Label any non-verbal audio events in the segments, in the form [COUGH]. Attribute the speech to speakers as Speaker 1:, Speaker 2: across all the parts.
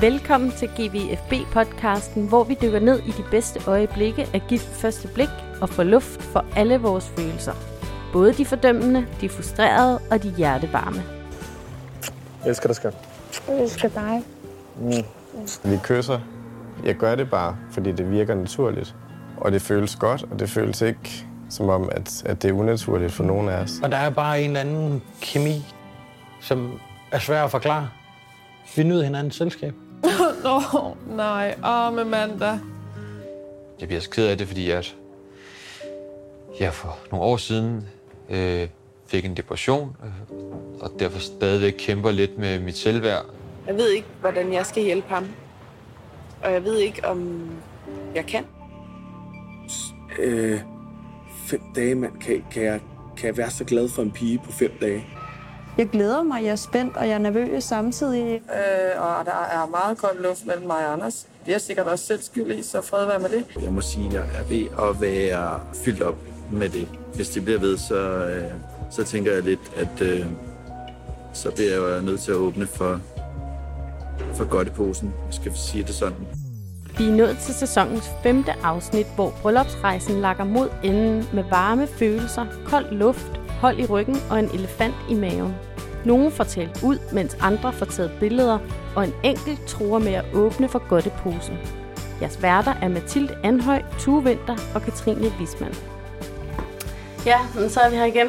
Speaker 1: Velkommen til GVFB-podcasten, hvor vi dykker ned i de bedste øjeblikke af gift første blik og får luft for alle vores følelser. Både de fordømmende, de frustrerede og de hjertevarme.
Speaker 2: Jeg elsker dig, skat.
Speaker 3: Jeg elsker dig.
Speaker 4: Vi kysser. Jeg gør det bare, fordi det virker naturligt. Og det føles godt, og det føles ikke som om, at, at det er unaturligt for nogen af os.
Speaker 5: Og der er bare en eller anden kemi, som er svær at forklare. Vi nyder hinandens selskab.
Speaker 3: Nå, nej. Arme mandag.
Speaker 6: Jeg bliver så ked af det, fordi jeg, jeg for nogle år siden øh, fik en depression, øh, og derfor stadigvæk kæmper lidt med mit selvværd.
Speaker 7: Jeg ved ikke, hvordan jeg skal hjælpe ham. Og jeg ved ikke, om jeg kan.
Speaker 8: Øh, fem dage, mand. Kan, kan, jeg, kan jeg være så glad for en pige på fem dage?
Speaker 9: Jeg glæder mig, jeg er spændt, og jeg er nervøs samtidig.
Speaker 10: Øh, og der er meget godt luft mellem mig og Anders. Vi er sikkert også selv skyld i, så fred være med det.
Speaker 11: Jeg må sige, at jeg er ved at være fyldt op med det. Hvis det bliver ved, så, øh, så tænker jeg lidt, at øh, så bliver jeg jo nødt til at åbne for, for godteposen. Jeg skal sige det sådan.
Speaker 1: Vi er nået til sæsonens femte afsnit, hvor bryllupsrejsen lakker mod enden med varme følelser, kold luft, hold i ryggen og en elefant i maven. Nogle får talt ud, mens andre får taget billeder, og en enkelt tror med at åbne for godteposen. Jeres værter er Mathilde Anhøj, Tue Vinter og Katrine Wismann. Ja, men så er vi her igen.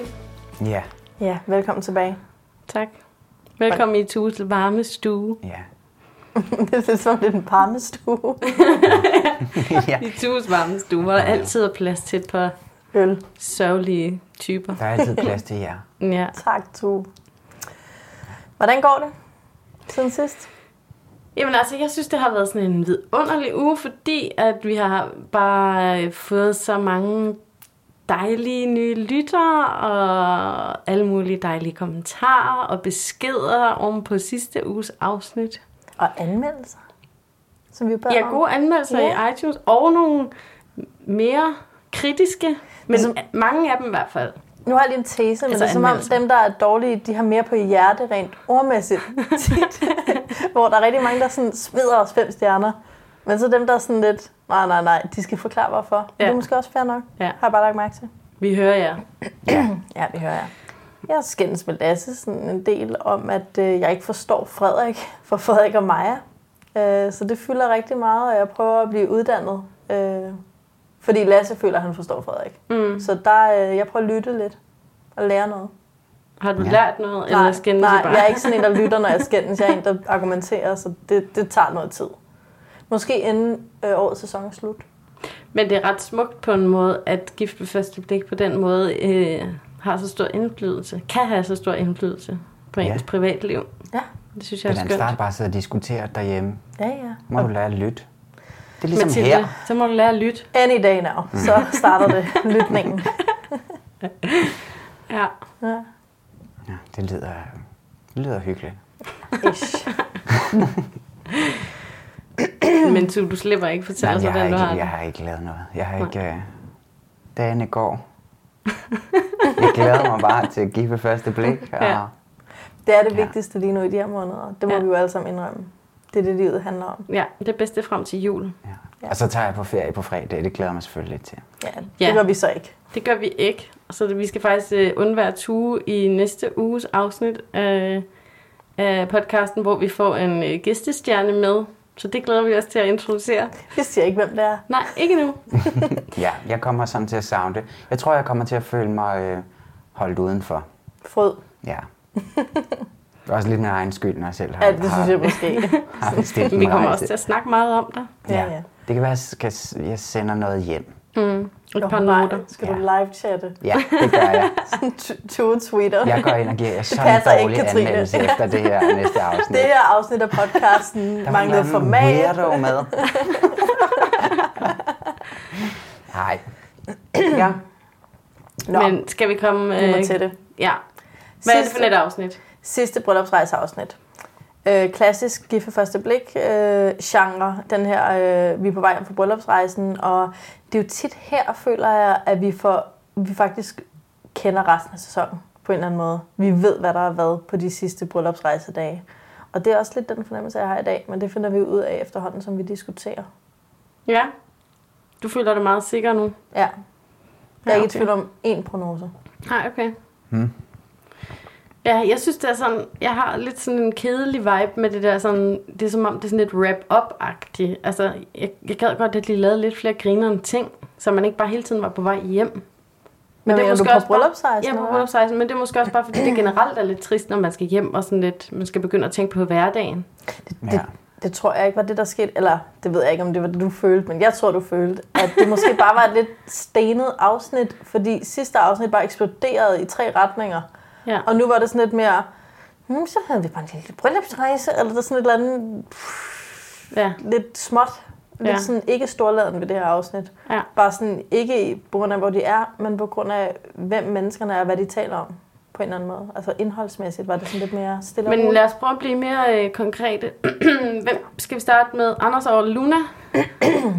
Speaker 12: Ja,
Speaker 13: Ja, velkommen tilbage.
Speaker 1: Tak. Velkommen i Tues varme stue.
Speaker 12: ja.
Speaker 13: det er som lidt en parmestue.
Speaker 12: ja.
Speaker 1: I Tues varme stue, hvor der altid er plads til et par
Speaker 13: Øl.
Speaker 1: sørgelige typer.
Speaker 12: Der er altid plads til jer.
Speaker 1: [LAUGHS] Ja.
Speaker 13: Tak, Tue. Hvordan går det siden sidst?
Speaker 1: Jamen altså, jeg synes, det har været sådan en vidunderlig uge, fordi at vi har bare øh, fået så mange dejlige nye lytter og alle mulige dejlige kommentarer og beskeder om på sidste uges afsnit.
Speaker 13: Og anmeldelser, som vi bad
Speaker 1: Ja,
Speaker 13: om.
Speaker 1: gode anmeldelser
Speaker 13: Ja.
Speaker 1: i iTunes og nogle mere kritiske, men
Speaker 13: Ligesom-
Speaker 1: mange af dem i hvert fald.
Speaker 13: Nu har jeg lige en tese, men
Speaker 1: Altså
Speaker 13: altså det er som om
Speaker 1: anmeldelser.
Speaker 13: dem, der er dårlige, de har mere på hjerte rent
Speaker 1: [LAUGHS]
Speaker 13: ordmæssigt tit. Hvor der er rigtig mange, der sådan smider os fem stjerner. Men så dem, der er sådan lidt, nej, nej, nej, de skal forklare hvorfor. Ja. Det
Speaker 1: Ja.
Speaker 13: er måske også fair nok.
Speaker 1: Ja.
Speaker 13: Har jeg bare lagt mærke til.
Speaker 1: Vi hører jer.
Speaker 13: [CLEARS THROAT] Ja, det hører jeg. Jeg skændes med Lasse sådan en del om, at øh, jeg ikke forstår Frederik, for Frederik og Maja. Øh, så det fylder rigtig meget, og jeg prøver at blive uddannet. Øh, fordi Lasse føler, at han forstår Frederik.
Speaker 1: Mm.
Speaker 13: Så der, øh, jeg prøver at lytte lidt og lære noget.
Speaker 1: Har du lært noget, eller skændes I
Speaker 13: nej,
Speaker 1: bare?
Speaker 13: jeg er ikke sådan en, der lytter, når jeg skændes. Jeg er en, der argumenterer, så det, det tager noget tid. Måske inden øh, årets sæson er slut.
Speaker 1: Men det er ret smukt på en måde, at gift ved første blik på den måde øh, har så stor indflydelse, kan have så stor indflydelse på ens
Speaker 12: Ja.
Speaker 1: privatliv.
Speaker 13: Ja,
Speaker 1: Det synes jeg er
Speaker 12: Hvordan starte
Speaker 1: skønt.
Speaker 12: bare at sidde og diskutere derhjemme.
Speaker 13: ja, ja.
Speaker 12: Må du lære at lytte. Det er ligesom her.
Speaker 1: så må du lære at lytte.
Speaker 13: Any day now,
Speaker 12: Mm.
Speaker 13: så starter det lytningen.
Speaker 1: Ja.
Speaker 13: Ja.
Speaker 12: Ja, det lyder, det lyder hyggeligt.
Speaker 13: Ish.
Speaker 1: [CLEARS THROAT] Men du, du slipper ikke fortælle os,
Speaker 12: jeg, har
Speaker 1: hvordan du har
Speaker 12: ikke,
Speaker 1: det.
Speaker 12: jeg har ikke lavet noget. Jeg har ikke... Øh, dagene går. jeg glæder mig bare til at give ved første blik. Og,
Speaker 1: Ja.
Speaker 12: ja.
Speaker 13: Det er det
Speaker 12: Ja.
Speaker 13: vigtigste lige nu i de her måneder. Det må
Speaker 1: Ja.
Speaker 13: ja. vi jo alle sammen indrømme. Det er det, livet handler om.
Speaker 1: Ja, det bedste frem til jul.
Speaker 12: Og så tager jeg på ferie på fredag. Det glæder jeg mig selvfølgelig lidt til.
Speaker 13: Ja,
Speaker 1: Ja.
Speaker 13: Det gør vi så ikke.
Speaker 1: Det gør vi ikke. Så det, vi skal faktisk øh, undvære Tue i næste uges afsnit af, af podcasten, hvor vi får en øh, gæstestjerne med. Så det glæder vi os til at introducere.
Speaker 13: Vi siger ikke, hvem det er.
Speaker 1: Nej, ikke nu.
Speaker 12: Ja, jeg kommer sådan til at savne det. Jeg tror, jeg kommer til at føle mig øh, holdt udenfor.
Speaker 13: Frød.
Speaker 2: [LAUGHS]
Speaker 12: Ja. Også lidt min egen skyld, når jeg selv har,
Speaker 13: Ja, det synes jeg måske.
Speaker 12: har, har bestilt
Speaker 1: Vi
Speaker 12: mig
Speaker 1: kommer
Speaker 12: rejse.
Speaker 1: også til at snakke meget om dig.
Speaker 13: Ja,
Speaker 12: Ja,
Speaker 13: ja.
Speaker 12: ja. Det kan være, at jeg skal- jeg sender noget hjem.
Speaker 1: Et par
Speaker 13: Åh,
Speaker 1: noter.
Speaker 13: Skal du
Speaker 12: Ja.
Speaker 1: [LAUGHS]
Speaker 13: live-chatte?
Speaker 12: Ja, det gør jeg.
Speaker 13: Tue-tweeter.
Speaker 12: Jeg går ind og giver jer
Speaker 13: Det
Speaker 12: sådan en
Speaker 13: passer ikke,
Speaker 12: dårlig
Speaker 13: Katrine.
Speaker 12: anmeldelse efter det her næste afsnit.
Speaker 13: Det her afsnit af
Speaker 12: Der
Speaker 13: podcasten
Speaker 12: var en
Speaker 13: manglede
Speaker 12: eller anden
Speaker 13: format.
Speaker 12: weirdo med. Nej. Ja.
Speaker 13: Nå, Men,
Speaker 1: Men skal vi komme... øh,
Speaker 13: vi må til det.
Speaker 1: Ja. Hvad er det
Speaker 13: Sidste-
Speaker 1: for et afsnit?
Speaker 13: Sidste bryllupsrejseafsnit. Øh, klassisk gifte første blik øh, genre, den her, øh, vi er på vej hjem fra bryllupsrejsen, og det er jo tit her, føler jeg, at vi, får, vi faktisk kender resten af sæsonen på en eller anden måde. Vi ved, hvad der er været på de sidste bryllupsrejsedage. Og det er også lidt den fornemmelse, jeg har i dag, men det finder vi ud af efterhånden, som vi diskuterer.
Speaker 8: Ja. Du føler dig meget sikker nu?
Speaker 13: Ja. Jeg er ikke i
Speaker 8: okay.
Speaker 13: tvivl om én prognose.
Speaker 8: Nej, okay.
Speaker 12: Hmm.
Speaker 8: Ja, jeg synes, det er sådan, jeg har lidt sådan en kedelig vibe med det der sådan, det er som om, det er sådan lidt wrap-up-agtigt. Altså, jeg, jeg gad godt, at de lavede lidt flere grinerende ting, så man ikke bare hele tiden var på vej hjem.
Speaker 13: mener
Speaker 8: Men,
Speaker 13: du, på
Speaker 8: også bare-
Speaker 13: bryllupsrejsen,
Speaker 8: Ja,
Speaker 13: eller
Speaker 8: på
Speaker 13: hvad?
Speaker 8: bryllupsrejsen, men det er måske også bare, fordi
Speaker 13: [CLEARS THROAT]
Speaker 8: det generelt er lidt trist, når man skal hjem og sådan lidt, man skal begynde at tænke på hverdagen.
Speaker 13: Ja. Det, det tror jeg ikke var det, der skete. Eller det ved jeg ikke, om det var det, du følte, men jeg tror, du følte, at det måske
Speaker 8: [LAUGHS]
Speaker 13: bare var et lidt stenet afsnit, fordi sidste afsnit bare eksploderede i tre retninger.
Speaker 8: Ja.
Speaker 13: Og nu var det sådan lidt mere, hmm, så havde vi bare en lille bryllupsrejse, eller der er sådan et eller andet
Speaker 8: ja.
Speaker 13: lidt småt. Lidt
Speaker 8: Ja.
Speaker 13: sådan ikke storladen ved det her afsnit.
Speaker 8: Ja.
Speaker 13: Bare sådan ikke på grund af, hvor de er, men på grund af, hvem menneskerne er, og hvad de taler om på en eller anden måde. Altså indholdsmæssigt var det sådan lidt mere stille og
Speaker 8: Men
Speaker 13: roligt.
Speaker 8: lad os prøve at blive mere øh, konkrete. [CLEARS THROAT] Hvem skal vi starte med? Anders og Luna?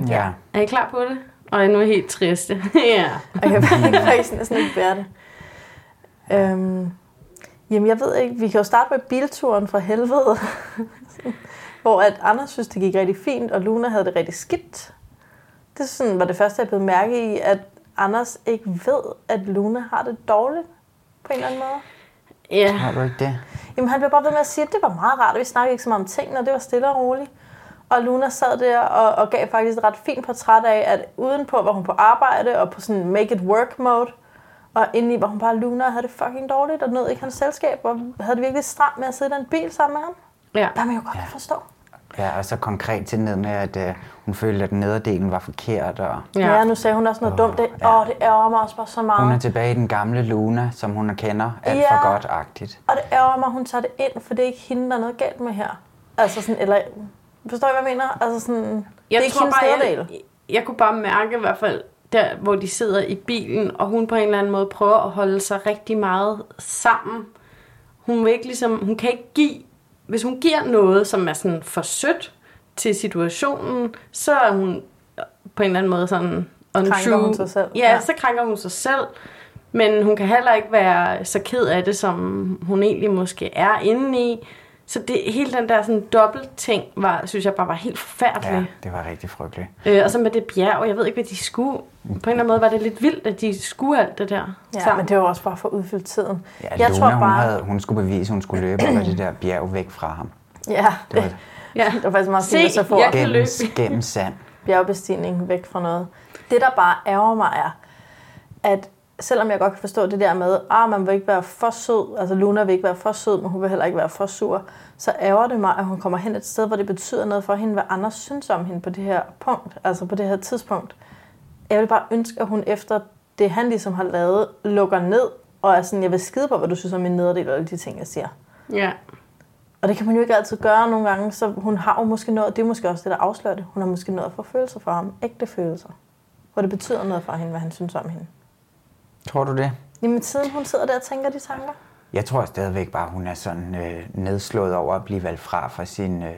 Speaker 12: Ja.
Speaker 8: Er I klar på det? Og nu er jeg helt triste. [LAUGHS] ja.
Speaker 13: Og jeg kan ikke faktisk næsten ikke bære det. Øhm, jamen, jeg ved ikke. Vi kan jo starte med bilturen fra helvede. [LAUGHS] hvor at Anders synes, det gik rigtig fint, og Luna havde det rigtig skidt. Det sådan, var det første, jeg blev mærke i, at Anders ikke ved, at Luna har det dårligt på en eller anden måde.
Speaker 8: Ja.
Speaker 12: Har du ikke det?
Speaker 13: Jamen, han blev bare ved med at sige, at det var meget rart, og vi snakkede ikke så meget om tingene, og det var stille og roligt. Og Luna sad der og, og gav faktisk et ret fint portræt af, at udenpå var hun på arbejde og på sådan make it work mode. Og indeni var hun bare Luna og havde det fucking dårligt og nød ikke hans selskab og havde det virkelig stramt med at sidde i den bil sammen med ham.
Speaker 8: Ja.
Speaker 13: Der må jeg jo godt ja. forstå.
Speaker 12: Ja, og så konkret til ned med, at øh, hun følte, at nederdelen var forkert, og
Speaker 13: Ja. ja, nu sagde hun også noget dumt. Det, Åh, det ærger mig også bare så meget.
Speaker 12: hun er tilbage i den gamle Luna, som hun kender alt
Speaker 13: Ja.
Speaker 12: for godt-agtigt.
Speaker 13: Og det ærger mig, at hun tager det ind, for det er ikke hende, der er noget galt med her. Altså sådan, eller... Forstår I, hvad jeg mener? Altså sådan... Jeg det er
Speaker 8: Jeg
Speaker 13: ikke
Speaker 8: tror
Speaker 13: hendes
Speaker 8: bare, jeg,
Speaker 13: nederdel.
Speaker 8: jeg kunne bare mærke i hvert fald, der hvor de sidder i bilen, og hun på en eller anden måde prøver at holde sig rigtig meget sammen. Hun vil ikke ligesom, hun kan ikke give, hvis hun giver noget, som er sådan for sødt til situationen, så er hun på en eller anden måde sådan untrue.
Speaker 13: Krænker hun sig selv.
Speaker 8: Ja,
Speaker 13: Ja.
Speaker 8: ja, så krænker hun sig selv. Men hun kan heller ikke være så ked af det, som hun egentlig måske er inde i. Så det, hele den der sådan dobbelt ting, var, synes jeg bare var helt forfærdelig.
Speaker 12: Ja, det var rigtig frygteligt.
Speaker 8: Øh, og så med det bjerg, jeg ved ikke, hvad de skulle. På en eller anden måde var det lidt vildt, at de skulle alt det der
Speaker 13: Ja,
Speaker 8: sammen.
Speaker 13: men det var også bare for at udfylde tiden.
Speaker 12: Ja, jeg Luna, tror bare... hun, havde, hun skulle bevise, at hun skulle løbe over det der bjerg væk fra ham.
Speaker 13: Ja,
Speaker 12: Det
Speaker 13: [LAUGHS]
Speaker 12: var
Speaker 8: ja.
Speaker 13: det var faktisk meget fint,
Speaker 8: Se,
Speaker 13: at så få
Speaker 8: jeg kan
Speaker 12: gennem,
Speaker 8: løbe.
Speaker 12: gennem sand.
Speaker 13: bjergbestigningen væk fra noget. Det, der bare ærger mig, er, at selvom jeg godt kan forstå det der med, at man vil ikke være for sød, altså Luna vil ikke være for sød, men hun vil heller ikke være for sur, så ærger det mig, at hun kommer hen et sted, hvor det betyder noget for hende, hvad Anders synes om hende på det her punkt, altså på det her tidspunkt. Jeg vil bare ønske, at hun efter det, han ligesom har lavet, lukker ned, og er sådan, jeg vil skide på, hvad du synes om min nederdel og alle de ting, jeg siger.
Speaker 8: Ja.
Speaker 13: Og det kan man jo ikke altid gøre nogle gange, så hun har jo måske noget, det er måske også det, der afslører det, hun har måske noget for følelser for ham, ægte følelser. Hvor det betyder noget for hende, hvad han synes om hende.
Speaker 12: Tror du det?
Speaker 13: Jamen tiden hun sidder der og tænker de tanker.
Speaker 12: Jeg tror stadigvæk bare, hun er sådan øh, nedslået over at blive valgt fra for, sin, øh,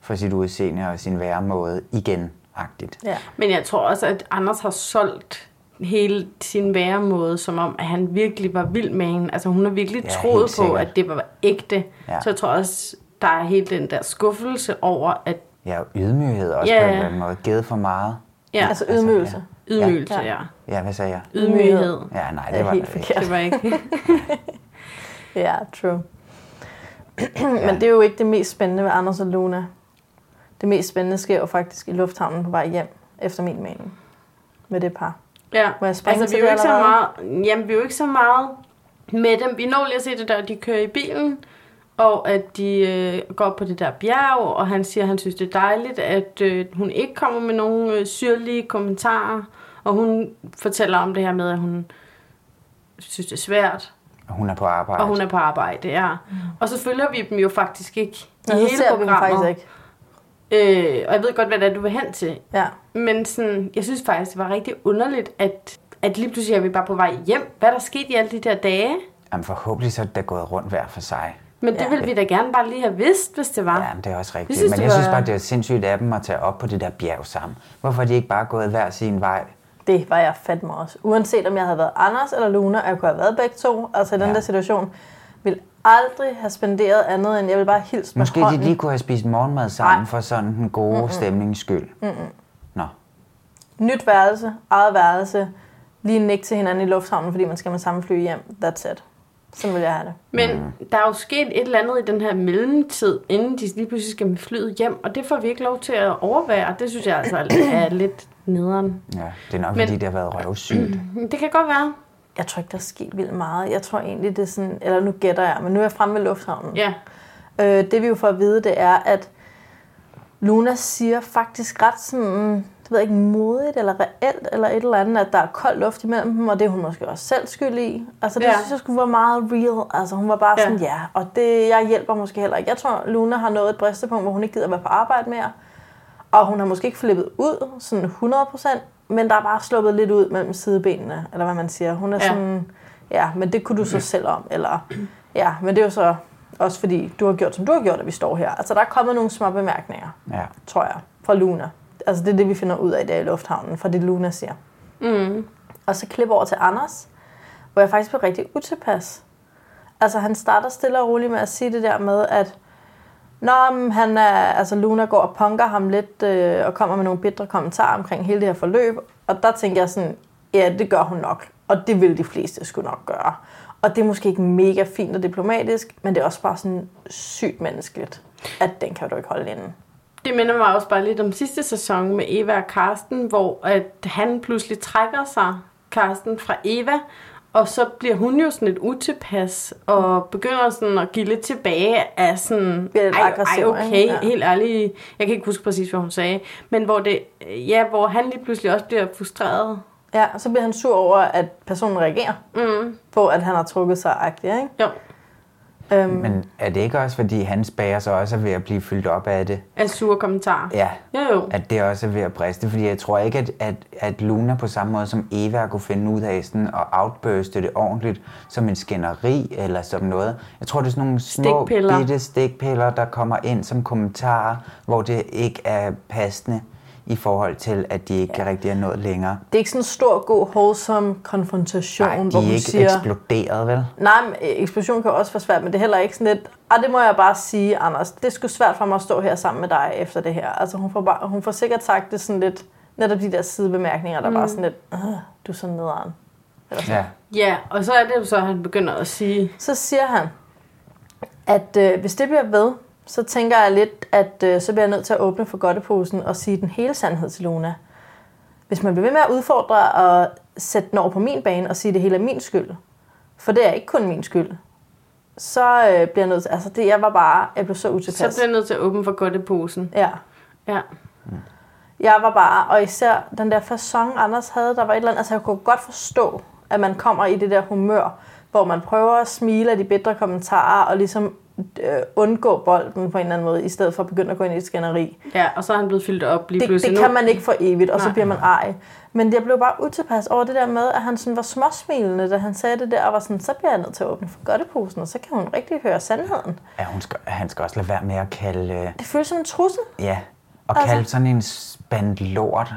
Speaker 12: for sit udseende og sin væremåde igen-agtigt.
Speaker 13: Ja.
Speaker 8: Men jeg tror også, at Anders har solgt hele sin væremåde, som om, at han virkelig var vild med hende. Altså hun har virkelig
Speaker 12: Ja,
Speaker 8: ja,
Speaker 12: helt
Speaker 8: troet på,
Speaker 12: sikkert.
Speaker 8: at det var ægte.
Speaker 12: Ja.
Speaker 8: Ja. Så jeg tror også, der er hele den der skuffelse over, at
Speaker 12: Ja, og ydmyghed også yeah.
Speaker 8: Ja.
Speaker 12: på en eller anden måde. Givet for meget.
Speaker 8: Ja.
Speaker 13: Altså ydmygelse.
Speaker 8: ydmygelse, ja.
Speaker 12: Ja, hvad sagde jeg?
Speaker 8: Ydmyghed.
Speaker 12: Ja, nej,
Speaker 13: Ja,
Speaker 12: det var
Speaker 13: helt
Speaker 12: det ikke.
Speaker 13: forkert.
Speaker 8: Det var ikke.
Speaker 13: Ja, true. Men det er jo ikke det mest spændende ved Anders og Luna. Det mest spændende sker jo faktisk i lufthavnen på vej hjem, efter min mening. Med det par.
Speaker 8: Ja,
Speaker 13: Må jeg springe
Speaker 8: altså,
Speaker 13: til
Speaker 8: vi er jo
Speaker 13: det
Speaker 8: ikke så
Speaker 13: allerede?
Speaker 8: meget, jamen, vi er jo ikke så meget med dem. Vi når lige at se det der, at de kører i bilen, og at de øh, går på det der bjerg, og han siger, at han synes, det er dejligt, at øh, hun ikke kommer med nogen øh, syrlige kommentarer, og hun fortæller om det her med, at hun synes, det er svært,
Speaker 12: Og Hun er på arbejde.
Speaker 8: og hun er på arbejde, ja. Og så følger vi dem jo faktisk ikke i
Speaker 13: Ja, Mm. så
Speaker 8: hele
Speaker 13: ser vi dem
Speaker 8: programmet.
Speaker 13: faktisk ikke.
Speaker 8: Øh, og jeg ved godt, hvad det er, du vil hen til.
Speaker 13: Ja.
Speaker 8: Men sådan, jeg synes faktisk, det var rigtig underligt, at, at lige pludselig er vi bare på vej hjem. Hvad er der sket i alle de der dage?
Speaker 12: Jamen, forhåbentlig så er det da gået rundt hver for sig.
Speaker 8: Men det
Speaker 12: Ja.
Speaker 8: ville vi da gerne bare lige have vidst, hvis det var. Ja,
Speaker 12: Det er også rigtigt.
Speaker 8: synes,
Speaker 12: Men
Speaker 8: Ah. det
Speaker 12: jeg synes
Speaker 8: var-
Speaker 12: bare, det er sindssygt af dem at tage op på det der bjerg sammen. Hvorfor er de ikke bare gået hver sin vej?
Speaker 13: Det var jeg fandme også. Uanset om jeg havde været Anders eller Luna, og jeg kunne have været begge to, altså i den ja. der situation, ville aldrig have spenderet andet, end jeg vil bare hilse med
Speaker 12: Måske
Speaker 13: hånden.
Speaker 12: de lige kunne have spist morgenmad sammen for sådan den gode
Speaker 13: Mm-mm.
Speaker 12: stemnings skyld.
Speaker 8: Mm.
Speaker 13: Mm-mm.
Speaker 12: Nå.
Speaker 13: Nyt værelse, eget værelse, lige nik til hinanden i lufthavnen, fordi man skal med samme fly hjem. That's it. Sådan vil jeg have det.
Speaker 8: Men
Speaker 12: Mm.
Speaker 8: der er jo sket et eller andet i den her mellemtid, inden de lige pludselig skal med flyet hjem, og det får vi ikke lov til at overvære. Det synes jeg altså er lidt nederen.
Speaker 12: Ja, det er nok
Speaker 8: Men-
Speaker 12: Men... fordi, det har været røvsygt.
Speaker 8: Det kan godt være.
Speaker 13: Jeg tror ikke, der er sket vildt meget. Jeg tror egentlig, det er sådan... Eller nu gætter jeg, men nu er jeg fremme ved lufthavnen.
Speaker 8: Ja.
Speaker 13: Øh, det vi jo får at vide, det er, at Luna siger faktisk ret sådan... Det ved jeg ikke, modigt eller reelt eller et eller andet, at der er kold luft imellem dem, og det er hun måske også selv skyld i. Altså det
Speaker 8: Ja.
Speaker 13: ja. synes jeg skulle være meget real. Altså hun var bare
Speaker 8: Ja.
Speaker 13: ja. sådan, ja, og det, jeg hjælper måske heller ikke. Jeg tror, Luna har nået et bristepunkt, hvor hun ikke gider være på arbejde mere. Og hun har måske ikke flippet ud sådan 100%, men der er bare sluppet lidt ud mellem sidebenene, eller hvad man siger. Hun er
Speaker 8: Ja.
Speaker 13: ja. sådan, ja, men det kunne du så selv om, eller ja, men det er jo så også fordi, du har gjort, som du har gjort, at vi står her. Altså, der er kommet nogle små bemærkninger,
Speaker 12: Ja.
Speaker 13: tror jeg, fra Luna. Altså, det er det, vi finder ud af i dag i lufthavnen, fra det Luna siger.
Speaker 8: Mm.
Speaker 13: Og så klip over til Anders, hvor jeg faktisk blev rigtig utilpas. Altså, han starter stille og roligt med at sige det der med, at Nå, men han er, altså Luna går og punker ham lidt øh, og kommer med nogle bitre kommentarer omkring hele det her forløb. Og der tænker jeg sådan, ja, det gør hun nok. Og det vil de fleste skulle nok gøre. Og det er måske ikke mega fint og diplomatisk, men det er også bare sådan sygt menneskeligt, at den kan du ikke holde inden.
Speaker 8: Det minder mig også bare lidt om sidste sæson med Eva og Karsten, hvor at han pludselig trækker sig, Karsten, fra Eva, og så bliver hun jo sådan lidt utilpas, og begynder sådan at give lidt tilbage af sådan,
Speaker 13: Bliver lidt
Speaker 8: ej, ej,
Speaker 13: aggressiv,
Speaker 8: okay,
Speaker 13: ikke?
Speaker 8: ja.
Speaker 13: Ja.
Speaker 8: helt ærligt, jeg kan ikke huske præcis, hvad hun sagde, men hvor, det, ja, hvor han lige pludselig også bliver frustreret.
Speaker 13: Ja, og så bliver han sur over, at personen reagerer
Speaker 8: mm.
Speaker 13: på, at han har trukket sig agtigt, ikke?
Speaker 8: Jo.
Speaker 13: Øhm,
Speaker 12: Men er det ikke også, fordi hans bager så også er ved at blive fyldt op af det?
Speaker 8: Af sure kommentarer.
Speaker 12: Ja.
Speaker 8: Jo, jo.
Speaker 12: At det også er ved at briste, fordi jeg tror ikke, at, at, at Luna på samme måde som Eva kunne finde ud af sådan at outburste det ordentligt som en skænderi eller som noget. Jeg tror, det er sådan nogle små
Speaker 8: Stikpiller.
Speaker 12: bitte stikpiller, der kommer ind som kommentarer, hvor det ikke er passende i forhold til, at de ikke ja. rigtig er nået længere.
Speaker 13: Det er ikke sådan en stor, god, wholesome konfrontation, Ej,
Speaker 12: De
Speaker 13: hvor
Speaker 12: er
Speaker 13: hun
Speaker 12: ikke
Speaker 13: siger...
Speaker 12: eksploderet, vel?
Speaker 13: Nej, men øh, eksplosion kan jo også være svært, men det er heller ikke sådan lidt... Ah, det må jeg bare sige, Anders. Det er sgu svært for mig at stå her sammen med dig efter det her. Altså, hun får, bare, hun får sikkert sagt det sådan lidt... Netop de der sidebemærkninger, der mm. bare
Speaker 8: Mm.
Speaker 13: sådan lidt... "Øh, Du er sådan nederen.
Speaker 12: Ja.
Speaker 8: Ja, og så er det jo så, at han begynder at sige...
Speaker 13: Så siger han, at øh, hvis det bliver ved, så tænker jeg lidt, at øh, så bliver jeg nødt til at åbne for godteposen og sige den hele sandhed til Luna. Hvis man bliver ved med at udfordre og sætte den over på min bane og sige, at det hele er min skyld, for det er ikke kun min skyld, så øh, bliver jeg nødt til... Altså, det, jeg var bare... Jeg blev så utilpas.
Speaker 8: Så bliver jeg nødt til at åbne for godteposen.
Speaker 13: Ja.
Speaker 8: Ja.
Speaker 13: Jeg var bare, og især den der fasong, Anders havde, der var et eller andet, altså jeg kunne godt forstå, at man kommer i det der humør, hvor man prøver at smile af de bedre kommentarer, og ligesom øh, undgå bolden på en eller anden måde, i stedet for at begynde at gå ind i et skænderi.
Speaker 8: Ja, og så er han blevet fyldt op lige
Speaker 13: Det,
Speaker 8: pludselig.
Speaker 13: det
Speaker 8: Nu-
Speaker 13: kan man ikke for evigt, og Nej.
Speaker 8: Nej.
Speaker 13: så bliver man ej. Men jeg blev bare utilpas over det der med, at han sådan var småsmilende, da han sagde det der, og var sådan, så bliver jeg nødt til at åbne for godteposen, og så kan hun rigtig høre sandheden.
Speaker 12: Ja, hun skal, han skal også lade være med at kalde... øh,
Speaker 13: Det føles som en trussel.
Speaker 12: Ja, og
Speaker 13: Altså-
Speaker 12: altså... kalde sådan en spand lort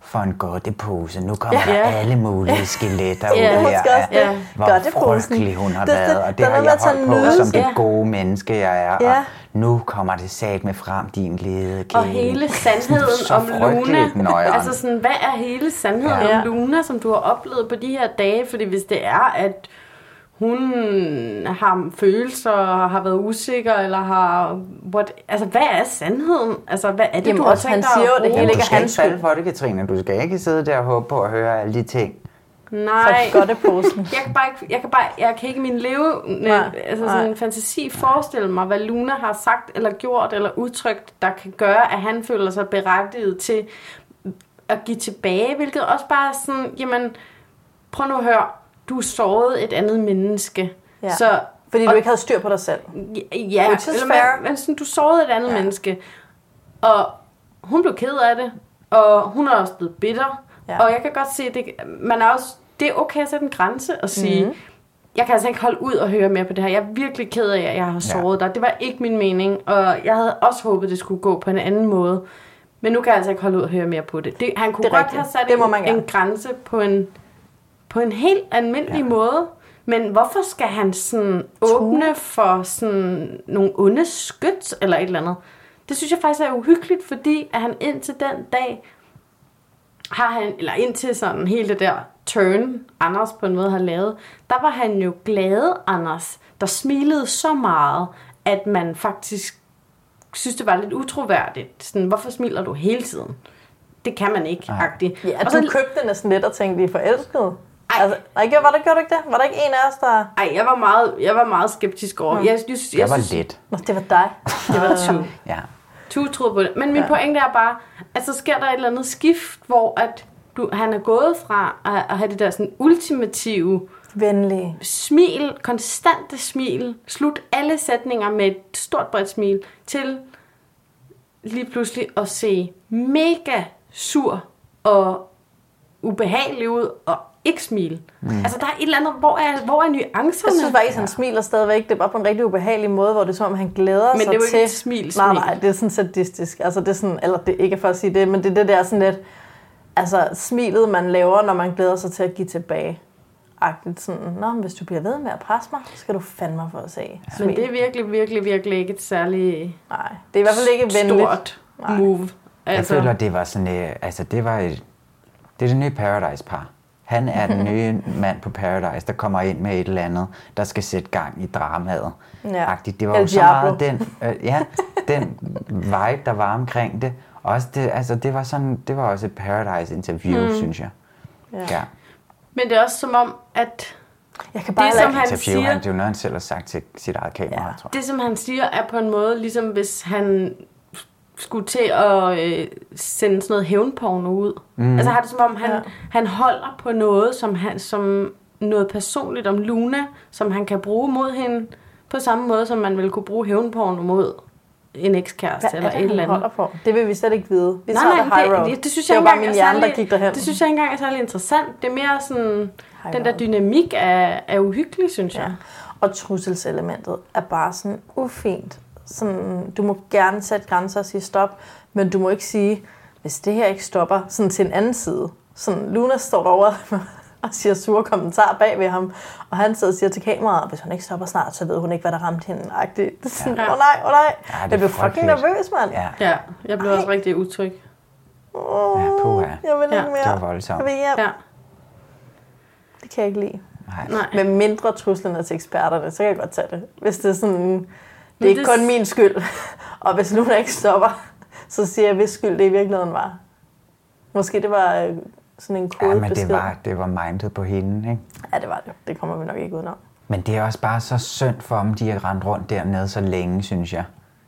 Speaker 12: for en godtepose. Nu kommer
Speaker 13: Ja.
Speaker 12: ja. der alle mulige skeletter
Speaker 13: Ja,
Speaker 12: ud
Speaker 13: hun
Speaker 12: her.
Speaker 13: skal også
Speaker 12: af,
Speaker 13: det.
Speaker 12: Hvor
Speaker 13: Godteposen.
Speaker 12: frygtelig hun har
Speaker 13: Det- det-
Speaker 12: været, og
Speaker 13: der
Speaker 12: det
Speaker 13: er
Speaker 12: har
Speaker 13: noget med
Speaker 12: jeg
Speaker 13: at tage
Speaker 12: holdt på
Speaker 13: nydes.
Speaker 12: som det
Speaker 13: Ja.
Speaker 12: gode menneske, jeg er.
Speaker 13: Ja.
Speaker 12: Og nu kommer det sat med frem, din lede
Speaker 8: og hele sandheden
Speaker 12: Så
Speaker 8: om
Speaker 12: frygteligt
Speaker 8: Luna.
Speaker 12: nøjeren.
Speaker 8: Altså sådan, hvad er hele sandheden ja.
Speaker 12: Ja.
Speaker 8: om Luna, som du har oplevet på de her dage? Fordi hvis det er, at hun har følelser, og har været usikker, eller har... What, altså, hvad er sandheden? Altså, hvad er det,
Speaker 13: Jamen,
Speaker 8: du har
Speaker 13: også
Speaker 8: tænkt
Speaker 13: han
Speaker 8: dig
Speaker 13: siger jo,
Speaker 8: at
Speaker 13: det
Speaker 8: bruge?
Speaker 13: hele ikke
Speaker 12: Du
Speaker 13: er
Speaker 12: skal ikke
Speaker 13: hans skyld.
Speaker 12: falde for det, Katrine. Du skal ikke sidde der og håbe på at høre alle de ting.
Speaker 8: Nej.
Speaker 13: For
Speaker 8: [LAUGHS]
Speaker 13: godteposen.
Speaker 8: jeg kan bare ikke, jeg kan bare, jeg kan ikke i min leve, nej,
Speaker 13: Nej,
Speaker 8: altså
Speaker 13: nej.
Speaker 8: sådan en fantasi forestille mig, hvad Luna har sagt eller gjort eller udtrykt, der kan gøre, at han føler sig berettiget til at give tilbage, hvilket også bare er sådan, jamen, prøv nu at høre, du er såret et andet menneske.
Speaker 13: Ja.
Speaker 8: Så,
Speaker 13: Fordi
Speaker 8: og-
Speaker 13: du ikke havde styr på dig selv.
Speaker 8: Ja,
Speaker 13: Which is
Speaker 8: eller
Speaker 13: fair.
Speaker 8: man, man, sådan, du sårede et andet ja. menneske. Og hun blev ked af det, og hun er også blevet bitter. Ja.
Speaker 13: Ja.
Speaker 8: Og jeg kan godt se, at det, man er også, det er okay at sætte en grænse og sige, mm.
Speaker 13: Mhm.
Speaker 8: jeg kan altså ikke holde ud og høre mere på det her. Jeg er virkelig ked af, at jeg har såret ja. dig. Det var ikke min mening, og jeg havde også håbet, det skulle gå på en anden måde. Men nu kan jeg altså ikke holde ud og høre mere på det. det han kunne
Speaker 13: Det
Speaker 8: det
Speaker 13: er
Speaker 8: godt
Speaker 13: rigtigt.
Speaker 8: have sat
Speaker 13: Det må
Speaker 8: en,
Speaker 13: man gerne.
Speaker 8: en grænse på en, på en helt almindelig ja. måde, Men hvorfor skal han sådan åbne for sådan nogle onde skyts eller et eller andet? Det synes jeg faktisk er uhyggeligt, fordi at han indtil den dag har han, eller indtil sådan hele det der turn, Anders på en måde har lavet, der var han jo glade, Anders, der smilede så meget, at man faktisk synes, det var lidt utroværdigt. Sådan, hvorfor smiler du hele tiden? Det kan man ikke, agtigt.
Speaker 13: Ja, og du købte næsten lidt og tænkte, I er forelskede. Ej. Altså, nej, gjorde- var der, gjorde du ikke det? Var der ikke en af os, der...
Speaker 8: Ej, jeg var meget, jeg var meget skeptisk over.
Speaker 13: Nå.
Speaker 8: Jeg, jeg, jeg,
Speaker 12: Jeg var lidt.
Speaker 13: Nå, det var dig.
Speaker 8: Det var Tue.
Speaker 12: Ja.
Speaker 8: Tue troede på det. Men min ja. pointe er bare, at så sker der et eller andet skift, hvor at du, han er gået fra at, at have det der sådan ultimative
Speaker 13: venlige
Speaker 8: smil, konstante smil, slut alle sætninger med et stort bredt smil, til lige pludselig at se mega sur og ubehagelig ud og ikke smile. Mm. Altså, der er et eller andet, hvor er, hvor er nuancerne?
Speaker 13: Jeg synes faktisk, han smiler stadigvæk. Det er bare på en rigtig ubehagelig måde, hvor det er som om, han glæder
Speaker 8: Men
Speaker 13: sig til...
Speaker 8: det er jo ikke et smil,
Speaker 13: Nej,
Speaker 8: smil.
Speaker 13: nej, det er sådan sadistisk. Altså, det er sådan, eller det er ikke for at sige det, men det er det der sådan lidt... Altså, smilet, man laver, når man glæder sig til at give tilbage. Agtigt sådan, Nå, men hvis du bliver ved med at presse mig, så skal du fandme mig for at se.
Speaker 8: Men det er virkelig, virkelig, virkelig ikke et særligt...
Speaker 13: Nej, det er i hvert fald ikke venligt.
Speaker 8: Stort move.
Speaker 12: Altså... Jeg føler, det var sådan, øh, altså det var et, det er det nye Paradise-par. Han er den nye mand på Paradise, der kommer ind med et eller andet, der skal sætte gang i dramaet.
Speaker 13: Ja.
Speaker 12: Agtigt. Det var
Speaker 13: El
Speaker 12: jo så
Speaker 13: Diablo.
Speaker 12: meget den, øh, ja, den vibe, der var omkring det. Også det, altså det var sådan, det var også et Paradise-interview,
Speaker 8: Mm.
Speaker 12: mm. synes jeg.
Speaker 8: Ja.
Speaker 12: Ja.
Speaker 8: Men det er også som om, at
Speaker 13: jeg kan
Speaker 8: bare det, som han
Speaker 12: interview,
Speaker 8: siger,
Speaker 12: han, det er jo noget, han selv har sagt til sit eget kamera, ja. tror jeg.
Speaker 8: det, som han siger, er på en måde, ligesom hvis han skulle til at øh, sende sådan noget hævnporno ud. Mm.
Speaker 12: Mhm.
Speaker 8: Altså har det som om, han, ja. han holder på noget, som, han, som noget personligt om Luna, som han kan bruge mod hende, på samme måde, som man ville kunne bruge hævnporno mod en ekskæreste
Speaker 13: Hvad er
Speaker 8: eller
Speaker 13: det,
Speaker 8: et
Speaker 13: han
Speaker 8: eller
Speaker 13: holder
Speaker 8: andet.
Speaker 13: på? Det vil vi slet ikke vide. Vi
Speaker 8: Nej,
Speaker 13: tager
Speaker 8: nej,
Speaker 13: the high
Speaker 8: det-
Speaker 13: road.
Speaker 8: det- det synes
Speaker 13: det
Speaker 8: jeg
Speaker 13: var bare
Speaker 8: ikke
Speaker 13: min
Speaker 8: engang er
Speaker 13: hjerne, der
Speaker 8: særlig-
Speaker 13: gik derhen.
Speaker 8: Det synes jeg ikke engang er særlig interessant. Det er mere sådan,
Speaker 13: Hej,
Speaker 8: den der dynamik er, er uhyggelig, synes jeg.
Speaker 13: Og trusselselementet er bare sådan ufint. Sådan, du må gerne sætte grænser og sige stop, men du må ikke sige, hvis det her ikke stopper, sådan til en anden side. Sådan, Luna står derovre [LAUGHS] og siger sure kommentarer bag ved ham, og han sidder og siger til kameraet, hvis hun ikke stopper snart, så ved hun ikke, hvad der ramte hende. Agtigt. Det er sådan, åh
Speaker 8: Ja.
Speaker 13: oh, nej, åh oh, nej.
Speaker 8: Ja, det er
Speaker 13: jeg blev fucking
Speaker 8: frygteligt.
Speaker 13: nervøs, mand.
Speaker 12: Ja.
Speaker 8: Ja, jeg blev også rigtig utryg.
Speaker 13: Oh,
Speaker 12: Ja, puha.
Speaker 13: jeg vil ikke
Speaker 8: Ja.
Speaker 13: mere.
Speaker 12: Det var voldsomt.
Speaker 13: Jeg vil hjem.
Speaker 8: Ja.
Speaker 13: Det kan jeg ikke lide.
Speaker 8: Nej.
Speaker 13: Med mindre truslen er til eksperterne, så kan jeg godt tage det. Hvis det er sådan, det
Speaker 8: Men
Speaker 13: er ikke
Speaker 8: det-
Speaker 13: kun min skyld. [LAUGHS] Og hvis Luna ikke stopper, så siger jeg, hvis skyld det i virkeligheden var. Måske det var øh, sådan en
Speaker 12: Ja,
Speaker 13: kode
Speaker 12: men det var, det var mindet på hende, ikke?
Speaker 13: Ja, det var det. Det kommer vi nok ikke udenom.
Speaker 12: Men det er også bare så synd for dem, de har rendt rundt dernede så længe, synes jeg.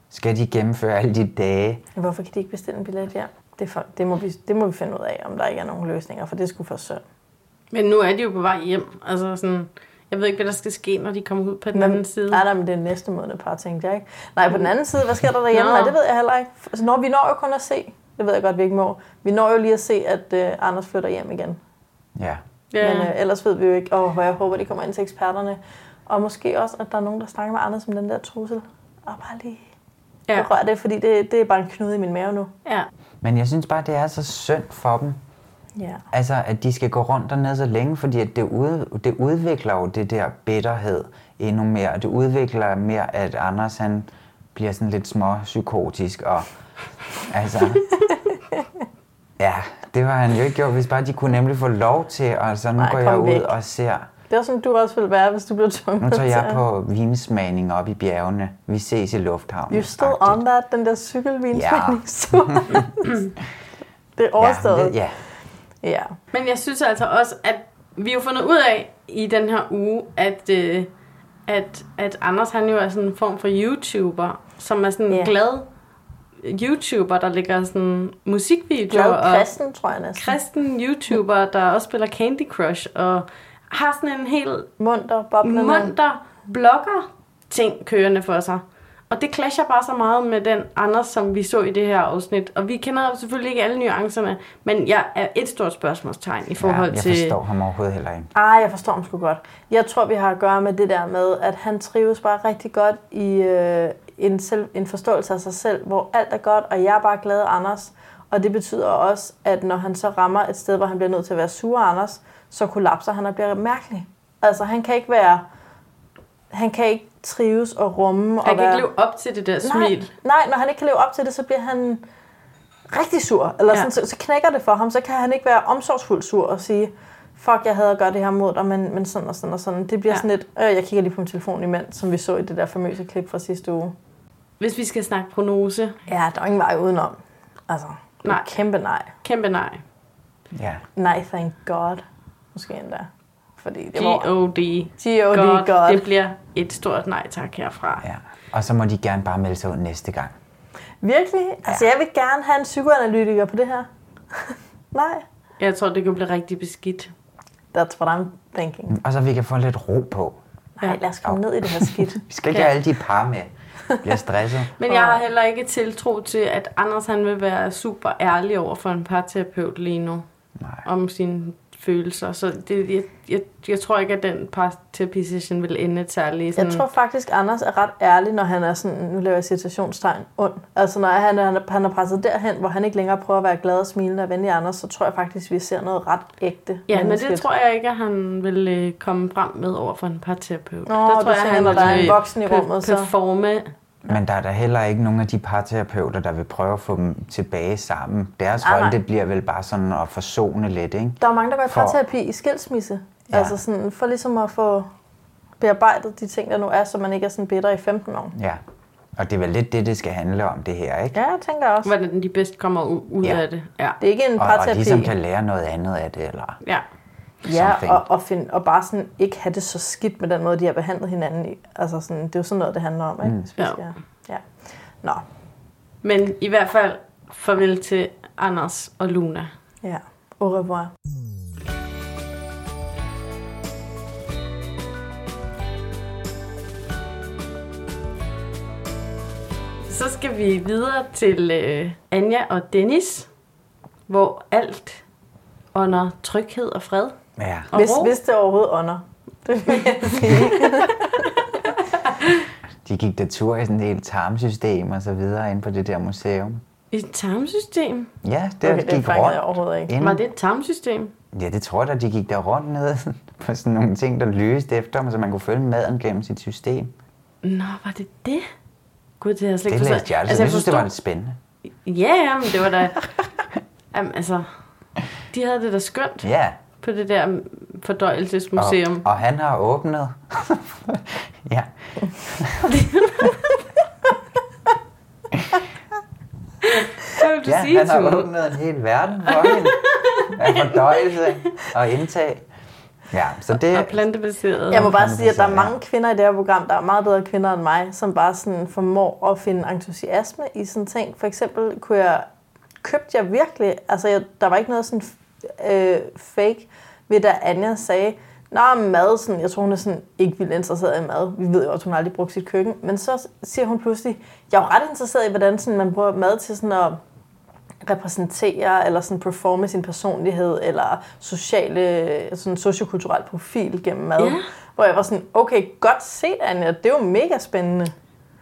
Speaker 12: Skal de gennemføre alle de dage?
Speaker 13: Men Hvorfor kan de ikke bestille en billet hjem? Det, er for, det, må vi, det må vi finde ud af, om der ikke er nogen løsninger, for det skulle for synd.
Speaker 8: Men nu er de jo på vej hjem. Altså sådan, jeg ved ikke, hvad der skal ske, når de kommer ud på den anden side.
Speaker 13: Nej, nej, men det er næste måned, par tænkte jeg ikke. Nej, på den anden side, hvad sker der derhjemme?
Speaker 8: Nå.
Speaker 13: Nej, det ved jeg heller ikke. Altså, når vi når jo kun at se, det ved jeg godt, vi ikke må. Vi når jo lige at se, at øh, Anders flytter hjem igen.
Speaker 12: Ja.
Speaker 13: Men øh, ellers ved vi jo ikke, og jeg håber, de kommer ind til eksperterne. Og måske også, at der er nogen, der snakker med Anders om den der trussel. Og bare lige ja. rør det, fordi det, det er bare en knude i min mave nu.
Speaker 8: Ja.
Speaker 12: Men jeg synes bare, det er så synd for dem.
Speaker 13: Ja.
Speaker 12: Altså, at de skal gå rundt dernede så længe, fordi at det, ud, det udvikler jo det der bitterhed endnu mere. Og det udvikler mere, at Anders han bliver sådan lidt småpsykotisk. Og, altså,
Speaker 13: [LAUGHS]
Speaker 12: ja, det var han jo ikke gjort, hvis bare de kunne nemlig få lov til. Og så nu
Speaker 13: Nej,
Speaker 12: går jeg
Speaker 13: kom
Speaker 12: ud
Speaker 13: væk.
Speaker 12: og ser
Speaker 13: Det er sådan, du også ville være, hvis du blev tvunget
Speaker 12: Nu tager jeg
Speaker 13: til-
Speaker 12: på vinsmagning op i bjergene. Vi ses i lufthavnen.
Speaker 13: You still on that, den der cykelvinsmagningstur. [LAUGHS] det er
Speaker 12: Ja,
Speaker 13: overstået.
Speaker 12: det- ja.
Speaker 13: ja.
Speaker 8: Men jeg synes altså også, at vi har jo fundet ud af i den her uge, at, øh, at, at Anders han jo er sådan en form for YouTuber, som er sådan en
Speaker 13: Ja.
Speaker 8: glad YouTuber, der ligger sådan musikvideoer.
Speaker 13: Glad
Speaker 8: og-
Speaker 13: kristen, tror jeg næsten.
Speaker 8: kristen YouTuber, der også spiller Candy Crush, og har sådan en helt
Speaker 13: munter, boblende.
Speaker 8: munter blogger ting kørende for sig. Og det clasher bare så meget med den Anders, som vi så i det her afsnit. Og vi kender jo selvfølgelig ikke alle nuancerne, men jeg er et stort spørgsmålstegn i forhold
Speaker 12: ja, jeg
Speaker 8: til...
Speaker 12: forstår ham overhovedet heller ikke.
Speaker 13: Ah, jeg forstår ham sgu godt. Jeg tror, vi har at gøre med det der med, at han trives bare rigtig godt i øh, en, selv, en forståelse af sig selv, hvor alt er godt, og jeg er bare glad Anders. Og det betyder også, at når han så rammer et sted, hvor han bliver nødt til at være sur Anders, så kollapser han og bliver mærkelig. Altså, han kan ikke være... Han kan ikke trives og rumme og
Speaker 8: Han kan
Speaker 13: være...
Speaker 8: ikke leve op til det der smil.
Speaker 13: Nej, nej, når han ikke kan leve op til det, så bliver han rigtig sur. Eller
Speaker 8: Ja.
Speaker 13: sådan, så, så knækker det for ham. Så kan han ikke være omsorgsfuldt sur og sige, fuck, jeg havde at gøre det her mod dig, men, men sådan og sådan og sådan. Det bliver ja. sådan lidt, øh, jeg kigger lige på min telefon imens, som vi så i det der famøse klip fra sidste uge.
Speaker 8: Hvis vi skal snakke prognose.
Speaker 13: Ja, der er ingen vej udenom. Altså, nej. kæmpe nej.
Speaker 8: Kæmpe nej.
Speaker 12: Ja.
Speaker 13: Nej, thank god. Måske endda. Fordi det var...
Speaker 8: G.O.D.
Speaker 13: G.O.D. God.
Speaker 8: Det bliver et stort nej tak herfra.
Speaker 12: Ja. Og så må de gerne bare melde sig ud næste gang.
Speaker 13: Virkelig? Altså, jeg vil gerne have en psykoanalytiker på det her. [LAUGHS] nej.
Speaker 8: Jeg tror, det kan blive rigtig beskidt.
Speaker 13: That's what I'm thinking.
Speaker 12: Og så vi kan få lidt ro på.
Speaker 13: Nej, lad os komme ned i det her skidt.
Speaker 12: Vi skal ikke have alle de par med. Bliver stresset.
Speaker 13: [LAUGHS]
Speaker 8: Men jeg har heller ikke tiltro til, at Anders han vil være super ærlig over for en parterapeut lige nu.
Speaker 12: Nej.
Speaker 8: Om sine følelser. Så det, jeg, jeg, jeg tror ikke, at den parterapi session vil ende særlig sådan...
Speaker 13: Jeg tror faktisk, Anders er ret ærlig, når han er sådan, nu laver jeg citationstegn, ond. Altså når han er, han er presset derhen, hvor han ikke længere prøver at være glad og smilende og venlig Anders, så tror jeg faktisk, vi ser noget ret ægte.
Speaker 8: Ja, men det
Speaker 13: menneskeligt.
Speaker 8: tror jeg ikke, at han vil øh, komme frem med over for en parterapeut.
Speaker 13: Nå, du tænker, når der er en
Speaker 8: vil
Speaker 13: voksen i
Speaker 8: pe-
Speaker 13: rummet, så-
Speaker 8: Performe.
Speaker 12: Men der er da heller ikke nogen af de parterapeuter, der vil prøve at få dem tilbage sammen. Deres
Speaker 13: Nej, nej.
Speaker 12: rolle, det bliver vel bare sådan at forsone lidt, ikke?
Speaker 13: Der er mange, der går i
Speaker 12: For-
Speaker 13: parterapi i skilsmisse.
Speaker 12: Ja.
Speaker 13: Ja. Altså sådan, for ligesom at få bearbejdet de ting, der nu er, så man ikke er sådan bitter i 15 år.
Speaker 12: Ja. Og det er vel lidt det, det skal handle om, det her, ikke?
Speaker 13: Ja, jeg tænker også.
Speaker 8: Hvordan de bedst kommer u- ud
Speaker 12: Ja.
Speaker 8: af det. Ja.
Speaker 13: Det er ikke en
Speaker 12: Og, og
Speaker 13: parterapi.
Speaker 12: ligesom kan lære noget andet af det, eller?
Speaker 8: Ja.
Speaker 13: Ja,
Speaker 12: Something.
Speaker 13: og, og, find, og bare sådan ikke have det så skidt med den måde, de har behandlet hinanden i. Altså sådan, det er jo sådan noget, det handler om, ikke?
Speaker 8: Mm.
Speaker 13: Hvis vi
Speaker 8: Ja.
Speaker 13: skal- ja. Nå,
Speaker 8: Men i hvert fald farvel til Anders og Luna.
Speaker 13: ja. Au revoir.
Speaker 8: Så skal vi videre til øh, Anja og Dennis, hvor alt under tryghed og fred.
Speaker 12: Ja.
Speaker 8: Og
Speaker 13: Hvis,
Speaker 8: ro.
Speaker 13: hvis det overhovedet ånder. Det vil jeg sige.
Speaker 12: De gik der tur i sådan et helt tarmsystem og så videre ind på det der museum.
Speaker 8: I et tarmsystem?
Speaker 12: Ja, der
Speaker 8: Okay,
Speaker 12: okay,
Speaker 8: det
Speaker 12: gik
Speaker 8: fangede
Speaker 12: rundt.
Speaker 8: jeg overhovedet ikke.
Speaker 12: inde-
Speaker 8: Var det et tarmsystem?
Speaker 12: Ja, det tror jeg da, de gik der rundt ned [LAUGHS] på sådan nogle ting, der lyste efter dem, så man kunne følge maden gennem sit system.
Speaker 8: Nå, var det det? Gud, det har jeg slet
Speaker 12: Det
Speaker 8: ikke
Speaker 12: læste jeg aldrig. Altså, jeg synes, det var lidt spændende.
Speaker 8: Ja, ja, men det var
Speaker 12: [LAUGHS]
Speaker 8: da... Jamen, altså... De havde det da skønt
Speaker 12: Ja.
Speaker 8: på det der fordøjelsesmuseum.
Speaker 12: Og, og han har åbnet. [LAUGHS] ja.
Speaker 8: Hvad vil du
Speaker 12: ja,
Speaker 8: sige,
Speaker 12: han har
Speaker 8: Tue?
Speaker 12: åbnet en hel verden for hende. Af fordøjelse og indtag. Ja, så det...
Speaker 8: Og plantebaseret.
Speaker 13: Jeg må bare sige, at der er
Speaker 12: Kompliceret,
Speaker 13: mange kvinder i det her program, der er meget bedre kvinder end mig, som bare sådan formår at finde entusiasme i sådan ting. For eksempel kunne jeg, købte jeg virkelig, altså jeg, der var ikke noget sådan øh, fake ved, da Anja sagde, Nå, mad, sådan, jeg tror, hun er sådan ikke vildt interesseret i mad. Vi ved jo, at hun aldrig brugte sit køkken. Men så siger hun pludselig, jeg er jo ret interesseret i, hvordan sådan, man bruger mad til sådan at repræsentere eller sådan performe sin personlighed eller sociale, sådan sociokulturel profil gennem mad.
Speaker 8: Ja.
Speaker 13: Hvor jeg var sådan, okay, godt set, Anja, det er jo mega spændende.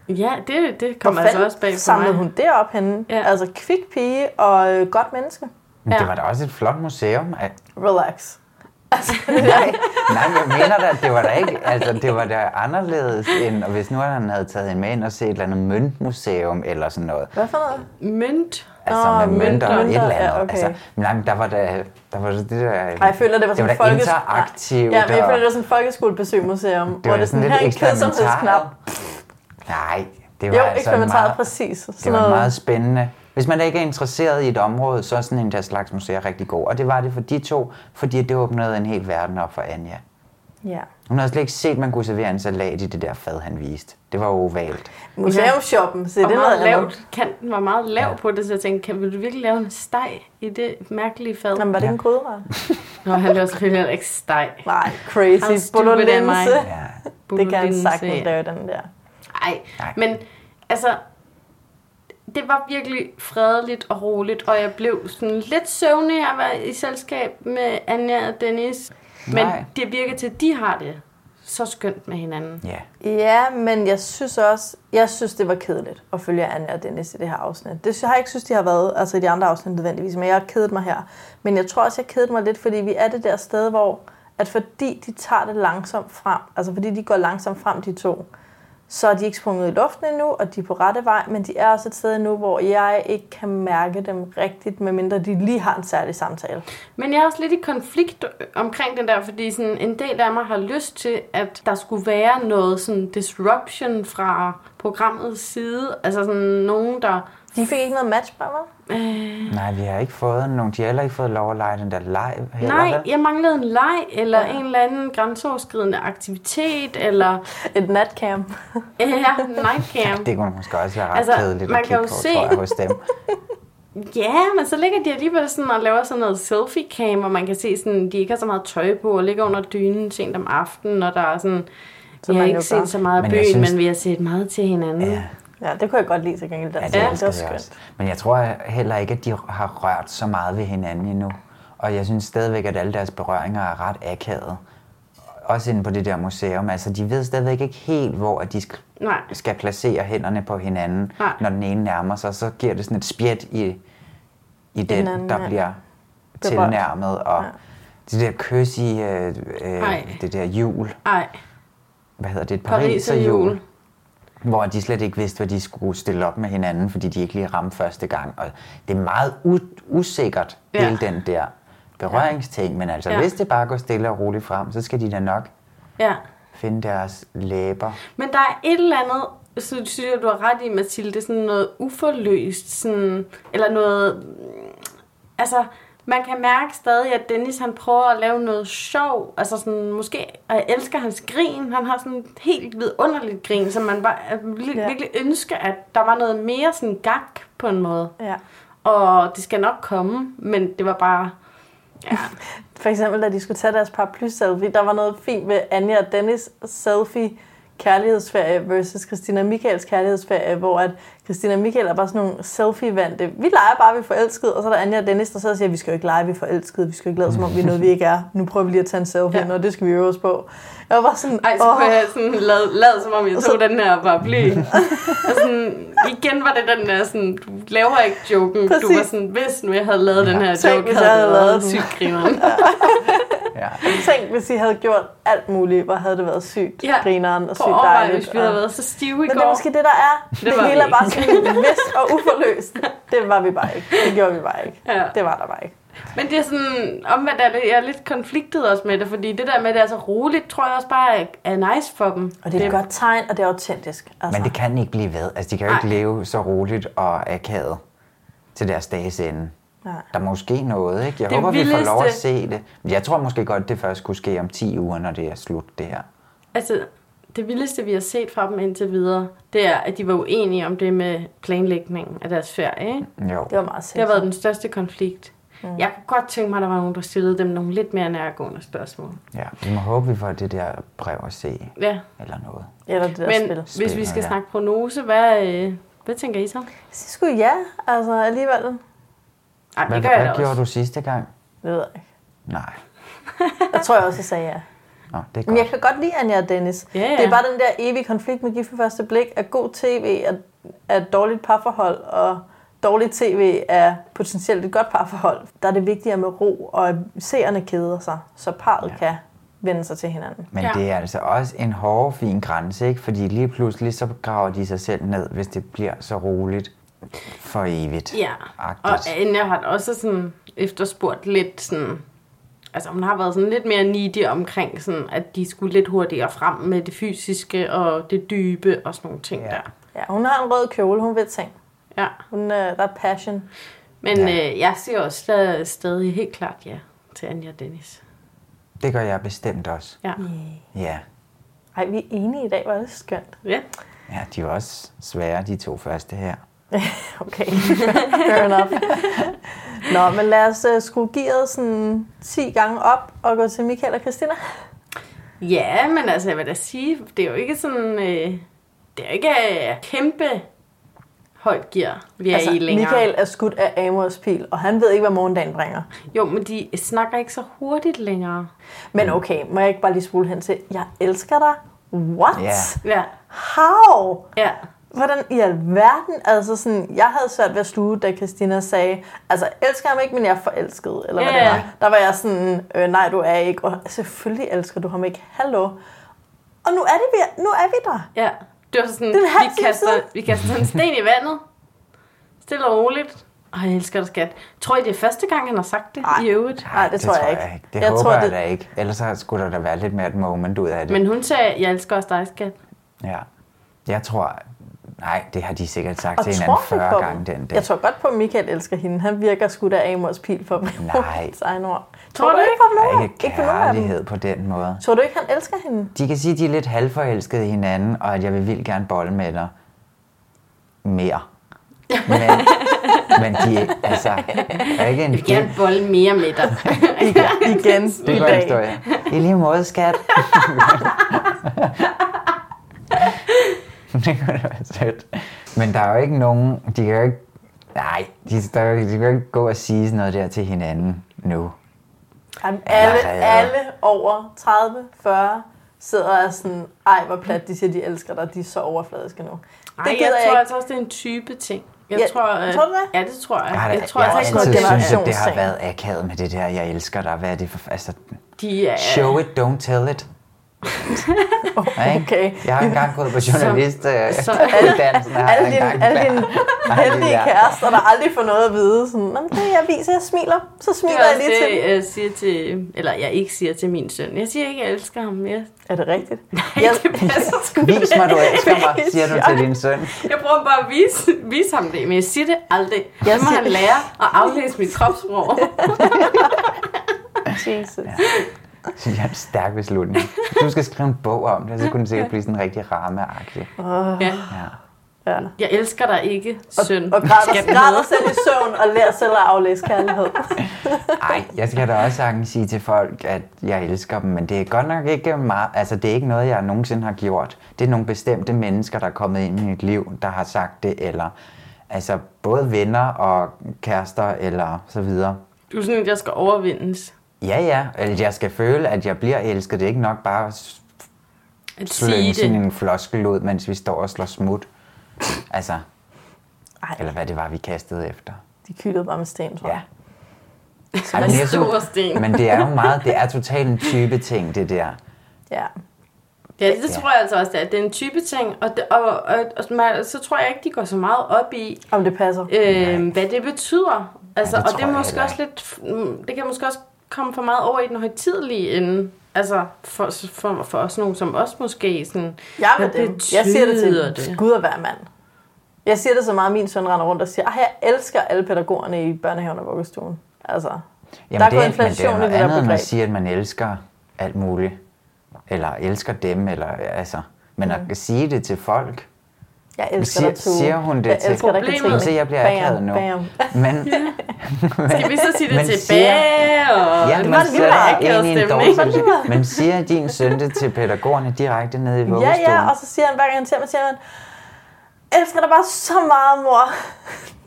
Speaker 8: Ja, det, det kommer altså også bag på
Speaker 13: samlede
Speaker 8: mig.
Speaker 13: hun det op henne? Ja. Altså, kvik pige og øh, godt menneske.
Speaker 12: Men det var da også et flot museum. At...
Speaker 13: Relax.
Speaker 12: Nej, men jeg mener da, at det var da ikke... Altså, det var da anderledes end... Og hvis nu han havde taget hende med ind og set et eller andet møntmuseum eller sådan noget.
Speaker 13: Hvad for noget?
Speaker 8: Mønt.
Speaker 12: Altså oh, med mønter og et eller andet.
Speaker 13: ja, okay.
Speaker 12: altså, men nej, men der var da, der var da det der...
Speaker 13: Ej, jeg føler, det var sådan
Speaker 12: det var da
Speaker 13: folkes-
Speaker 12: interaktivt.
Speaker 13: Ja, men jeg
Speaker 12: og-
Speaker 13: føler, det var sådan et folkeskolebesøgmuseum, det hvor
Speaker 12: var
Speaker 13: det er sådan,
Speaker 12: sådan
Speaker 13: her en
Speaker 12: lidt
Speaker 13: kedsomhedsknap.
Speaker 12: Nej, det
Speaker 13: Jo,
Speaker 12: var altså en
Speaker 13: eksperimentalt,
Speaker 12: meget,
Speaker 13: præcis.
Speaker 12: Det
Speaker 13: Sådan
Speaker 12: var
Speaker 13: noget-
Speaker 12: meget spændende. Hvis man ikke er interesseret i et område, så er sådan en der slags museer rigtig god. Og det var det for de to, fordi det åbnede en hel verden op for Anja.
Speaker 13: Ja.
Speaker 12: Hun havde slet ikke set, at man kunne servere en salat i det der fad, han viste. Det var ovalt.
Speaker 13: Museumshoppen, se,
Speaker 8: Var
Speaker 13: det er
Speaker 8: meget
Speaker 13: noget andet.
Speaker 8: lavt. Kanten var meget lav på det, så jeg tænkte, kan, vil du virkelig lave en steg i det mærkelige fad?
Speaker 13: Jamen, var det en krydderet?
Speaker 8: Nå, han laver selvfølgelig heller ikke steg.
Speaker 13: Nej, crazy.
Speaker 8: How stupid
Speaker 13: Bolognese.
Speaker 8: am I?
Speaker 13: Ja. Det kan han
Speaker 8: Bolognese,
Speaker 13: sagtens
Speaker 8: ja.
Speaker 13: lave, den der.
Speaker 8: Ej, men altså, det var virkelig fredeligt og roligt, og jeg blev sådan lidt søvnig af at være i selskab med Anja og Dennis. Men
Speaker 13: Nej.
Speaker 8: det virker til, at de har det så skønt med hinanden.
Speaker 12: Ja.
Speaker 13: Ja, men jeg synes også, jeg synes, det var kedeligt at følge Anja og Dennis i det her afsnit. Det sy- har jeg ikke synes, de har været altså i de andre afsnit nødvendigvis, men jeg har kedet mig her. Men jeg tror også, jeg kedede mig lidt, fordi vi er det der sted, hvor at fordi de tager det langsomt frem, altså fordi de går langsomt frem, de to, så er de ikke sprunget i luften endnu, og de er på rette vej, men de er også et sted nu, hvor jeg ikke kan mærke dem rigtigt, medmindre de lige har en særlig samtale.
Speaker 8: Men jeg er også lidt i konflikt omkring den der, fordi sådan en del af mig har lyst til, at der skulle være noget sådan disruption fra programmets side. Altså sådan nogen, der...
Speaker 13: De fik ikke noget match på mig?
Speaker 8: Øh,
Speaker 12: Nej, vi har ikke fået nogen. De har heller ikke fået lov at lege den der leg. heller,
Speaker 8: nej,
Speaker 12: vel?
Speaker 8: jeg manglede en leg, eller ja. en eller anden grænseoverskridende aktivitet, eller...
Speaker 13: Et natcam.
Speaker 8: ja, nightcam.
Speaker 12: Det kunne måske også være ret
Speaker 8: Altså,
Speaker 12: altså, kedeligt
Speaker 8: man
Speaker 12: at kigge
Speaker 8: kan jo
Speaker 12: på,
Speaker 8: se-
Speaker 12: tror jeg, hos
Speaker 8: [LAUGHS]
Speaker 12: dem.
Speaker 8: Ja, men så ligger de alligevel sådan og laver sådan noget selfie-cam, og man kan se sådan, de ikke har så meget tøj på, og ligger under dynen sent om aftenen, og der er sådan, så
Speaker 13: Som
Speaker 8: vi har
Speaker 13: man
Speaker 8: ikke
Speaker 13: jo
Speaker 8: set
Speaker 13: gør.
Speaker 8: så meget af
Speaker 12: Men jeg
Speaker 8: byen, synes...
Speaker 12: synes-
Speaker 8: men vi har set meget til hinanden. Ja.
Speaker 13: [LAUGHS] Ja, det kunne jeg godt lide til gengæld. Ja,
Speaker 12: det
Speaker 13: det, det
Speaker 12: elsker
Speaker 13: var
Speaker 12: jeg
Speaker 13: skønt.
Speaker 12: også. Men jeg tror heller ikke, at de har rørt så meget ved hinanden endnu. Og jeg synes stadigvæk, at alle deres berøringer er ret akavet. Også inde på det der museum. Altså, de ved stadigvæk ikke helt, hvor at de skal,
Speaker 8: Nej.
Speaker 12: skal placere hænderne på hinanden.
Speaker 8: Nej.
Speaker 12: Når den ene nærmer sig, så giver det sådan et spjæt i, i den,
Speaker 13: anden,
Speaker 12: der
Speaker 13: ja.
Speaker 12: bliver
Speaker 13: Berørt.
Speaker 12: tilnærmet. Og det der kys i øh, øh,
Speaker 8: Ej.
Speaker 12: det der hjul.
Speaker 8: Ej,
Speaker 12: Hvad hedder det? Et
Speaker 8: Pariserhjul.
Speaker 12: pariserhjul hvor de slet ikke vidste, hvad de skulle stille op med hinanden, fordi de ikke lige ramte første gang. Og det er meget u- usikkert,
Speaker 8: Ja.
Speaker 12: ja. hele den der berøringsting. Men altså,
Speaker 8: Ja.
Speaker 12: ja. hvis det bare går stille og roligt frem, så skal de da nok
Speaker 8: ja.
Speaker 12: finde deres læber.
Speaker 8: Men der er et eller andet, så synes jeg, du har ret i, Mathilde, sådan noget uforløst, sådan, eller noget... Altså, man kan mærke stadig, at Dennis han prøver at lave noget sjov. Altså sådan, måske, og jeg elsker hans grin. Han har sådan et helt vidunderligt grin, som man bare virkelig, ja. virkelig ønsker, at der var noget mere sådan gak på en måde.
Speaker 13: Ja.
Speaker 8: Og det skal nok komme, men det var bare...
Speaker 13: For eksempel, da de skulle tage deres paraply-selfie, der var noget fint ved Anja og Dennis selfie kærlighedsferie versus Christina Michaels kærlighedsferie, hvor at Christina og Michael er bare sådan nogle selfie-vante. Vi leger bare, vi er forelskede, og så er der Anja og Dennis, der sidder og siger, vi skal jo ikke lege, vi er forelskede, vi skal jo ikke lade som om, vi er noget, vi ikke er. Nu prøver vi lige at tage en selfie, ja. og det skal vi øve os på. Jeg var bare sådan,
Speaker 8: Ej, så
Speaker 13: "Åh."
Speaker 8: kunne jeg sådan lad, lad som om jeg tog den her
Speaker 13: [LAUGHS]
Speaker 8: paraply. og sådan, igen var det den der sådan, du laver ikke joken. Præcis. Du
Speaker 13: Præcis.
Speaker 8: var sådan, hvis nu jeg havde lavet den her
Speaker 13: Tænk,
Speaker 8: joke,
Speaker 13: hvis
Speaker 8: havde
Speaker 13: jeg havde
Speaker 8: det været
Speaker 13: lavet den.
Speaker 8: sygt
Speaker 13: [LAUGHS]
Speaker 8: grineren.
Speaker 13: Tænk, hvis I havde gjort alt muligt, hvor havde det været sygt ja. grineren og
Speaker 8: Prøv
Speaker 13: sygt
Speaker 8: at overveje,
Speaker 13: dejligt.
Speaker 8: hvis vi havde
Speaker 13: og-
Speaker 8: været så stive i
Speaker 13: Men det
Speaker 8: går.
Speaker 13: er måske det, der er.
Speaker 8: Det
Speaker 13: Det,
Speaker 8: var
Speaker 13: det
Speaker 8: vi
Speaker 13: hele er bare
Speaker 8: ikke.
Speaker 13: sådan vist og uforløst. Det var vi bare ikke. Det gjorde vi bare ikke.
Speaker 8: Ja.
Speaker 13: Det var der bare ikke.
Speaker 8: Men det er sådan, omvendt er det, jeg er lidt konfliktet også med det, fordi det der med, at det er så roligt, tror jeg også bare er- er nice for dem.
Speaker 13: Og det er et godt tegn, og det er autentisk. Altså.
Speaker 12: Men det kan ikke blive ved. Altså, de kan jo ikke
Speaker 13: Ej.
Speaker 12: leve så roligt og akavet til deres dages ende.
Speaker 13: Nej.
Speaker 12: Der er måske noget, ikke? Jeg
Speaker 8: Det
Speaker 12: det håber, vi får lov at
Speaker 8: vildeste-
Speaker 12: se det. Men Jeg tror måske godt, det først kunne ske om 10 uger, når det er slut, det her.
Speaker 8: Altså, det vildeste, vi har set fra dem indtil videre, det er, at de var uenige om det med planlægningen af deres ferie. Ikke?
Speaker 12: Jo.
Speaker 13: Det var meget
Speaker 8: Det har været den største konflikt. Mm. Jeg kunne godt tænke mig, at der var nogen, der stillede dem nogle lidt mere nærgående spørgsmål.
Speaker 12: Ja, vi må håbe, vi får det der brev at se.
Speaker 8: Ja.
Speaker 12: Eller noget.
Speaker 13: Eller det der
Speaker 8: Men
Speaker 13: spil.
Speaker 8: hvis vi
Speaker 12: Spil,
Speaker 8: skal
Speaker 12: ja.
Speaker 8: snakke prognose, hvad, øh, hvad tænker I så?
Speaker 13: Så sgu ja, altså alligevel.
Speaker 8: Ej,
Speaker 12: Hvad,
Speaker 8: det gør jeg
Speaker 12: hvad
Speaker 8: da
Speaker 12: gjorde
Speaker 8: også.
Speaker 12: du sidste gang?
Speaker 13: Det ved jeg ikke.
Speaker 12: Nej.
Speaker 13: Jeg tror jeg også, jeg sagde ja.
Speaker 12: Nå, det er
Speaker 13: Men
Speaker 12: godt.
Speaker 13: jeg kan godt lide Anja og Dennis.
Speaker 8: Ja, ja.
Speaker 13: Det er bare den der evige konflikt med gift ved første blik, at god tv er, er et dårligt parforhold, og dårligt tv er potentielt et godt parforhold. Der er det vigtigere med ro, og at seerne keder sig, så parret ja. kan vende sig til hinanden.
Speaker 12: Men ja. det er altså også en hård, fin grænse, ikke? Fordi lige pludselig så graver de sig selv ned, hvis det bliver så roligt for evigt.
Speaker 8: Ja, og
Speaker 12: Agtigt.
Speaker 8: Anja har også sådan efterspurgt lidt sådan... Altså hun har været sådan lidt mere needy omkring, sådan, at de skulle lidt hurtigere frem med det fysiske og det dybe og sådan nogle ting ja. der.
Speaker 13: Ja, hun har en rød kjole, hun ved ting.
Speaker 8: Ja.
Speaker 13: Hun, øh, der er passion.
Speaker 8: Men
Speaker 13: Ja.
Speaker 8: ja. Øh, jeg siger også stadig, stadig helt klart ja til Anja og Dennis.
Speaker 12: Det gør jeg bestemt også.
Speaker 8: Ja.
Speaker 12: Ja.
Speaker 13: Ej, vi er enige i dag, var det skønt. [LAUGHS]
Speaker 8: Ja.
Speaker 12: ja, de var også svære, de to første her.
Speaker 13: Okay, fair enough. Nå, men lad os øh, skrue gearet sådan 10 gange op og gå til Michael og Christina.
Speaker 8: Ja, men altså, jeg vil da sige, det er jo ikke sådan... Øh, det er ikke øh, kæmpe højt gear, vi er altså, i længere.
Speaker 13: Michael øh- er skudt af Amors pil, og han ved ikke, hvad morgendagen bringer.
Speaker 8: Jo, men de snakker ikke så hurtigt længere.
Speaker 12: Mm.
Speaker 13: Men okay, må jeg ikke bare lige spole hen til, jeg elsker dig? What?
Speaker 8: Ja.
Speaker 13: How?
Speaker 8: Ja.
Speaker 13: hvordan i alverden, altså sådan, jeg havde svært ved at sluge, da Christina sagde, altså elsker jeg ham ikke, men jeg er forelsket, eller hvad
Speaker 8: Ja,
Speaker 13: det
Speaker 8: ja.
Speaker 13: var. Der var jeg sådan, øh, nej du er ikke, og selvfølgelig elsker du ham ikke, hallo. Og nu er, det, vi, nu er vi der.
Speaker 8: Ja, det var sådan,
Speaker 13: Det er en halv
Speaker 8: vi
Speaker 13: time siden.
Speaker 8: kaster, vi kaster en sten i vandet. Stille og roligt. Ej, jeg elsker dig, skat. Tror I, det er første gang, han har sagt det Ej. i øvrigt?
Speaker 13: Nej, det,
Speaker 12: Det jeg håber tror, jeg da ikke. Ellers så skulle der da være lidt mere et moment ud af det.
Speaker 8: Men hun sagde, jeg elsker også dig, skat.
Speaker 12: Ja. Jeg tror... Nej, det har de sikkert sagt
Speaker 13: Og
Speaker 12: til
Speaker 13: tror
Speaker 12: hinanden
Speaker 13: vi
Speaker 12: 40
Speaker 13: på
Speaker 12: gange den
Speaker 13: det.
Speaker 12: dag.
Speaker 13: Jeg tror godt på, at Michael elsker hende. Han virker sgu da Amors pil for mig.
Speaker 12: Nej.
Speaker 13: egen ord.
Speaker 8: Tror,
Speaker 13: du ikke på
Speaker 12: Der er
Speaker 13: nogen?
Speaker 12: ikke
Speaker 13: Ikke på nogen af dem.
Speaker 12: kærlighed på den måde.
Speaker 13: Tror du ikke, han elsker hende?
Speaker 12: De kan sige, at de er lidt halvforelskede i hinanden, og at jeg vil vildt gerne bolle med dig mere.
Speaker 8: [LAUGHS]
Speaker 12: Men, men de er- altså, der er ikke en
Speaker 8: Jeg vil gerne bolle mere med
Speaker 13: [LAUGHS]
Speaker 8: dig. [LAUGHS]
Speaker 13: Igen.
Speaker 12: Det er godt historie. I lige måde, skat. [LAUGHS] det kunne da være sødt. Men der er jo ikke nogen, de kan jo ikke, nej, de, der, er jo- de kan jo ikke gå og sige sådan noget der til hinanden nu.
Speaker 13: Jamen, alle,
Speaker 12: Ja, ja.
Speaker 13: alle over 30, 40 sidder og er sådan, ej, hvor plat, de siger, de elsker dig, de er så overfladiske nu.
Speaker 8: Ej, jeg, jeg tror altså også, det er en type ting. Jeg
Speaker 13: Ja,
Speaker 8: tror, at-
Speaker 13: tror du det?
Speaker 8: Ja, det tror jeg.
Speaker 12: Jeg har, da-
Speaker 8: Jeg tror
Speaker 12: jeg har
Speaker 8: altså,
Speaker 12: altid
Speaker 8: det er en
Speaker 12: synes, at det har
Speaker 8: generationsting.
Speaker 12: været akavet med det der, jeg elsker dig. Hvad er det for... Altså,
Speaker 8: De er...
Speaker 12: show it, don't tell
Speaker 13: [LAUGHS]
Speaker 12: it.
Speaker 13: Okay.
Speaker 12: Jeg har engang gået på journalist. øh,
Speaker 13: Så
Speaker 12: [LAUGHS] uddannelsen har jeg
Speaker 13: alle
Speaker 12: da
Speaker 13: dine,
Speaker 12: engang
Speaker 13: alle
Speaker 12: været.
Speaker 13: dine
Speaker 12: Ej,
Speaker 13: heldige
Speaker 12: [LAUGHS] ja.
Speaker 13: kærester, der aldrig får noget at vide, sådan, Nå, men det jeg viser, jeg smiler, så
Speaker 8: Det
Speaker 13: smiler
Speaker 8: er
Speaker 13: jeg
Speaker 8: også
Speaker 13: lige til
Speaker 8: det,
Speaker 13: dem."
Speaker 8: jeg siger til... Eller jeg ikke siger til min søn. Jeg siger ikke, at jeg elsker ham. Jeg...
Speaker 13: Er det rigtigt?
Speaker 8: [LAUGHS] Nej, det
Speaker 13: [LAUGHS]
Speaker 8: passer sgu
Speaker 12: Vis mig, du
Speaker 8: ikke.
Speaker 12: elsker
Speaker 8: Jeg er
Speaker 12: mig,
Speaker 8: helt
Speaker 12: siger du
Speaker 8: chok.
Speaker 12: til din søn.
Speaker 8: Jeg prøver bare at vise, vise ham det, men jeg siger det aldrig.
Speaker 13: Jeg
Speaker 8: Jeg må
Speaker 13: siger-
Speaker 8: han lære at aflæse mit kropssprog.
Speaker 13: Jesus.
Speaker 12: Det synes jeg er en stærk beslutning. Du skal skrive en bog om det, så kunne den sikkert blive sådan rigtig rammeagtig.
Speaker 8: Ja.
Speaker 13: Ja.
Speaker 8: Jeg elsker dig ikke, søn.
Speaker 13: Og græder,
Speaker 8: Skal med.
Speaker 13: græder selv i søvn og lærer selv at aflæse kærlighed.
Speaker 12: Nej, jeg skal da også sagtens sige til folk, at jeg elsker dem, men det er godt nok ikke meget, altså det er ikke noget, jeg nogensinde har gjort. Det er nogle bestemte mennesker, der er kommet ind i mit liv, der har sagt det, eller altså både venner og kærester, eller så videre.
Speaker 8: Du er sådan, at jeg skal overvindes.
Speaker 12: Ja, ja, eller jeg skal føle, at jeg bliver elsket. Det er ikke nok bare at s-
Speaker 8: At sige
Speaker 12: slynge sådan
Speaker 8: det.
Speaker 12: en floskel ud, mens vi står og slår smut. Altså, eller hvad det var, vi kastede efter.
Speaker 13: De kyldede bare med sten, tror jeg.
Speaker 12: Ej,
Speaker 13: en
Speaker 12: men jeg synes-
Speaker 13: stor sten.
Speaker 12: Men det er jo meget, det er totalt en type ting, det der.
Speaker 13: Ja.
Speaker 8: Ja, det, det tror jeg altså også, det er. Det er en type ting, og, det, og, og, og man, så tror jeg ikke, de går så meget op i,
Speaker 13: Om det passer.
Speaker 8: øh, hvad det betyder. Altså,
Speaker 13: Ja,
Speaker 8: ja,
Speaker 13: det
Speaker 8: det og
Speaker 13: tror
Speaker 8: det er
Speaker 13: jeg
Speaker 8: måske
Speaker 13: heller
Speaker 8: også lidt, mm, det kan måske også komme for meget over i den højtidlige ende. Altså, for, for, for os nogen som os måske, sådan,
Speaker 13: Jeg, er med
Speaker 8: hvad
Speaker 13: dem. jeg siger det til
Speaker 8: betyder
Speaker 13: det. Gud at være mand. Jeg siger det så meget, at min søn render rundt og siger, at jeg elsker alle pædagogerne i børnehaven og vuggestuen. Altså, der
Speaker 12: det
Speaker 13: er gået
Speaker 12: ikke- men
Speaker 13: inflation
Speaker 12: det er
Speaker 13: i det
Speaker 12: noget andet,
Speaker 13: der
Speaker 12: end at
Speaker 13: begreb.
Speaker 12: sige, at man elsker alt muligt. Eller elsker dem, eller altså... Men
Speaker 13: Mm.
Speaker 12: at sige det til folk...
Speaker 13: Jeg elsker
Speaker 12: siger,
Speaker 13: dig, Tue.
Speaker 12: Siger hun det
Speaker 13: jeg
Speaker 12: til...
Speaker 13: elsker dig, Katrine.
Speaker 12: Hun siger, jeg bliver
Speaker 13: Bam,
Speaker 12: akavet nu.
Speaker 13: bam. [LAUGHS]
Speaker 12: Men...
Speaker 8: Skal vi så sige det
Speaker 12: Men
Speaker 8: tilbage? Og...
Speaker 12: Ja,
Speaker 8: Det
Speaker 12: man
Speaker 8: var lige meget
Speaker 12: sætter
Speaker 8: akavet
Speaker 12: ind i en
Speaker 8: stemning.
Speaker 12: dårlig situation. Men siger din søn det til pædagogerne direkte nede i
Speaker 13: Ja,
Speaker 12: vuggestuen?
Speaker 13: ja, og så siger han, hver gang han ser mig, siger han, "Jeg elsker dig bare så meget, mor. [LAUGHS]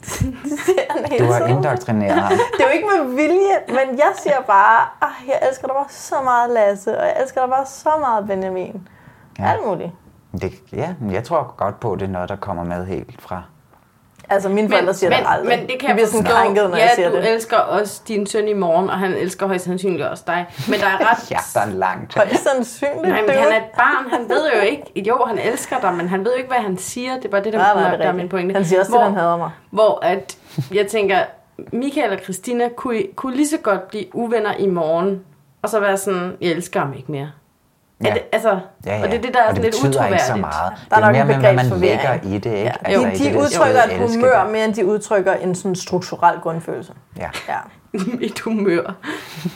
Speaker 13: det siger han hele
Speaker 12: Du har
Speaker 13: tiden.
Speaker 12: indoktrineret ham.
Speaker 13: [LAUGHS] Det er jo ikke med vilje, men jeg siger bare, at jeg elsker dig bare så meget, Lasse, og jeg elsker dig bare så meget, Benjamin. Ja.
Speaker 12: Ja.
Speaker 13: Alt muligt.
Speaker 12: Det, ja, men jeg tror godt på, at det er noget, der kommer med helt fra.
Speaker 13: Altså, mine forældre siger
Speaker 8: men,
Speaker 13: det aldrig.
Speaker 8: Men det kan
Speaker 13: jeg bliver
Speaker 8: jeg
Speaker 13: sådan
Speaker 8: forstå.
Speaker 13: krænket, når
Speaker 8: ja,
Speaker 13: jeg siger
Speaker 8: du
Speaker 13: det.
Speaker 8: elsker også din søn i morgen, og han elsker højst sandsynligt også dig. Men der er
Speaker 13: [LAUGHS]
Speaker 8: ret...
Speaker 12: ja, der er langt.
Speaker 13: Højst sandsynligt.
Speaker 8: Nej, men
Speaker 13: dude.
Speaker 8: han er et barn, han ved jo ikke... Jo, han elsker dig, men han ved jo ikke, hvad han siger. Det var det, der,
Speaker 13: Nej, nej, det er
Speaker 8: der, der er min
Speaker 13: rigtigt.
Speaker 8: pointe.
Speaker 13: Han siger også,
Speaker 8: hvor,
Speaker 13: at han hader mig.
Speaker 8: Hvor at, jeg tænker, Michael og Christina kunne, kunne lige så godt blive uvenner i morgen, og så være sådan, jeg elsker ham ikke mere. Ja. Er det, altså,
Speaker 12: Ja, ja.
Speaker 8: Og det er det, der er
Speaker 12: og
Speaker 8: sådan
Speaker 12: det
Speaker 8: lidt
Speaker 12: betyder
Speaker 8: utroværdigt.
Speaker 12: ikke så meget.
Speaker 13: Der er
Speaker 12: det er
Speaker 13: nok
Speaker 12: mere
Speaker 13: en
Speaker 12: med, hvad man lægger
Speaker 13: begrebsforvirring.
Speaker 12: i det, ikke?
Speaker 13: Ja. Altså, de,
Speaker 12: i det
Speaker 13: de
Speaker 12: der
Speaker 13: udtrykker
Speaker 12: søde
Speaker 13: et
Speaker 12: elske
Speaker 13: humør
Speaker 12: der.
Speaker 13: mere, end de udtrykker en sådan strukturel grundfølelse.
Speaker 12: Ja.
Speaker 13: Ja.
Speaker 8: [LAUGHS] Et humør.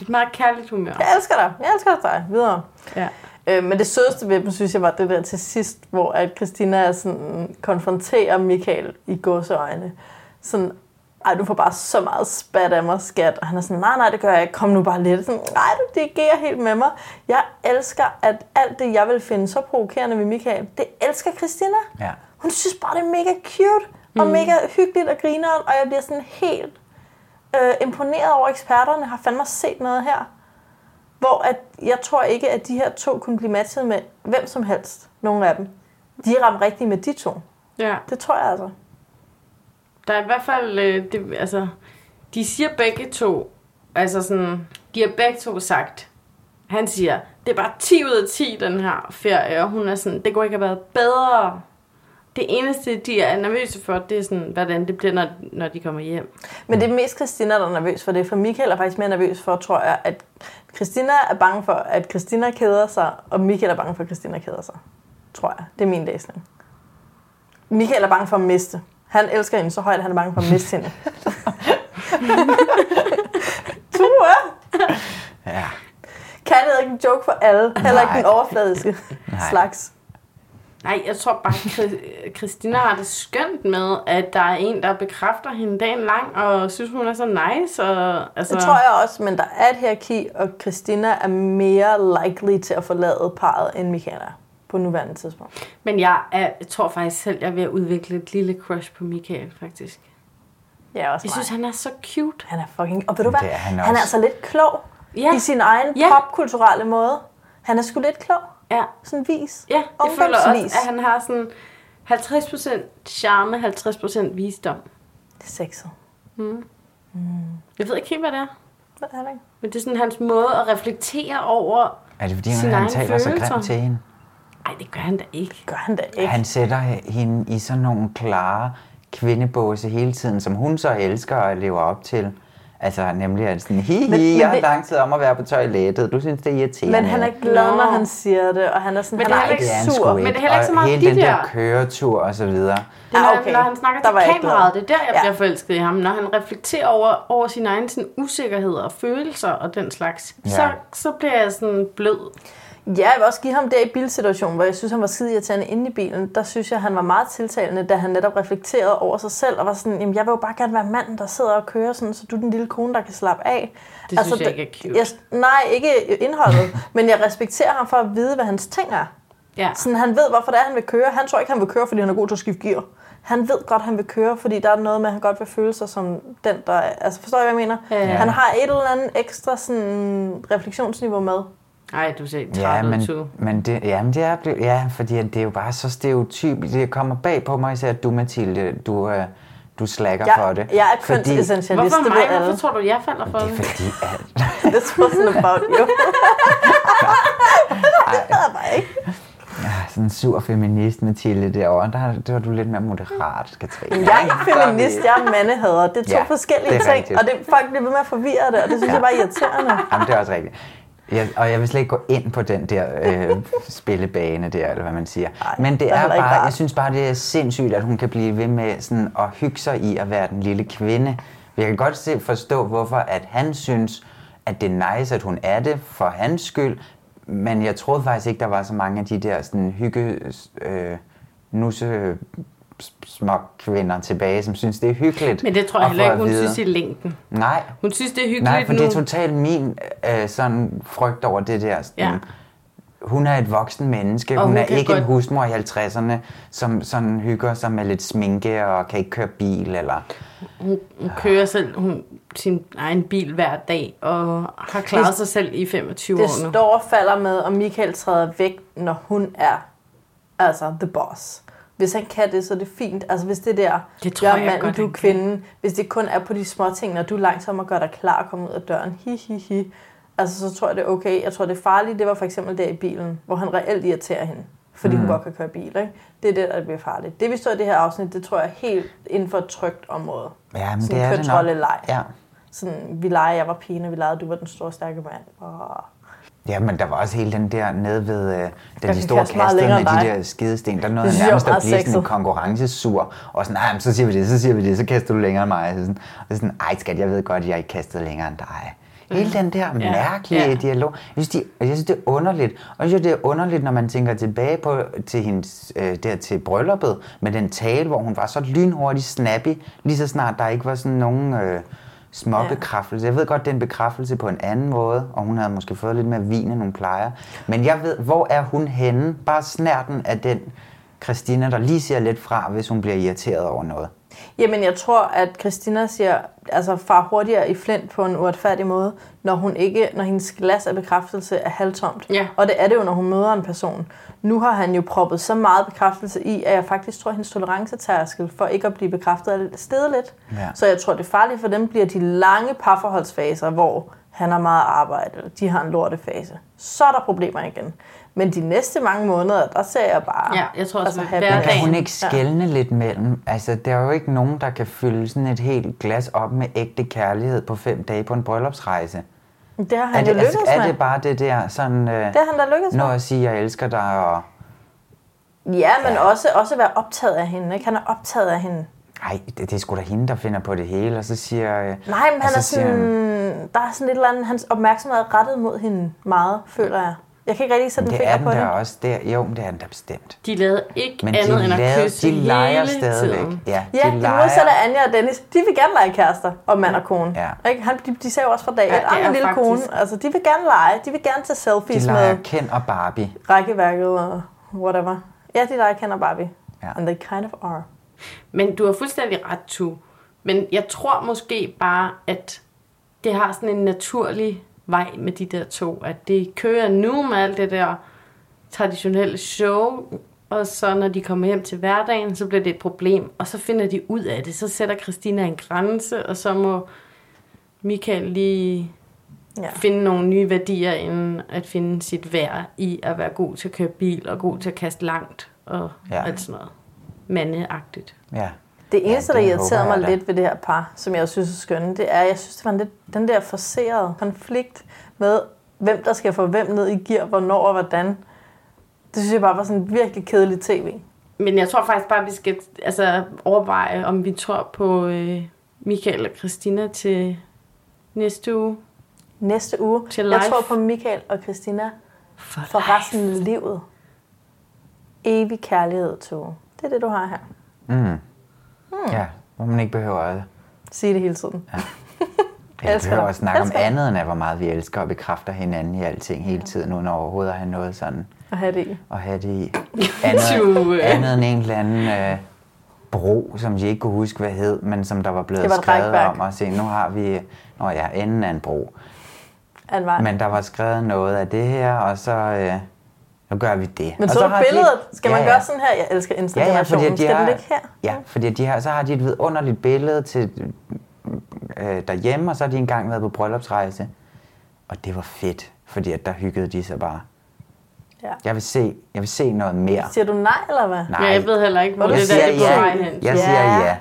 Speaker 8: Et meget kærligt humør.
Speaker 13: Jeg elsker dig. Jeg elsker dig. Videre.
Speaker 8: Ja.
Speaker 13: Øh, men det sødeste ved dem, synes jeg, var det der til sidst, hvor at Christina er sådan, konfronterer Michael i gåseøjne. Sådan, ej, du får bare så meget spat af mig, skat. Og han er sådan, nej, nej, det gør jeg ikke. Kom nu bare lidt. Sådan, nej, du dirigerer helt med mig. Jeg elsker, at alt det, jeg vil finde så provokerende ved Michael, det elsker Christina.
Speaker 12: Ja.
Speaker 13: Hun synes bare, det er mega cute og
Speaker 12: Mm.
Speaker 13: mega hyggeligt og grineren, og jeg bliver sådan helt øh, imponeret over eksperterne. Har fandme set noget her, hvor at, jeg tror ikke, at de her to kunne blive matchet med hvem som helst, nogen af dem. De ramte rigtigt med de to.
Speaker 8: Ja.
Speaker 13: Det tror jeg altså.
Speaker 8: Der er i hvert fald, øh, det, altså, de siger begge to, altså sådan, de har begge to sagt, han siger, det er bare 10 ud af 10, den her ferie, og hun er sådan, det kunne ikke have været bedre. Det eneste, de er nervøse for, det er sådan, hvordan det bliver, når, når de kommer hjem.
Speaker 13: Men det er mest Christina, der er nervøs for det, for Michael er faktisk mere nervøs for, tror jeg, at Christina er bange for, at Christina keder sig, og Michael er bange for, at Christina keder sig. Tror jeg. Det er min læsning. Michael er bange for at miste. Han elsker hende så højt, at han er bange for at miste hende. Ture!
Speaker 12: Ja.
Speaker 13: Kattet er ikke en joke for alle. Heller ikke den overfladiske
Speaker 8: Nej.
Speaker 13: slags.
Speaker 8: Nej, jeg tror bare, Chris- [LAUGHS] Christina har det skønt med, at der er en, der bekræfter hende dagen lang, og synes, hun er så nice. Og, altså,
Speaker 13: Altså... Det tror jeg også, men der er et hierarki, og Christina er mere likely til at forlade parret, end Michael er på nuværende tidspunkt.
Speaker 8: Men jeg, er, jeg tror faktisk selv, jeg er ved at udvikle et lille crush på Michael, faktisk.
Speaker 13: Ja, også
Speaker 8: Jeg synes, han er så cute.
Speaker 13: Han er fucking... Og ved du hvad?
Speaker 8: Det er
Speaker 13: han,
Speaker 8: han
Speaker 13: han er
Speaker 8: også.
Speaker 13: altså lidt klog ja. i sin egen ja. popkulturelle måde. Han er sgu lidt klog.
Speaker 8: Ja.
Speaker 13: Sådan vis.
Speaker 8: Ja, jeg føler også,
Speaker 13: Ungdomsvis.
Speaker 8: at han har sådan 50% charme, 50% visdom.
Speaker 13: Det er sexet.
Speaker 8: Mm. Jeg ved ikke helt, hvad det er.
Speaker 13: Hvad er det ikke?
Speaker 8: Men det er sådan hans måde at reflektere over
Speaker 12: Er det fordi, han,
Speaker 8: sine
Speaker 12: han
Speaker 8: egne
Speaker 12: taler så
Speaker 8: følelser.
Speaker 12: grimt til hende?
Speaker 8: Nej, det gør han da ikke.
Speaker 13: Gør han da ikke.
Speaker 12: Han sætter hende i sådan nogle klare kvindebåse hele tiden, som hun så elsker og lever op til. Altså nemlig at sådan, hi,
Speaker 13: Men- men
Speaker 12: hi, jeg har
Speaker 13: det-
Speaker 12: langtid om at være på toilettet. Du synes, det er irriterende.
Speaker 13: Men han er ikke glad, når han siger det, og han er sådan, men
Speaker 8: Men det er
Speaker 13: han er,
Speaker 8: heller
Speaker 13: ikke
Speaker 12: Det er han
Speaker 13: sur.
Speaker 12: sgu ikke. og hele den der køretur og så videre.
Speaker 8: Det er, når,
Speaker 13: Ah,
Speaker 8: okay.
Speaker 13: okay.
Speaker 8: han, når han snakker
Speaker 13: Der
Speaker 8: der
Speaker 13: var jeg
Speaker 8: til
Speaker 13: ikke glad.
Speaker 8: kameraet, det er der, jeg ja. bliver forelsket i ham. Når han reflekterer over, over sin egen sådan, usikkerhed og følelser og den slags, ja.
Speaker 13: Ja.
Speaker 8: så, så bliver jeg sådan blød.
Speaker 13: Ja, jeg vil også give ham der i bilsituationen, hvor jeg synes, han var skide irriterende inde i bilen. Der synes jeg, han var meget tiltalende, da han netop reflekterede over sig selv og var sådan, jamen jeg vil jo bare gerne være manden, der sidder og kører sådan, så du er den lille kone, der kan slappe af.
Speaker 8: Det synes jeg
Speaker 13: det-
Speaker 8: ikke er cute.
Speaker 13: Jeg, nej, ikke
Speaker 8: [LAUGHS]
Speaker 13: indholdet, men jeg respekterer ham for at vide, hvad hans ting er.
Speaker 8: Ja.
Speaker 13: Sådan, han ved, hvorfor det er, han vil køre. Han tror ikke, han vil køre, fordi han er god til at skifte gear. Han ved godt, han vil køre, fordi der er noget med, at han godt vil føle sig som den, der... er- Altså, forstår I, hvad jeg mener?
Speaker 8: Ja.
Speaker 13: Han har et eller andet ekstra sådan, refleksionsniveau med.
Speaker 8: Nej, du ser træt
Speaker 12: Ja,
Speaker 8: ud,
Speaker 12: men,
Speaker 8: Tue.
Speaker 12: men det, ja, men det er blevet, ja, fordi at det er jo bare så stereotypisk. Det kommer bag på mig især, at du, Mathilde, du, øh, du slacker
Speaker 13: Jeg-
Speaker 12: for det.
Speaker 13: jeg er altså- kønsessentialist,
Speaker 8: Hvorfor
Speaker 13: det ved
Speaker 8: mig?
Speaker 13: alle.
Speaker 8: Hvorfor tror du, jeg falder for det?
Speaker 12: Fordi at,
Speaker 13: This wasn't about
Speaker 12: [LAUGHS]
Speaker 13: you.
Speaker 12: ja, sådan en sur feminist, Mathilde, derovre, der, der var du lidt mere moderat, Katrine.
Speaker 13: Jeg er ikke feminist, jeg er mandehader. Det er to ja,
Speaker 12: Ja,
Speaker 13: forskellige
Speaker 12: det er
Speaker 13: ting,
Speaker 12: rigtigt.
Speaker 13: og det, folk bliver ved med at forvirre det, og det synes ja.
Speaker 12: Ja.
Speaker 13: jeg bare er irriterende.
Speaker 12: Jamen, det er også rigtigt. Jeg, og jeg vil slet ikke gå ind på den der øh, spillebane der, eller hvad man siger. Ej, Men
Speaker 13: det
Speaker 12: det
Speaker 13: er
Speaker 12: er
Speaker 13: heller ikke
Speaker 12: bare,
Speaker 13: rart.
Speaker 12: jeg synes bare, det er sindssygt, at hun kan blive ved med sådan at hygge sig i at være den lille kvinde. Jeg kan godt se, forstå, hvorfor at han synes, at det er nice, at hun er det for hans skyld. Men jeg troede faktisk ikke, der var så mange af de der sådan, hygge... Øh, nusse små kvinder tilbage, som synes, det er hyggeligt.
Speaker 8: Men det tror
Speaker 12: at
Speaker 8: jeg heller
Speaker 12: få
Speaker 8: ikke,
Speaker 12: at
Speaker 8: hun
Speaker 12: vide.
Speaker 8: synes i længden.
Speaker 12: Nej.
Speaker 8: Hun synes, det er hyggeligt
Speaker 12: Nej, for det er
Speaker 8: nu.
Speaker 12: totalt min øh, sådan frygt over det der. Sådan,
Speaker 8: Ja.
Speaker 12: ja. Hun er et voksen menneske. Hun,
Speaker 8: Og hun
Speaker 12: hun er
Speaker 8: kan
Speaker 12: ikke en
Speaker 8: godt-
Speaker 12: husmor i 50'erne, som sådan hygger sig med lidt sminke og kan ikke køre bil. Eller...
Speaker 8: Hun, hun kører selv hun, sin egen bil hver dag og har klaret sig selv i 25
Speaker 13: Det
Speaker 8: år nu.
Speaker 13: står og falder med, om Michael træder væk, når hun er altså the boss. Hvis han kan det, så er det fint. Altså hvis det der, det
Speaker 8: tror
Speaker 13: jeg er
Speaker 8: jeg
Speaker 13: manden,
Speaker 8: godt,
Speaker 13: du er
Speaker 8: han
Speaker 13: kvinden, hvis det kun er på de små ting, når du er langsom og gør dig klar og kommer ud af døren, hi hi hi, altså så tror jeg det er okay. Jeg tror det er farligt, det var for eksempel der i bilen, hvor han reelt irriterer hende, fordi mm. hun
Speaker 8: Mhm.
Speaker 13: godt kan køre bil. Ikke? Det er det, der bliver farligt. Det vi så i det her afsnit, det tror jeg er helt inden for et trygt område.
Speaker 12: Ja, men
Speaker 13: Sådan
Speaker 12: det er det nok.
Speaker 13: kontrolleleg.
Speaker 12: Ja.
Speaker 13: Sådan, vi leger, jeg var pigen, og vi legede, du var den store stærke mand. Og
Speaker 12: ja, men der var også hele den der nede ved, øh, da
Speaker 13: Jeg
Speaker 12: de
Speaker 13: kan
Speaker 12: stod og
Speaker 13: kaste meget
Speaker 12: kastede
Speaker 13: længere
Speaker 12: med
Speaker 13: end
Speaker 12: de
Speaker 13: dig.
Speaker 12: der skidesten. Der
Speaker 13: Det
Speaker 12: nåede
Speaker 13: synes
Speaker 12: jeg
Speaker 13: jeg
Speaker 12: nærmest
Speaker 13: var
Speaker 12: at blive
Speaker 13: meget
Speaker 12: sådan en
Speaker 13: sexet.
Speaker 12: konkurrencesur. Og sådan, "Ej, men så siger vi det, så siger vi det, så kaster du længere end mig. Så sådan, og sådan, ej skat, jeg ved godt, at jeg ikke kastede længere end dig. Hele den der
Speaker 5: Ja.
Speaker 12: mærkelige
Speaker 5: Ja.
Speaker 12: dialog. Jeg synes, de, jeg synes, det er underligt. Og jeg synes, det er underligt, når man tænker tilbage på, til hendes, øh, der til brylluppet, med den tale, hvor hun var så lynhurtig snappy, lige så snart der ikke var sådan nogen øh, små
Speaker 13: Ja.
Speaker 12: ja. bekræftelser. Jeg ved godt, det er en bekræftelse på en anden måde, og hun havde måske fået lidt mere vin, end hun plejer. Men jeg ved, hvor er hun henne? Bare snærten af den Christina, der lige siger lidt fra, hvis hun bliver irriteret over noget.
Speaker 13: Jamen, jeg tror, at Christina siger, altså far hurtigere i flint på en uretfærdig måde, når, hun ikke, når hendes glas af bekræftelse er halvtomt.
Speaker 8: Ja.
Speaker 13: Og det er det jo, når hun møder en person. Nu har han jo proppet så meget bekræftelse i, at jeg faktisk tror, at hendes tolerancetærskel for ikke at blive bekræftet er stedet lidt.
Speaker 12: Ja.
Speaker 13: Så jeg tror, det farlige for dem bliver de lange parforholdsfaser, hvor han har meget arbejde, eller de har en lortefase. Så er der problemer igen. Men de næste mange måneder, der ser jeg bare... altså
Speaker 8: Ja, jeg tror også, at
Speaker 13: happy
Speaker 12: Men kan hun
Speaker 13: ending.
Speaker 12: ikke skælne ja. lidt mellem? Altså, der er jo ikke nogen, der kan fylde sådan et helt glas op med ægte kærlighed på fem dage på en bryllupsrejse.
Speaker 13: Ja. Det har han
Speaker 12: er, det, altså,
Speaker 13: jo lykkes
Speaker 12: er, er
Speaker 13: med.
Speaker 12: det bare det der sådan... Øh, det
Speaker 13: har han da lykkedes med.
Speaker 12: Når jeg siger, jeg elsker dig, og...
Speaker 13: Ja, men også, også være optaget af hende. Ikke? Han er optaget af hende.
Speaker 12: Ej, det, det er sgu da hende, der finder på det hele, og så siger... Øh,
Speaker 13: Nej, men
Speaker 12: og
Speaker 13: han
Speaker 12: så
Speaker 13: er
Speaker 12: siger
Speaker 13: sådan, der er sådan et eller andet, hans opmærksomhed er rettet mod hende meget, føler jeg. Jeg kan ikke rigtig sætte en
Speaker 12: det er
Speaker 13: finger
Speaker 12: den
Speaker 13: på
Speaker 12: der
Speaker 13: det.
Speaker 12: også der. Jo, men det er den der bestemt.
Speaker 8: De lavede ikke
Speaker 12: Men de
Speaker 8: andet end at
Speaker 12: lavede-
Speaker 8: kysse
Speaker 12: de leger
Speaker 8: hele
Speaker 12: stadigvæk.
Speaker 8: tiden.
Speaker 12: Ja, de
Speaker 13: Ja, de
Speaker 12: leger.
Speaker 13: modsatte af Anja og Dennis, de vil gerne lege kærester, og mand og kone. Ja. Ikke? Han, de, de ser jo også fra dag,
Speaker 8: Ja,
Speaker 13: ja,
Speaker 8: det
Speaker 13: at
Speaker 8: er
Speaker 13: en lille
Speaker 8: faktisk-
Speaker 13: kone, altså de vil gerne lege, de vil gerne tage
Speaker 12: De
Speaker 13: selfies med
Speaker 12: leger Ken og Barbie.
Speaker 13: rækkeværket og whatever. Ja, de leger Ken og Barbie.
Speaker 12: Ja.
Speaker 13: And they kind of are.
Speaker 8: Men du har fuldstændig ret, Tu. Men jeg tror måske bare, at det har sådan en naturlig vej med de der to. At det kører nu med alt det der traditionelle show, og så når de kommer hjem til hverdagen, så bliver det et problem. Og så finder de ud af det. Så sætter Christina en grænse, og så må Michael lige
Speaker 13: ja.
Speaker 8: finde nogle nye værdier, end at finde sit værd i at være god til at køre bil, og god til at kaste langt, og
Speaker 12: Ja.
Speaker 8: ja. alt sådan noget. Mandeagtigt.
Speaker 12: Ja.
Speaker 13: Det eneste, ja,
Speaker 8: det
Speaker 13: det der
Speaker 8: håber
Speaker 13: irriterede mig
Speaker 8: jeg da.
Speaker 13: lidt ved det her par, som jeg synes er skønne, det er, at jeg synes, det var en lidt, den der forserede konflikt med, hvem der skal få hvem ned i gear, hvornår og hvordan. Det synes jeg bare var sådan virkelig kedelig tv.
Speaker 8: Men jeg tror faktisk bare, at vi skal altså, overveje, om vi tror på øh, Michael og Christina til næste uge.
Speaker 13: Næste uge?
Speaker 8: Til live.
Speaker 13: Jeg tror på Michael og Christina
Speaker 8: for,
Speaker 13: for resten af livet. Evig kærlighed, Tove. Det er det, du har her.
Speaker 12: Mm.
Speaker 13: Hmm.
Speaker 12: Ja, hvor man ikke behøver at...
Speaker 13: Sige det hele tiden. Ja.
Speaker 12: Jeg
Speaker 13: Elsker
Speaker 12: behøver
Speaker 13: dig.
Speaker 12: at snakke om
Speaker 13: Elsker dig.
Speaker 12: andet, end af, hvor meget vi elsker og bekræfter hinanden i alting hele tiden, uden overhovedet at have noget sådan
Speaker 13: At have det i.
Speaker 12: at have det
Speaker 13: [LAUGHS]
Speaker 12: i.
Speaker 13: Du,
Speaker 12: Andet,
Speaker 13: øh.
Speaker 12: andet end en eller anden øh, bro, som jeg ikke kunne huske, hvad hed, men som der var blevet
Speaker 13: Det var et
Speaker 12: skrevet
Speaker 13: rækværk.
Speaker 12: om. Og se, nu har vi... Nå ja, enden af en bro.
Speaker 13: At var.
Speaker 12: Men der var skrevet noget af det her, og så... Øh, nu gør vi det.
Speaker 13: Men
Speaker 12: og
Speaker 13: så,
Speaker 12: så
Speaker 13: så
Speaker 12: har
Speaker 13: billedet. Skal man
Speaker 12: ja,
Speaker 13: gøre sådan her? Jeg elsker
Speaker 12: Ja, ja,
Speaker 13: Insta-generationen.
Speaker 12: fordi de
Speaker 13: Skal den
Speaker 12: har,
Speaker 13: ligge her?
Speaker 12: ja, fordi de har, så har de et vidunderligt billede til, øh, derhjemme, og så har de engang været på bryllupsrejse. Og det var fedt, fordi at der hyggede de sig bare.
Speaker 13: Ja.
Speaker 12: Jeg vil se, jeg vil se noget mere.
Speaker 13: Siger du nej, eller hvad?
Speaker 12: Nej. Ja, jeg ved
Speaker 8: heller ikke,
Speaker 12: hvor det der, det er på vej hen. Jeg siger ja.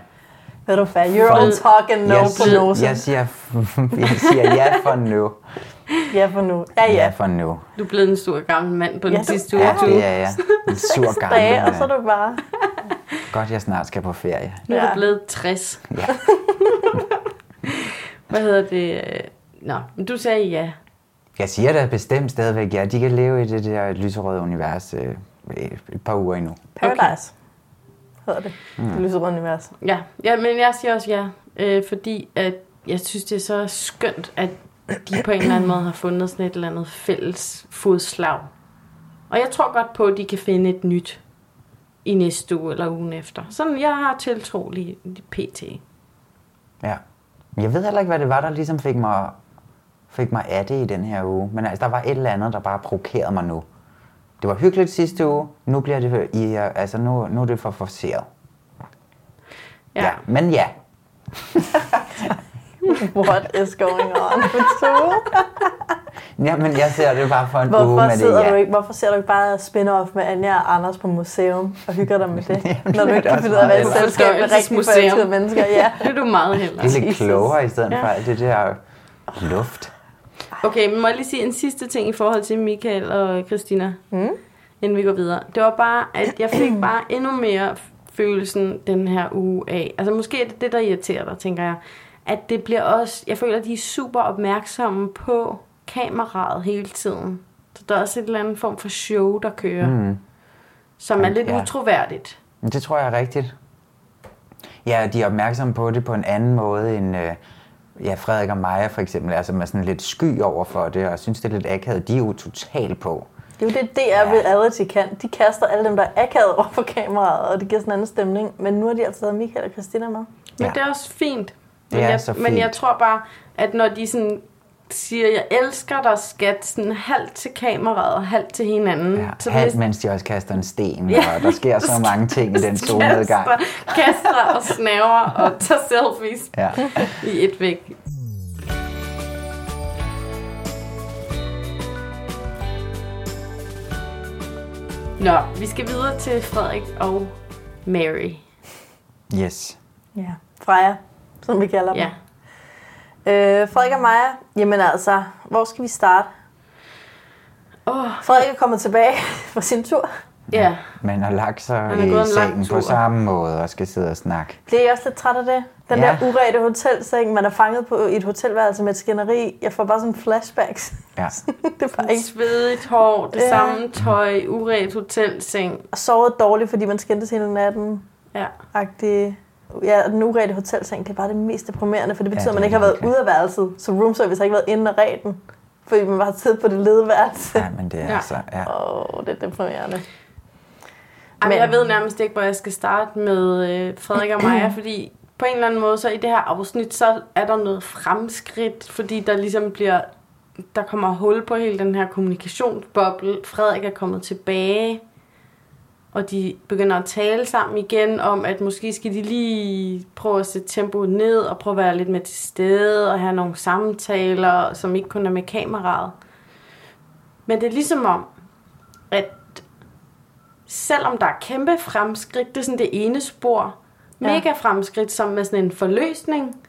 Speaker 13: Ved du hvad, you're all talk and no
Speaker 12: jeg,
Speaker 13: på nosen.
Speaker 12: jeg, siger, [LAUGHS] jeg siger ja for nu.
Speaker 13: Ja, for nu. Ja,
Speaker 12: Ja
Speaker 13: ja.
Speaker 12: for nu.
Speaker 8: Du er blevet en stor gammel mand på
Speaker 13: Ja,
Speaker 8: den
Speaker 13: du
Speaker 8: sidste uge.
Speaker 12: Ja,
Speaker 8: du.
Speaker 12: det er jeg. En sur
Speaker 13: Seks dage, og
Speaker 12: gammel.
Speaker 13: så er
Speaker 12: øh,
Speaker 13: du bare...
Speaker 12: Godt, jeg snart skal på ferie.
Speaker 8: Nu er
Speaker 13: Ja.
Speaker 8: du blevet 60.
Speaker 12: Ja.
Speaker 8: [LAUGHS] Hvad hedder det? Nå, men du sagde ja.
Speaker 12: Jeg siger da bestemt stadigvæk, ja. De kan leve i det der lyserøde univers øh, et par uger endnu.
Speaker 13: Paradise hedder det.
Speaker 12: Mm.
Speaker 13: Det lyserøde univers.
Speaker 8: Ja, ja men jeg siger også ja, øh, fordi at jeg synes, det er så skønt, at de på en eller anden måde har fundet sådan et eller andet fælles fodslag. Og jeg tror godt på, at de kan finde et nyt i næste uge eller ugen efter. Sådan, jeg har tiltro lige pt.
Speaker 12: Ja. Men jeg ved heller ikke, hvad det var, der ligesom fik mig, fik mig af det i den her uge. Men altså, der var et eller andet, der bare provokerede mig nu. Det var hyggeligt sidste uge. Nu bliver det, i, øh, altså, nu, nu er det for forceret.
Speaker 8: Ja. ja.
Speaker 12: Men ja,
Speaker 13: What is going
Speaker 12: [LAUGHS]
Speaker 13: on for two?
Speaker 12: Jamen, jeg ser det bare for en uge
Speaker 13: Hvorfor,
Speaker 12: med det
Speaker 13: sidder
Speaker 12: ja.
Speaker 13: du ikke, hvorfor ser du ikke bare spin-off med Anja og Anders på museum og hygger
Speaker 12: [LAUGHS]
Speaker 13: dig med det? når du
Speaker 12: det er også
Speaker 13: ikke kan finde ud af at være i
Speaker 12: meget
Speaker 13: selskab med rigtig
Speaker 8: Fordøjelsesmuseum.
Speaker 13: forelskede mennesker.
Speaker 12: [LAUGHS]
Speaker 13: Ja.
Speaker 8: Det er du meget hellere.
Speaker 12: Det er lidt klogere i stedet
Speaker 8: Ja.
Speaker 12: ja. for alt det der luft.
Speaker 8: Okay, men må jeg lige sige en sidste ting i forhold til Michael og Christina,
Speaker 13: mm.
Speaker 8: inden vi går videre. Det var bare, at jeg fik bare endnu mere følelsen den her uge af. Altså måske er det det, der irriterer dig, tænker jeg. At det bliver også, jeg føler, at de er super opmærksomme på kameraet hele tiden. Så der er også et eller andet form for show, der kører, mm.
Speaker 12: Mm.
Speaker 8: som er
Speaker 12: Jamen,
Speaker 8: lidt
Speaker 12: ja.
Speaker 8: utroværdigt.
Speaker 12: Men det tror jeg er rigtigt. Ja, de er opmærksomme på det på en anden måde end øh, ja, Frederik og Maja for eksempel, er, som er sådan lidt sky over for det, og synes, det er lidt akavet. De er jo totalt på.
Speaker 13: Det er jo det, DR ved reality kan. De kaster alle dem, der er akavet over for kameraet, og det giver sådan en anden stemning. Men nu har de altså taget Michael og Christina med.
Speaker 8: Men det er også fint.
Speaker 13: Det
Speaker 8: Men,
Speaker 13: er
Speaker 8: jeg,
Speaker 13: så
Speaker 8: men
Speaker 13: fint.
Speaker 8: jeg tror bare, at når de sådan siger, jeg elsker dig, skat, sådan halvt til kameraet og halvt til hinanden.
Speaker 13: Mm,
Speaker 8: Ja, så
Speaker 12: Halvt,
Speaker 8: hvis-
Speaker 12: mens de også kaster en sten,
Speaker 8: [LAUGHS] Ja.
Speaker 12: ja. og der sker
Speaker 13: [LAUGHS]
Speaker 12: så mange ting i
Speaker 8: [LAUGHS]
Speaker 12: den solnedgang.
Speaker 8: Kaster, kaster og snaver og tager selfies
Speaker 12: Ja.
Speaker 8: i et væk. Nå, vi skal videre til Frederik og Mary.
Speaker 12: Yes.
Speaker 13: Ja, Freja, som vi kalder dem.
Speaker 8: Ja.
Speaker 13: Øh, Frederik og Maja, jamen altså, hvor skal vi starte?
Speaker 8: Oh.
Speaker 13: Frederik er kommet tilbage [LAUGHS] fra sin tur.
Speaker 8: Ja.
Speaker 12: Man har lagt sig
Speaker 13: Han er gået
Speaker 12: i
Speaker 13: en lang
Speaker 12: sengen
Speaker 13: tur.
Speaker 12: på samme måde og skal sidde og snakke.
Speaker 13: Bliver I også lidt træt af det? Den
Speaker 12: Ja.
Speaker 13: ja. der uredte hotelseng, man er fanget på i et hotelværelse med et skænderi. Jeg får bare sådan flashbacks. [LAUGHS]
Speaker 12: Ja.
Speaker 13: det er bare ikke...
Speaker 8: Svedigt hår, det
Speaker 13: Ja.
Speaker 8: samme tøj, uret hotelseng.
Speaker 13: Og sovet dårligt, fordi man skændtes hele natten.
Speaker 8: Ja.
Speaker 13: Agtig. Ja, og den uredte hotelseng, det er bare det mest deprimerende, for det
Speaker 8: Ja,
Speaker 13: betyder,
Speaker 8: det
Speaker 13: at man
Speaker 8: er
Speaker 13: ikke har været
Speaker 8: virkelig.
Speaker 13: ude af værelset. Så room service har ikke været inde og ret den, fordi man bare har siddet på det lede værelse. Ja,
Speaker 12: men det
Speaker 8: er Ja. altså-
Speaker 12: Ja.
Speaker 13: Åh, det er deprimerende.
Speaker 8: Ej, men
Speaker 13: Men-
Speaker 8: jeg ved nærmest ikke, hvor jeg skal starte med øh, Frederik og Maja, fordi på en eller anden måde, så i det her afsnit, så er der noget fremskridt, fordi der ligesom bliver, der kommer hul på hele den her kommunikationsboble. Frederik er kommet tilbage, og de begynder at tale sammen igen om, at måske skal de lige prøve at sætte tempoet ned, og prøve at være lidt mere til stede, og have nogle samtaler, som ikke kun er med kameraet. Men det er ligesom om, at selvom der er kæmpe fremskridt, det er sådan det ene spor,
Speaker 13: Ja.
Speaker 8: mega fremskridt, som er sådan en forløsning,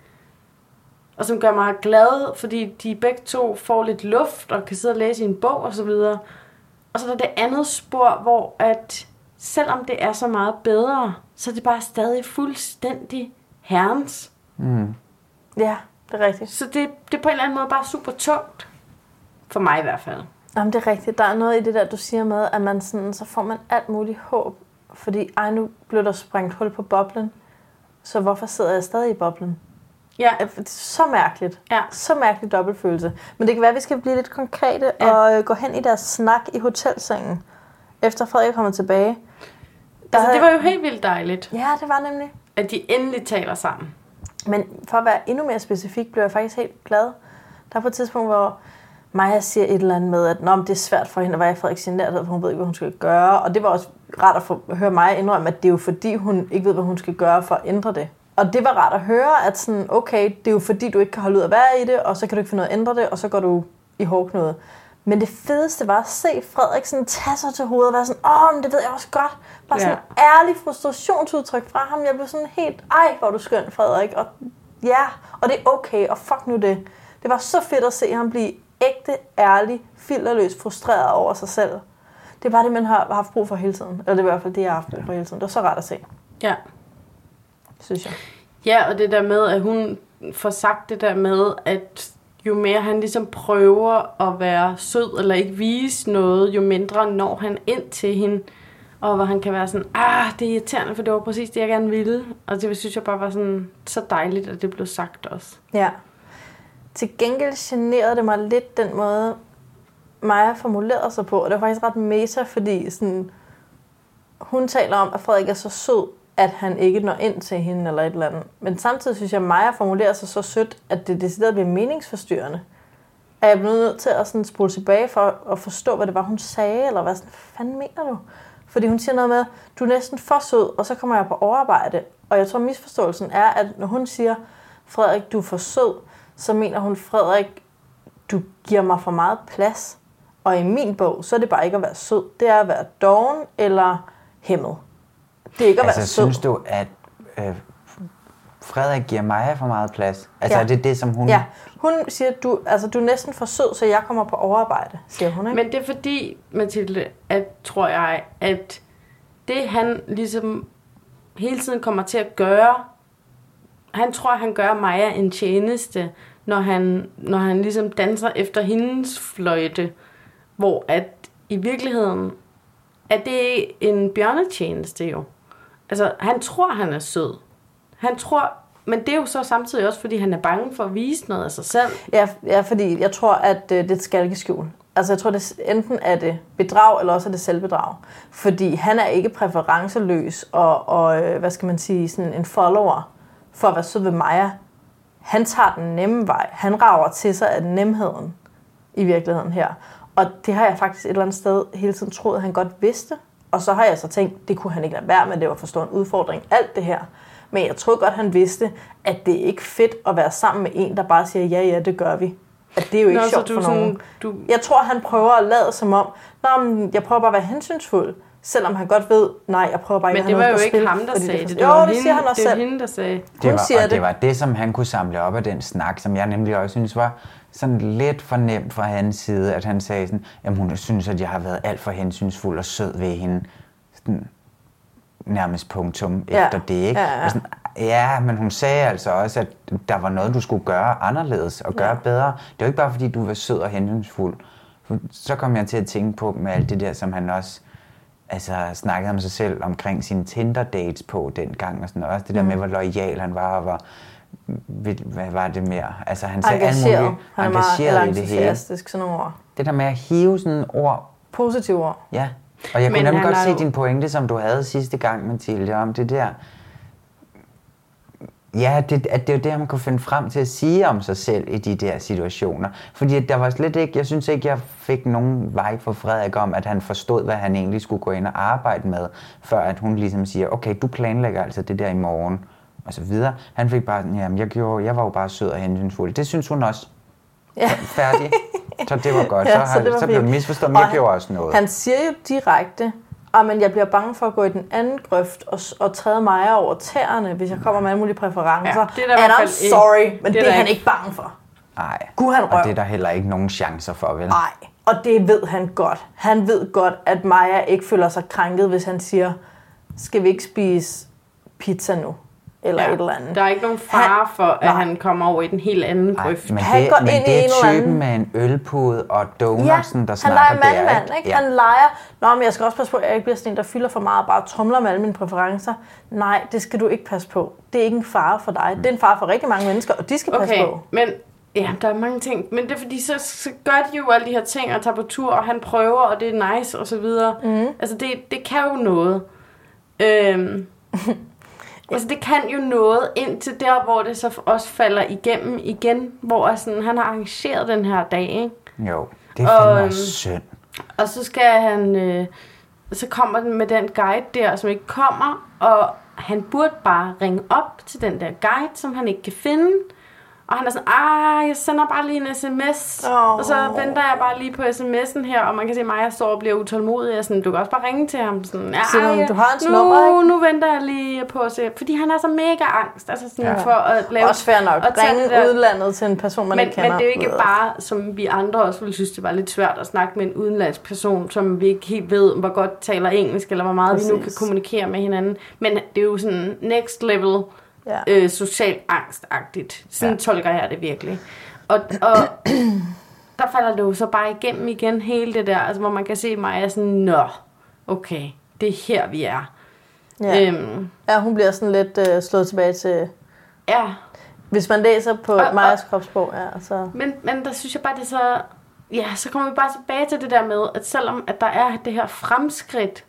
Speaker 8: og som gør mig glad, fordi de begge to får lidt luft og kan sidde og læse i en bog og så videre. Og så er der det andet spor, hvor at selvom det er så meget bedre, så er det bare stadig fuldstændig herrens.
Speaker 12: Mm.
Speaker 13: Ja, det er rigtigt.
Speaker 8: Så det, det er på en eller anden måde bare super tungt. For mig i hvert fald.
Speaker 13: Jamen, det er rigtigt. Der er noget i det der, du siger med, at man sådan, så får man alt muligt håb. Fordi, ej, nu blev der sprængt hul på boblen. Så hvorfor sidder jeg stadig i boblen? Øh,
Speaker 8: Ja.
Speaker 13: Det er så mærkeligt.
Speaker 8: Ja.
Speaker 13: Så mærkelig dobbeltfølelse. Men det kan være, at vi skal blive lidt konkrete ja. og øh, gå hen i deres snak i hotelsengen. Efter Frederik kommer tilbage. Der
Speaker 8: Altså, det
Speaker 13: havde-
Speaker 8: var jo helt vildt dejligt.
Speaker 13: Ja, det var nemlig.
Speaker 8: At de endelig taler sammen.
Speaker 13: Men for at være endnu mere specifik, blev jeg faktisk helt glad. Der er på et tidspunkt, hvor Maja siger et eller andet med, at Nå, men det er svært for hende at være i Frederiks nærhed, for hun ved ikke, hvad hun skal gøre. Og det var også rart at få, høre Maja indrømme, at det er jo fordi, hun ikke ved, hvad hun skal gøre for at ændre det. Og det var rart at høre, at sådan, okay, det er jo fordi, du ikke kan holde ud at være i det, og så kan du ikke finde ud af at ændre det, og så går du i hårdknude. Men det fedeste var at se Frederik sådan tage sig til hovedet og være sådan, åh, men det ved jeg også godt. Bare
Speaker 8: Ja.
Speaker 13: sådan ærlig frustrationsudtryk fra ham. Jeg blev sådan helt, ej, hvor er du skøn, Frederik. Og ja, og det er okay, og fuck nu det. Det var så fedt at se ham blive ægte, ærlig, filterløst frustreret over sig selv. Det er bare det, man har haft brug for hele tiden. Eller det er i hvert fald det, jeg har haft brug for hele tiden. Det var så rart at se,
Speaker 8: Ja.
Speaker 13: synes jeg.
Speaker 8: Ja, og det der med, at hun får sagt det der med, at jo mere han ligesom prøver at være sød eller ikke vise noget, jo mindre når han ind til hende. Og hvor han kan være sådan, ah, det er irriterende, for det var præcis det, jeg gerne ville. Og det synes jeg bare var sådan, så dejligt, at det blev sagt også.
Speaker 13: Ja. Til gengæld generede det mig lidt den måde, Maja formulerede sig på. Og det var faktisk ret meta, fordi sådan, hun taler om, at Frederik er så sød, at han ikke når ind til hende eller et eller andet. Men samtidig synes jeg, at Maja formulerer sig så sødt, at det decideret bliver meningsforstyrrende. At jeg blev nødt til at sådan spole tilbage for at forstå, hvad det var, hun sagde, eller hvad sådan, fanden mener du? Fordi hun siger noget med, du er næsten for sød, og så kommer jeg på overarbejde. Og jeg tror, misforståelsen er, at når hun siger, Frederik, du er for sød, så mener hun, Frederik, du giver mig for meget plads. Og i min bog, så er det bare ikke at være sød. Det er at være doven eller hæmmet. Det er ikke at
Speaker 12: altså,
Speaker 13: være sød.
Speaker 12: synes du, at øh, Frederik giver Maja for meget plads? Altså,
Speaker 13: Ja.
Speaker 12: ja. er det det, som hun...
Speaker 13: Ja, hun siger, du, altså, du er næsten for sød, så jeg kommer på overarbejde, siger hun. Ikke?
Speaker 8: Men det er fordi, Mathilde, at tror jeg, at det han ligesom hele tiden kommer til at gøre, han tror, han gør Maja en tjeneste, når han, når han ligesom danser efter hendes fløjte, hvor at i virkeligheden er det en bjørnetjeneste jo. Altså, han tror, han er sød. Han tror, Men det er jo så samtidig også, fordi han er bange for at vise noget af sig selv.
Speaker 13: Ja, ja fordi jeg tror, at øh, det er et skalkeskjul. Altså jeg tror, det er, enten er det bedrag, eller også er det selvbedrag. Fordi han er ikke præferenceløs og, og øh, hvad skal man sige, sådan en follower for at være sød ved Maja. Han tager den nemme vej. Han rager til sig af nemheden i virkeligheden her. Og det har jeg faktisk et eller andet sted hele tiden troet, at han godt vidste. Og så har jeg så tænkt, det kunne han ikke lade være med, det var for stor en udfordring, alt det her. Men jeg tror godt, han vidste, at det er ikke fedt at være sammen med en, der bare siger, ja, ja, det gør vi. At det er jo ikke
Speaker 8: Nå,
Speaker 13: Nå,
Speaker 8: så
Speaker 13: sjovt
Speaker 8: du
Speaker 13: for
Speaker 8: er sådan-
Speaker 13: nogen. Du... Jeg tror, han prøver at lade som om, Nå, men jeg prøver bare at være hensynsfuld. Selvom han godt ved, nej, jeg prøver bare ikke
Speaker 8: Men
Speaker 13: at
Speaker 8: det
Speaker 13: have
Speaker 8: var
Speaker 13: noget på
Speaker 8: jo ikke
Speaker 13: spil,
Speaker 8: ham, der
Speaker 13: fordi
Speaker 8: sagde
Speaker 13: for-
Speaker 8: det.
Speaker 13: Jo,
Speaker 8: var
Speaker 13: det siger han også
Speaker 8: det var
Speaker 13: selv.
Speaker 8: hende, der sagde.
Speaker 12: Det
Speaker 13: Hun
Speaker 12: var,
Speaker 13: siger
Speaker 12: og
Speaker 13: det.
Speaker 12: det var det, som han kunne samle op af den snak, som jeg nemlig også synes var sådan lidt for nemt fra hans side, at han sagde sådan, jamen hun synes, at jeg har været alt for hensynsfuld og sød ved hende. Sådan, nærmest punktum
Speaker 13: Ja.
Speaker 12: efter det, ikke?
Speaker 13: Ja, ja.
Speaker 12: Og Sådan, ja, men hun sagde altså også, at der var noget, du skulle gøre anderledes og gøre
Speaker 13: Ja.
Speaker 12: ja. bedre. Det var ikke bare, fordi du var sød og hensynsfuld. For Så kom jeg til at tænke på med alt det der, som han også altså, snakkede om sig selv omkring sine Tinder-dates på dengang. Og sådan, og også det der
Speaker 13: Mm.
Speaker 12: med, hvor lojal han var, og hvor, ved- hvad var det mere? Altså, han sagde alt
Speaker 13: Engageret.
Speaker 12: muligt
Speaker 13: Han er meget eller
Speaker 12: engageret i det hele.
Speaker 13: entusiastisk, sådan nogle ord.
Speaker 12: Det der med at hive sådan ord
Speaker 13: Positive ord.
Speaker 12: Ja, og jeg
Speaker 13: Men
Speaker 12: men kunne nemlig
Speaker 13: han
Speaker 12: godt
Speaker 13: har
Speaker 12: se
Speaker 13: jo-
Speaker 12: din pointe, som du havde sidste gang, Mathilde, om det der... Ja, det, at det er jo det, man kunne finde frem til at sige om sig selv i de der situationer. Fordi at der var slet ikke, jeg synes ikke, jeg fik nogen vej fra Frederik om, at han forstod, hvad han egentlig skulle gå ind og arbejde med, før at hun ligesom siger, okay, du planlægger altså det der i morgen, og så videre. Han fik bare, sådan, jamen jeg, gjorde, jeg var jo bare sød og hensynsfuld. Det synes hun også.
Speaker 13: Ja.
Speaker 12: Færdig. Så det var
Speaker 13: [LAUGHS]
Speaker 12: godt. så, har, så, så blev
Speaker 13: fint.
Speaker 12: det misforstået, men
Speaker 13: Og
Speaker 12: jeg
Speaker 13: han-
Speaker 12: gjorde også noget.
Speaker 13: Han siger jo direkte, "Ah, men jeg bliver bange for at gå i den anden grøft og, s- og træde mig over tæerne, hvis jeg kommer med alle mulige præferencer.
Speaker 8: Ja, det er der i
Speaker 13: And
Speaker 8: hvert
Speaker 13: I'm
Speaker 8: fald ikke-
Speaker 13: sorry, men
Speaker 8: det
Speaker 13: det er,
Speaker 8: er der
Speaker 13: han
Speaker 8: ikke.
Speaker 13: ikke bange for.
Speaker 12: Nej.
Speaker 13: Gud, han røv.
Speaker 12: Og det er der heller ikke nogen chancer for, vel?
Speaker 13: Nej, og det ved han godt. Han ved godt, at Maja ikke føler sig krænket, hvis han siger, skal vi ikke spise pizza nu? Eller ja. et eller andet.
Speaker 8: Der er ikke nogen fare for, at han kommer over i den helt anden grøft.
Speaker 12: Men det, men det er typen med en ølpude og donutsen, der
Speaker 13: han
Speaker 12: snakker
Speaker 13: leger
Speaker 12: der,
Speaker 13: mandmand, ikke?
Speaker 12: Ja.
Speaker 13: Han leger, nå, men jeg skal også passe på, at jeg ikke bliver sådan en, der fylder for meget og bare trumler med alle mine præferencer. Nej, det skal du ikke passe på. Det er ikke en fare for dig. Det er en fare for rigtig mange mennesker, og de skal passe
Speaker 8: Okay,
Speaker 13: på.
Speaker 8: men ja, der er mange ting. Men det er fordi, så, så gør de jo alle de her ting og tager på tur, og han prøver, og det er nice, og så videre.
Speaker 13: Mhm.
Speaker 8: Mm. Altså, det, det kan jo noget.
Speaker 13: [LAUGHS]
Speaker 8: Øhm, altså, det kan jo noget indtil der, hvor det så også falder igennem igen, hvor er sådan, han har arrangeret den her dag, ikke?
Speaker 12: Jo, det er fandme
Speaker 8: Og, øhm,
Speaker 12: også synd.
Speaker 8: Og så skal han... Øh, så kommer den med den guide der, som ikke kommer, og han burde bare ringe op til den der guide, som han ikke kan finde. Og han er sådan, ah, jeg sender bare lige en sms,
Speaker 13: Åh.
Speaker 8: og så venter jeg bare lige på sms'en her, og man kan se, at Maja står og bliver utålmodig, og sådan, du kan også bare ringe til ham, sådan, "Ej,
Speaker 13: Siger hun, "Du har hans
Speaker 8: nu,
Speaker 13: nummer, ikke?"
Speaker 8: nu venter jeg lige på at se, fordi han er så mega angst, altså sådan
Speaker 13: Ja.
Speaker 8: for at lave...
Speaker 13: Også fair nok.
Speaker 8: at tage det
Speaker 13: Ringe
Speaker 8: der-
Speaker 13: udlandet til en person, man
Speaker 8: men,
Speaker 13: ikke kender.
Speaker 8: Men det er jo ikke bare, som vi andre også ville synes, det var lidt svært at snakke med en udenlandsk person, som vi ikke helt ved, hvor godt taler engelsk, eller hvor meget Præcis. vi nu kan
Speaker 13: Præcis.
Speaker 8: kommunikere med hinanden. Men det er jo sådan next level
Speaker 13: Ja.
Speaker 8: ja. øh, social angstagtigt. Sådan ja.
Speaker 13: Ja.
Speaker 8: tolker jeg det virkelig. Og,
Speaker 13: [CLEARS THROAT]
Speaker 8: og der falder det jo så bare igennem igen, hele det der, altså, hvor man kan se mig er sådan, nå, okay, det er her, vi er.
Speaker 13: Ja.
Speaker 8: Øhm.
Speaker 13: ja, hun bliver sådan lidt øh, slået tilbage til...
Speaker 8: Ja.
Speaker 13: Hvis man læser på
Speaker 8: Og- og-
Speaker 13: Majas kropsprog, ja, så...
Speaker 8: Men, men der synes jeg bare, det er så... Ja, så kommer vi bare tilbage til det der med, at selvom at der er det her fremskridt,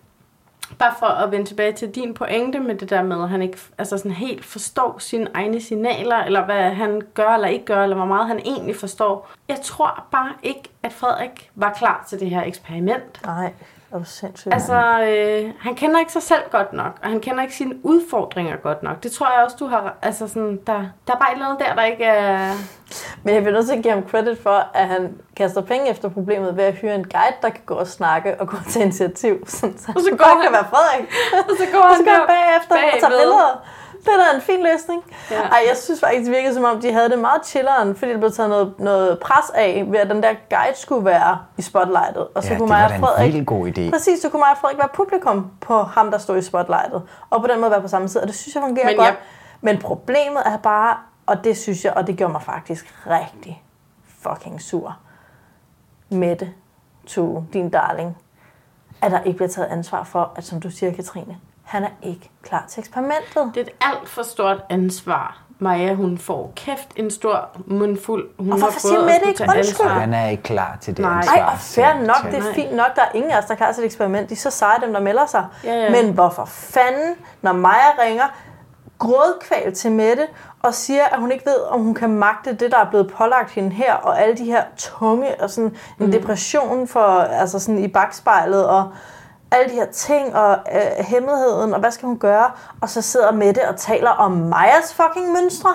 Speaker 8: bare for at vende tilbage til din pointe med det der med, at han ikke altså sådan helt forstår sine egne signaler, eller hvad han gør eller ikke gør, eller hvor meget han egentlig forstår. Jeg tror bare ikke, at Frederik var klar til det her eksperiment.
Speaker 13: Nej, er du sindssygt.
Speaker 8: Altså, øh, han kender ikke sig selv godt nok, og han kender ikke sine udfordringer godt nok. Det tror jeg også, du har... Altså sådan, der, der er bare et eller andet der, der ikke er...
Speaker 13: Men jeg vil også give ham credit for, at han kaster penge efter problemet ved at hyre en guide, der kan gå og snakke og gå [LAUGHS] til initiativ. Sådan, så og så går han, kan være Frederik.
Speaker 8: [LAUGHS] Og så går
Speaker 13: og
Speaker 8: han
Speaker 13: så går han
Speaker 8: der
Speaker 13: bagefter og tager
Speaker 8: bagved.
Speaker 13: billeder. Det er da en fin løsning.
Speaker 8: Ja.
Speaker 13: Ja. Ej, jeg synes faktisk, det virkede som om, de havde det meget chilleren, fordi der blev taget noget, noget pres af, ved at den der guide skulle være i spotlightet. Og så
Speaker 12: Ja,
Speaker 13: kunne
Speaker 12: det
Speaker 13: mig
Speaker 12: var
Speaker 13: og
Speaker 12: da en
Speaker 13: Frederik,
Speaker 12: vildt god idé.
Speaker 13: Præcis, så kunne mig og Frederik være publikum på ham, der stod i spotlightet. Og på den måde være på samme side, og det synes jeg fungerer
Speaker 8: Men
Speaker 13: godt.
Speaker 8: jeg-
Speaker 13: Men problemet er bare, og det synes jeg, og det gjorde mig faktisk rigtig fucking sur. Mette, to din darling, at der ikke bliver taget ansvar for, at som du siger, Katrine, han er ikke klar til eksperimentet.
Speaker 8: Det er et alt for stort ansvar. Maja, hun får kæft en stor mundfuld. Hun
Speaker 13: Og
Speaker 8: har
Speaker 13: hvorfor
Speaker 8: gået
Speaker 13: siger
Speaker 8: og
Speaker 13: Mette
Speaker 8: skulle
Speaker 13: ikke
Speaker 8: tage
Speaker 13: undskyld?
Speaker 8: ansvar.
Speaker 12: Han er ikke klar til det
Speaker 8: Nej.
Speaker 12: ansvar.
Speaker 13: Ej, og fair nok, det er
Speaker 12: Nej.
Speaker 13: fint nok, der er ingen af os, der kan altså et eksperiment. De er så seje, dem der melder sig.
Speaker 8: Ja, ja.
Speaker 13: Men hvorfor fanden, når Maja ringer grådkval til Mette, og siger, at hun ikke ved, om hun kan magte det, der er blevet pålagt hende her, og alle de her tunge, og sådan en
Speaker 8: Mhm.
Speaker 13: depression for, altså sådan i bagspejlet, og alle de her ting, og øh, hemmeligheden, og hvad skal hun gøre? Og så sidder Mette og taler om Majas fucking mønstre.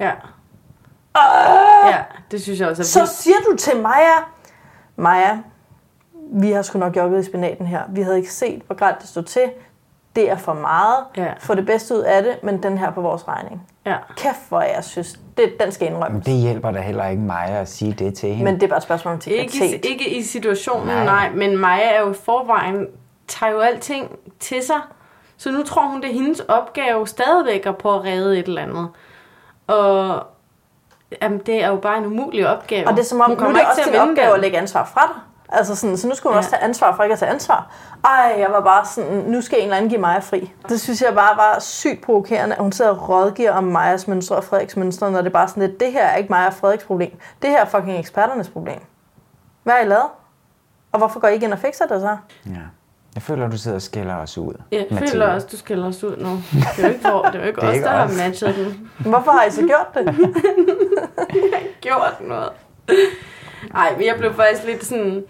Speaker 8: Ja. Ja, det synes jeg også er
Speaker 13: Øh! Så
Speaker 8: vildt.
Speaker 13: siger du til Maja, Maja, vi har sgu nok jogget i spinaten her. Vi havde ikke set, hvor grædt det stod til. Det er for meget.
Speaker 8: Ja.
Speaker 13: Få det bedste ud af det, men den her på vores regning.
Speaker 8: Ja.
Speaker 13: Kæft, hvor jeg synes, det, den skal indrømmes.
Speaker 12: Men det hjælper da heller ikke mig at sige det til hende.
Speaker 13: Men det er bare et spørgsmål om
Speaker 8: Ikke,
Speaker 13: teknitet.
Speaker 8: i- ikke i situationen, nej.
Speaker 12: Nej.
Speaker 8: nej. Men Maja er jo i forvejen, tager jo alting til sig. Så nu tror hun, det er hendes opgave stadigvæk at prøve at redde et eller andet. Og jamen, det er jo bare en umulig opgave.
Speaker 13: Og det er som om,
Speaker 8: Hun
Speaker 13: nu er
Speaker 8: kommer
Speaker 13: det
Speaker 8: ikke
Speaker 13: også din
Speaker 8: til vinde
Speaker 13: opgave
Speaker 8: den.
Speaker 13: at lægge ansvar fra dig. Altså sådan, så nu skulle hun ja. også tage ansvar for ikke at tage ansvar. Ej, jeg var bare sådan, nu skal en eller anden give mig fri. Det synes jeg bare var sygt provokerende, at hun sidder og rådgiver om Majas mønstre og Frederiks mønstre, når det er bare sådan lidt, det her er ikke Maja og Frederiks problem. Det her er fucking eksperternes problem. Hvad har I lavet? Og hvorfor går I ikke ind og fikser det så?
Speaker 12: Ja. Jeg føler, du sidder og skælder os ud.
Speaker 8: Ja, Jeg
Speaker 12: Mathilde.
Speaker 8: føler også, du skælder os ud nu. Det er jo ikke, hvor, det er jo
Speaker 13: [LAUGHS]
Speaker 8: ikke
Speaker 12: Det er
Speaker 8: os,
Speaker 12: ikke
Speaker 8: der har
Speaker 12: os.
Speaker 8: matchet den.
Speaker 13: Hvorfor har I så gjort det?
Speaker 8: [LAUGHS] gjort noget. Nej, men jeg blev faktisk lidt sådan...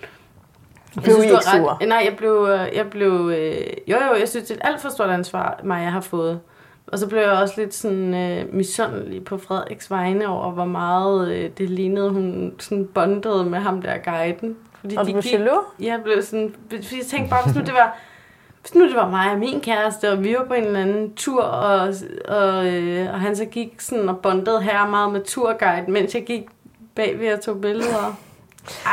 Speaker 8: Jeg
Speaker 13: Blev I
Speaker 8: du har
Speaker 13: ikke sure?
Speaker 8: Nej, jeg blev... øh, Jeg blev øh, jo, jo, jeg synes, det er et alt for stort ansvar, Maja har fået. Og så blev jeg også lidt sådan øh, misundelig på Frederiks vegne over, hvor meget øh, det lignede, hun sådan bondede med ham der guiden. Fordi
Speaker 13: Og du blev jaloux?
Speaker 8: Ja, jeg blev sådan... Fordi jeg tænkte bare, hvis nu det var hvis nu det var mig og min kæreste, og vi var på en eller anden tur, og, og, øh, og han så gik sådan og bondede her meget med turguide, mens jeg gik bagved og tog billeder.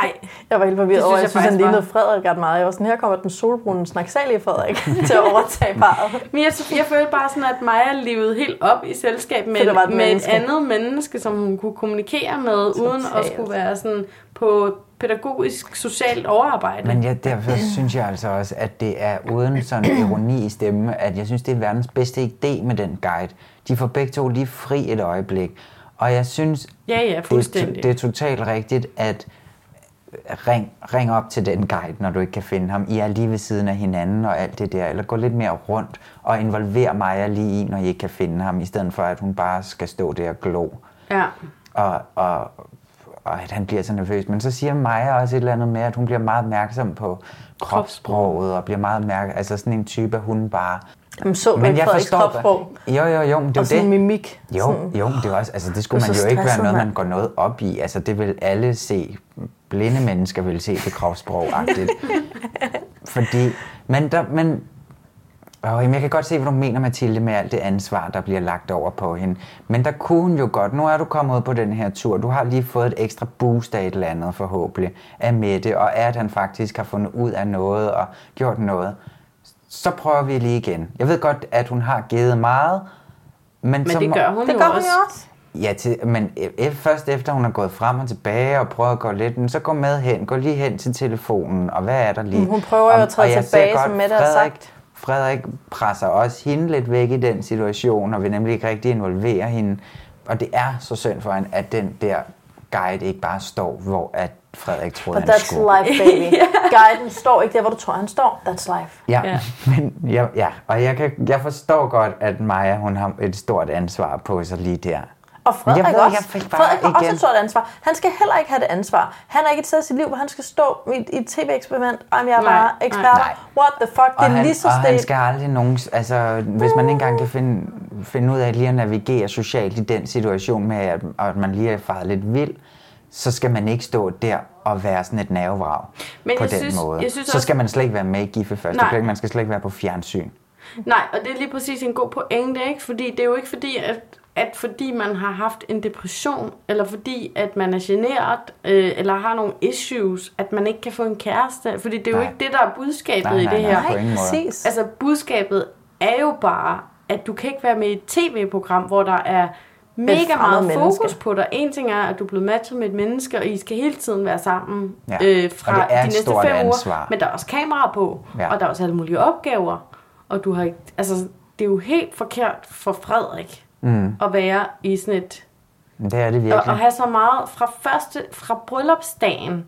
Speaker 8: Ej,
Speaker 13: Jeg var helt
Speaker 8: Det
Speaker 13: forvirret
Speaker 8: synes
Speaker 13: over, at
Speaker 8: jeg
Speaker 13: jeg synes, han
Speaker 8: faktisk var.
Speaker 13: lignede Frederik ret meget. Jeg var sådan, her kommer den solbrune snaksalige Frederik [LAUGHS] til at overtage parret.
Speaker 8: men jeg, jeg følte bare sådan, at Maja levede helt op i selskab med,
Speaker 13: Så der var et
Speaker 8: et, med et
Speaker 13: menneske.
Speaker 8: andet menneske, som hun kunne kommunikere med,
Speaker 13: Totalt.
Speaker 8: uden at skulle være sådan på pædagogisk, socialt overarbejde.
Speaker 12: Men jeg, derfor synes jeg altså også, at det er uden sådan ironi i stemme, at jeg synes, det er verdens bedste idé med den guide. De får begge to lige fri et øjeblik. Og jeg synes,
Speaker 8: Ja, ja,
Speaker 12: det, er to-
Speaker 8: fuldstændig.
Speaker 12: det er totalt rigtigt, at ring, ring op til den guide, når du ikke kan finde ham. I er lige ved siden af hinanden og alt det der. Eller gå lidt mere rundt og involver Maja lige i, når I ikke kan finde ham, i stedet for, at hun bare skal stå der og glo
Speaker 8: Ja.
Speaker 12: og, og, og at han bliver så nervøs. Men så siger Maja også et eller andet med, at hun bliver meget opmærksom på kropssproget, og bliver meget opmærksom, altså sådan en type, hun bare...
Speaker 13: Jamen, så man Frederiks kropssprog?
Speaker 12: Jo, jo, jo, men det er
Speaker 13: Og sådan
Speaker 12: det.
Speaker 13: mimik.
Speaker 12: Jo,
Speaker 13: Sådan.
Speaker 12: jo, men det er også, altså det skulle
Speaker 13: Du er
Speaker 12: man jo
Speaker 13: så
Speaker 12: ikke være
Speaker 13: stresset,
Speaker 12: noget, man
Speaker 13: mand.
Speaker 12: går noget op i. Altså det vil alle se, blinde mennesker vil se det
Speaker 13: [LAUGHS]
Speaker 12: kropssprog-agtigt. Fordi, men der, men, åh, jamen jeg kan godt se, hvad du mener, Mathilde, med alt det ansvar, der bliver lagt over på hende. Men der kunne hun jo godt, nu er du kommet ud på den her tur, du har lige fået et ekstra boost af et eller andet forhåbentlig, af Mette, og af at han faktisk har fundet ud af noget og gjort noget. Så prøver vi lige igen. Jeg ved godt, at hun har givet meget, men,
Speaker 8: Men
Speaker 12: så
Speaker 8: det
Speaker 12: må-
Speaker 8: gør hun jo også.
Speaker 12: Ja, til, men e- e- først efter hun er gået frem og tilbage og prøvet at gå lidt, men så gå med hen, gå lige hen til telefonen, og hvad er der lige?
Speaker 13: Men hun prøver jo at træde
Speaker 12: og jeg ser
Speaker 13: tilbage,
Speaker 12: godt,
Speaker 13: som Mette har
Speaker 12: Frederik-
Speaker 13: sagt.
Speaker 12: Frederik presser også hende lidt væk i den situation, og vil nemlig ikke rigtig involvere hende. Og det er så synd for hende, at den der guide ikke bare står, hvor at Frederik troede,
Speaker 13: But
Speaker 12: han
Speaker 13: that's
Speaker 12: skulle.
Speaker 13: life,
Speaker 8: [LAUGHS]
Speaker 13: baby. Guiden står ikke der, hvor du tror, han står. That's life.
Speaker 12: Ja, ja. [LAUGHS] men ja, ja. og jeg, kan, jeg forstår godt, at Maja hun har et stort ansvar på sig lige der.
Speaker 13: Og Frederik
Speaker 12: jeg ved,
Speaker 13: også.
Speaker 12: Jeg fik bare
Speaker 13: Frederik har også
Speaker 12: igen-
Speaker 13: et stort ansvar. Han skal heller ikke have det ansvar. Han er ikke et sted i sit liv, hvor han skal stå i et, i et tv-eksperiment. Om jeg er
Speaker 12: Nej,
Speaker 13: bare
Speaker 12: nej.
Speaker 13: ekspert.
Speaker 12: Nej.
Speaker 13: What the fuck?
Speaker 12: Og
Speaker 13: det er
Speaker 12: han,
Speaker 13: lige så
Speaker 12: og han
Speaker 13: stille.
Speaker 12: skal aldrig nogen... Altså, hvis man ikke engang kan finde, finde ud af lige at navigere socialt i den situation med, at, at man lige er faret lidt vild, så skal man ikke stå der og være sådan et nervevrag
Speaker 8: Men
Speaker 12: på
Speaker 8: jeg
Speaker 12: den
Speaker 8: synes-
Speaker 12: måde.
Speaker 8: jeg synes
Speaker 12: så
Speaker 8: også-
Speaker 12: skal man slet ikke være med i Giffe første
Speaker 8: Nej.
Speaker 12: blik. Man skal slet ikke være på fjernsyn.
Speaker 8: Nej, og det er lige præcis en god pointe, ikke? Fordi det er jo ikke fordi, at, at fordi man har haft en depression, eller fordi, at man er generet, øh, eller har nogle issues, at man ikke kan få en kæreste. Fordi det er jo
Speaker 13: Nej.
Speaker 8: ikke det, der er budskabet
Speaker 13: Nej,
Speaker 8: i
Speaker 13: nej,
Speaker 8: det
Speaker 13: nej,
Speaker 8: her.
Speaker 13: på ingen måde. Præcis.
Speaker 8: Altså, budskabet er jo bare, at du kan ikke være med i et tv-program, hvor der er mega
Speaker 13: fremmed
Speaker 8: meget fokus
Speaker 13: menneske.
Speaker 8: på dig. En ting er, at du er blevet matchet med et menneske, og I skal hele tiden være sammen
Speaker 13: Ja,
Speaker 8: øh,
Speaker 13: og
Speaker 8: fra
Speaker 13: det er
Speaker 8: de
Speaker 13: et
Speaker 8: næste
Speaker 13: stort
Speaker 8: fem uger.
Speaker 13: ansvar.
Speaker 8: Men der er også kameraer på,
Speaker 13: Ja.
Speaker 8: og der er også alle mulige opgaver. Og du har ikke... Altså, det er jo helt forkert for Frederik.
Speaker 12: Mm.
Speaker 8: at være i sådan et...
Speaker 12: Men Det er det
Speaker 8: Og, og
Speaker 12: virkelig.
Speaker 8: have så meget fra første, fra bryllupsdagen.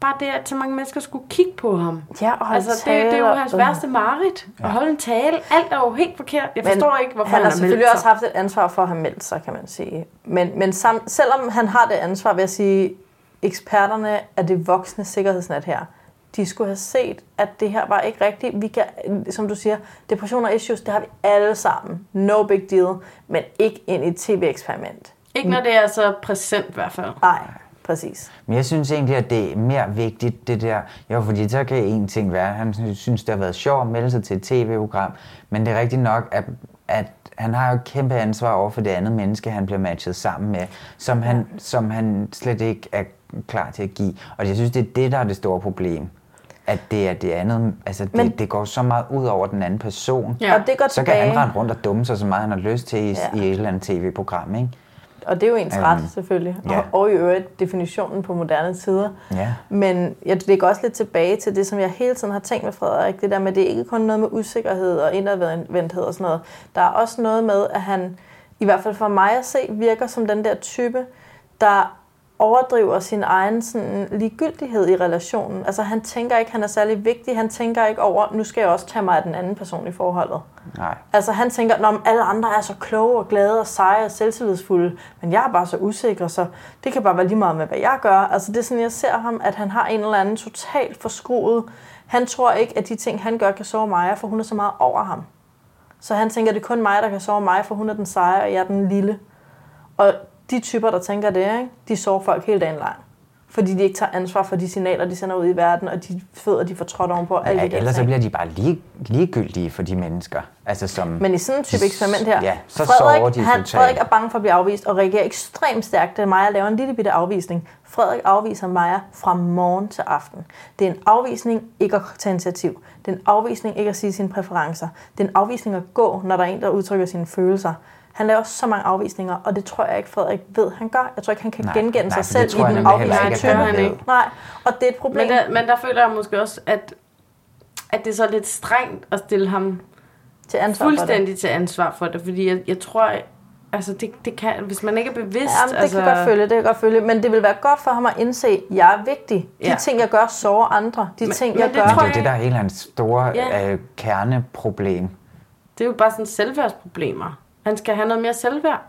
Speaker 8: Bare det, at så mange mennesker skulle kigge på ham.
Speaker 13: Ja, og holde
Speaker 8: altså, det,
Speaker 13: taler,
Speaker 8: det er jo hans
Speaker 13: og-
Speaker 8: værste mareridt. Ja. At holde en tale. Alt er jo helt forkert. Jeg
Speaker 13: Men
Speaker 8: forstår ikke, hvorfor
Speaker 13: han
Speaker 8: han,
Speaker 13: har
Speaker 8: er
Speaker 13: selvfølgelig også haft et ansvar for at have meldt sig, kan man sige. Men, men sam, selvom han har det ansvar, vil jeg sige, eksperterne af det voksne sikkerhedsnet her, de skulle have set, at det her var ikke rigtigt. Vi kan, som du siger, depression og issues, det har vi alle sammen. No big deal. Men ikke ind i et tv-eksperiment.
Speaker 8: Ikke når det er så præsent i hvert fald.
Speaker 13: Nej, præcis.
Speaker 12: Men jeg synes egentlig, at det er mere vigtigt, det der. Jo, fordi så kan en ting være, at han sy- synes, det har været sjovt at melde sig til et tv-program. Men det er rigtigt nok, at, at han har jo et kæmpe ansvar over for det andet menneske, han bliver matchet sammen med, som han, som han slet ikke er klar til at give. Og jeg synes, det er det, der er det store problem. At det er det andet, altså det,
Speaker 13: Men-
Speaker 12: det går så meget ud over den anden person.
Speaker 13: Ja. Og det går
Speaker 12: så kan han
Speaker 13: tilbage-
Speaker 12: rende rundt og dumme sig så meget, han har lyst til i,
Speaker 13: Ja.
Speaker 12: ja. i et eller andet tv-program, ikke?
Speaker 13: Og det er jo ens
Speaker 12: Øhm,
Speaker 13: ret, selvfølgelig.
Speaker 12: ja.
Speaker 13: Og, og i øvrigt definitionen på moderne tider.
Speaker 12: Ja.
Speaker 13: Men jeg lægger også lidt tilbage til det, som jeg hele tiden har tænkt med Frederik. Det der med, at det er ikke kun noget med usikkerhed og indadvendthed og sådan noget. Der er også noget med, at han, i hvert fald for mig at se, virker som den der type, der overdriver sin egen sådan, ligegyldighed i relationen. Altså han tænker ikke, han er særlig vigtig. Han tænker ikke over, nu skal jeg også tage mig af den anden person i forholdet.
Speaker 12: Nej.
Speaker 13: Altså han tænker, at alle andre er så kloge og glade og seje og selvtillidsfulde, men jeg er bare så usikker, så det kan bare være lige meget med, hvad jeg gør. Altså det er sådan, jeg ser ham, at han har en eller anden totalt forskruet. Han tror ikke, at de ting, han gør, kan sove mig, for hun er så meget over ham. Så han tænker, at det er kun mig, der kan sove mig, for hun er den seje, og jeg er den lille. Og de typer, der tænker det, ikke? de sover folk hele dagen lang. Fordi de ikke tager ansvar for de signaler, de sender ud i verden, og de fødder, de får trådt ovenpå. og alle
Speaker 12: Ja,
Speaker 13: de der
Speaker 12: ellers så
Speaker 13: ting.
Speaker 12: bliver de bare lige, ligegyldige for de mennesker. Altså som,
Speaker 13: Men i sådan en type eksperiment her,
Speaker 12: Ja, så sover
Speaker 13: Frederik,
Speaker 12: de
Speaker 13: han,
Speaker 12: totalt.
Speaker 13: Frederik er bange for at blive afvist og reagerer ekstremt stærkt, da Maja laver en lille bitte afvisning. Frederik afviser Maja fra morgen til aften. Det er en afvisning ikke at tage initiativ. Det er en afvisning ikke at sige sine præferencer. Det er en afvisning at gå, når der er en, der udtrykker sine følelser. Han laver så mange afvisninger, og det tror jeg ikke, Frederik ved, han gør. Jeg tror ikke, han kan
Speaker 12: Nej,
Speaker 13: genkende
Speaker 12: nej,
Speaker 13: sig
Speaker 12: for det
Speaker 13: selv
Speaker 12: tror jeg
Speaker 13: i den
Speaker 12: nemlig heller
Speaker 13: afvisende
Speaker 12: ikke, at han
Speaker 13: type.
Speaker 12: ved.
Speaker 13: Nej, og det er et problem.
Speaker 8: Men der, men der føler jeg måske også, at, at det er så lidt strengt at stille ham
Speaker 13: til ansvar for det.
Speaker 8: fuldstændig til ansvar for det. Fordi jeg, jeg tror, altså det, det kan, hvis man ikke er bevidst...
Speaker 13: Jamen, det
Speaker 8: altså,
Speaker 13: altså... kan jeg godt følge, det kan jeg godt følge. Men det vil være godt for ham at indse, at jeg er vigtig. De
Speaker 8: Ja.
Speaker 13: ja. ting, jeg gør, sover andre. De
Speaker 8: Men-
Speaker 13: men, ting,
Speaker 8: men
Speaker 13: jeg
Speaker 8: det
Speaker 13: gør...
Speaker 12: Men det er det, der er hele hans store
Speaker 8: Ja.
Speaker 12: yeah. øh, kerneproblem.
Speaker 8: Det er jo bare sådan selvværdsproblemer. Han skal have noget mere selvværd.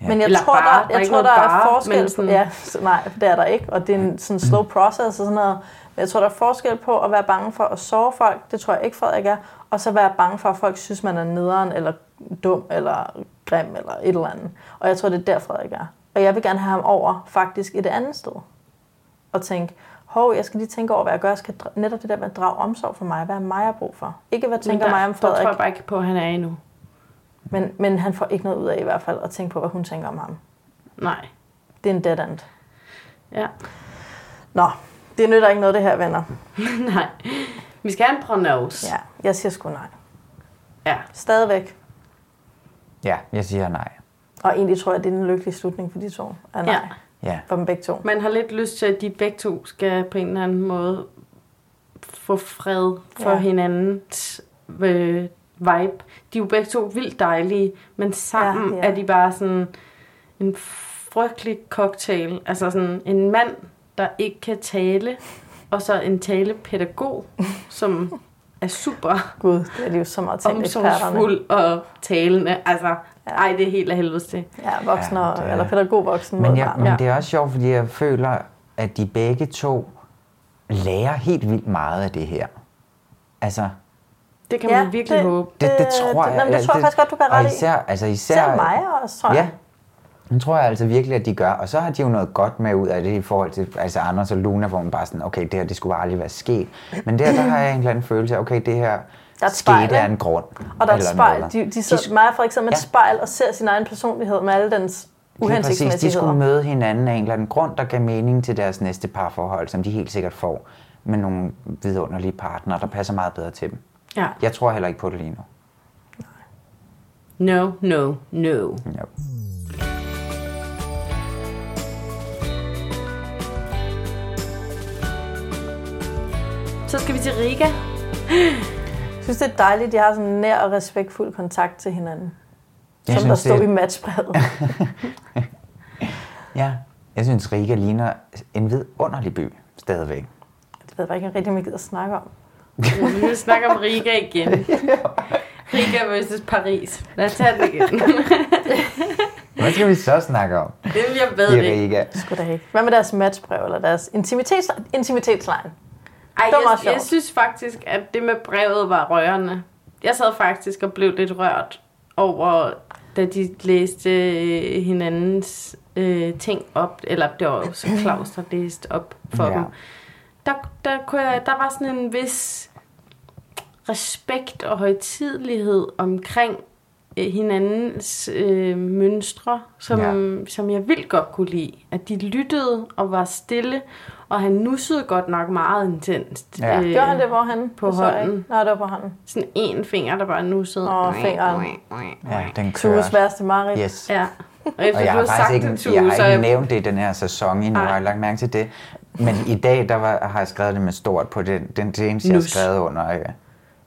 Speaker 13: Men jeg
Speaker 8: Eller
Speaker 13: tror, der,
Speaker 8: bare. Der er
Speaker 13: jeg
Speaker 8: ikke
Speaker 13: tror, der
Speaker 8: noget
Speaker 13: er
Speaker 8: bare, men
Speaker 13: forskel
Speaker 8: sådan-
Speaker 13: sådan... på... Ja, så nej, det er der ikke. Og det er en sådan slow process og sådan noget. Men jeg tror, der er forskel på at være bange for at sove folk. Det tror jeg ikke, Frederik er. Og så være bange for, at folk synes, man er nederen, eller dum, eller grim, eller et eller andet. Og jeg tror, det er der, Frederik er. Og jeg vil gerne have ham over, faktisk, et andet sted. Og tænke, hov, jeg skal lige tænke over, hvad jeg gør. Jeg skal dra- netop det der med at drage omsorg for mig. Hvad er mig, jeg har brug for? Ikke, hvad tænker
Speaker 8: der,
Speaker 13: mig om
Speaker 8: Der
Speaker 13: Frederik.
Speaker 8: tror jeg bare ikke på, at han er endnu.
Speaker 13: Men, men han får ikke noget ud af i hvert fald at tænke på, hvad hun tænker om ham.
Speaker 8: Nej.
Speaker 13: Det er en dead end.
Speaker 8: Ja. [LAUGHS]
Speaker 13: Nå, det nytter ikke noget, det her, venner.
Speaker 8: nej. Vi skal have en prognose.
Speaker 13: Ja, jeg siger sgu nej.
Speaker 8: Ja.
Speaker 13: Stadigvæk.
Speaker 12: Ja, jeg siger nej.
Speaker 13: Og egentlig tror jeg, det er en lykkelig slutning for de to. Ah, nej.
Speaker 8: Ja.
Speaker 12: Ja.
Speaker 13: For dem begge to.
Speaker 8: Man har lidt lyst til, at de begge to skal på en eller anden måde få fred for ja.
Speaker 13: Ja.
Speaker 8: hinandens øh, vibe. De er jo begge to vildt dejlige, men sammen ja,
Speaker 13: Ja,
Speaker 8: ja.
Speaker 13: ja.
Speaker 8: er de bare sådan en frygtelig cocktail. Altså sådan en mand, der ikke kan tale, og så en talepædagog, som er super
Speaker 13: Gud, det er de jo så meget tænkt eksperterne.
Speaker 8: omsorgsfuld og talende. Altså, ej, det er helt af helvedes til.
Speaker 13: Ja, voksen og,
Speaker 12: det er-
Speaker 13: ja, eller pædagogvoksen
Speaker 12: Men,
Speaker 13: mod
Speaker 12: jeg,
Speaker 13: barn.
Speaker 12: men det er også sjovt, fordi jeg føler, at de begge to lærer helt vildt meget af det her. Altså,
Speaker 8: Det kan man virkelig håbe.
Speaker 12: det, det tror jeg.
Speaker 13: Øh, Det, jamen, det
Speaker 12: altså,
Speaker 13: tror jeg faktisk godt, du kan
Speaker 12: og
Speaker 13: rette
Speaker 12: især,
Speaker 13: i.
Speaker 12: Altså, især,
Speaker 13: Selv mig også, tror jeg.
Speaker 12: Ja, det tror jeg altså virkelig, at de gør. Og så har de jo noget godt med ud af det i forhold til altså Anders og Luna, hvor man bare sådan, okay, det her, det skulle bare aldrig være sket. Men der, der har jeg en eller anden følelse af, okay, det her
Speaker 13: er et
Speaker 12: skete
Speaker 13: spejl,
Speaker 12: af
Speaker 13: ikke?
Speaker 12: en grund.
Speaker 13: Og der er et
Speaker 12: eller
Speaker 13: spejl.
Speaker 12: noget.
Speaker 13: De, de sidder, de, mig for eksempel med et spejl og ser sin egen personlighed med alle dens
Speaker 12: Lige præcis, de skulle
Speaker 13: uhensigtsmæssigheder.
Speaker 12: møde hinanden af en eller anden grund, der gav mening til deres næste parforhold, som de helt sikkert får med nogle vidunderlige partnere, der passer meget bedre til dem.
Speaker 8: Ja.
Speaker 12: Jeg tror heller ikke på det lige nu.
Speaker 8: No, no, no.
Speaker 12: Ja.
Speaker 8: Så skal vi til Riga.
Speaker 13: Jeg synes, det er dejligt, at de har sådan en nær og respektfuld kontakt til hinanden.
Speaker 12: Jeg
Speaker 13: som
Speaker 12: synes,
Speaker 13: der stod
Speaker 12: det-
Speaker 13: i matchbrevet. [LAUGHS]
Speaker 12: Ja, jeg synes, Riga ligner en vidunderlig by stadigvæk.
Speaker 13: det ved jeg bare ikke rigtig, om jeg gider snakke om.
Speaker 8: Vi snakker om Riga igen. [LAUGHS] Riga versus Paris. Lad os tage det igen.
Speaker 12: Hvad skal vi så snakke om?
Speaker 8: Det vil jeg ved
Speaker 12: I
Speaker 8: ikke.
Speaker 12: Riga.
Speaker 13: Sgu da ikke. Hvad med deres matchbrev eller deres intimitets, intimitetslejen?
Speaker 8: Ej,
Speaker 13: Det var meget
Speaker 8: jeg,
Speaker 13: sjovt.
Speaker 8: jeg synes faktisk, at det med brevet var rørende. Jeg sad faktisk og blev lidt rørt over, da de læste øh, hinandens øh, ting op. Eller det var jo så Claus, der læste op for ja.
Speaker 13: Ja.
Speaker 8: dem. Der, der, kunne jeg, der var sådan en vis respekt og højtidelighed omkring øh, hinandens øh, mønstre, som, ja. som jeg vildt godt kunne lide. At de lyttede og var stille, og han nussede godt nok meget intenst.
Speaker 13: Ja. Gjorde han det, hvor han
Speaker 8: Øh, på
Speaker 13: Det så jeg ikke.
Speaker 8: hånden?
Speaker 13: Nå, det var på hånden.
Speaker 8: Sådan en finger, der bare nussede.
Speaker 13: Åh, fingeren.
Speaker 12: Ja, den kører.
Speaker 13: Tues værste mareridt.
Speaker 12: Yes.
Speaker 8: Ja. Og efter
Speaker 12: Og jeg
Speaker 8: Altså, du
Speaker 12: har
Speaker 8: har sagt
Speaker 12: faktisk
Speaker 8: det,
Speaker 12: ikke,
Speaker 8: Tue,
Speaker 12: jeg
Speaker 8: så
Speaker 12: har
Speaker 8: er
Speaker 12: ikke
Speaker 8: jeg-
Speaker 12: nævnt det i den her sæson endnu, jeg har lagt mærke til det. Men i dag, der var, har jeg skrevet det med stort på den, den det eneste, jeg har
Speaker 8: Nus.
Speaker 12: skrevet under, øh,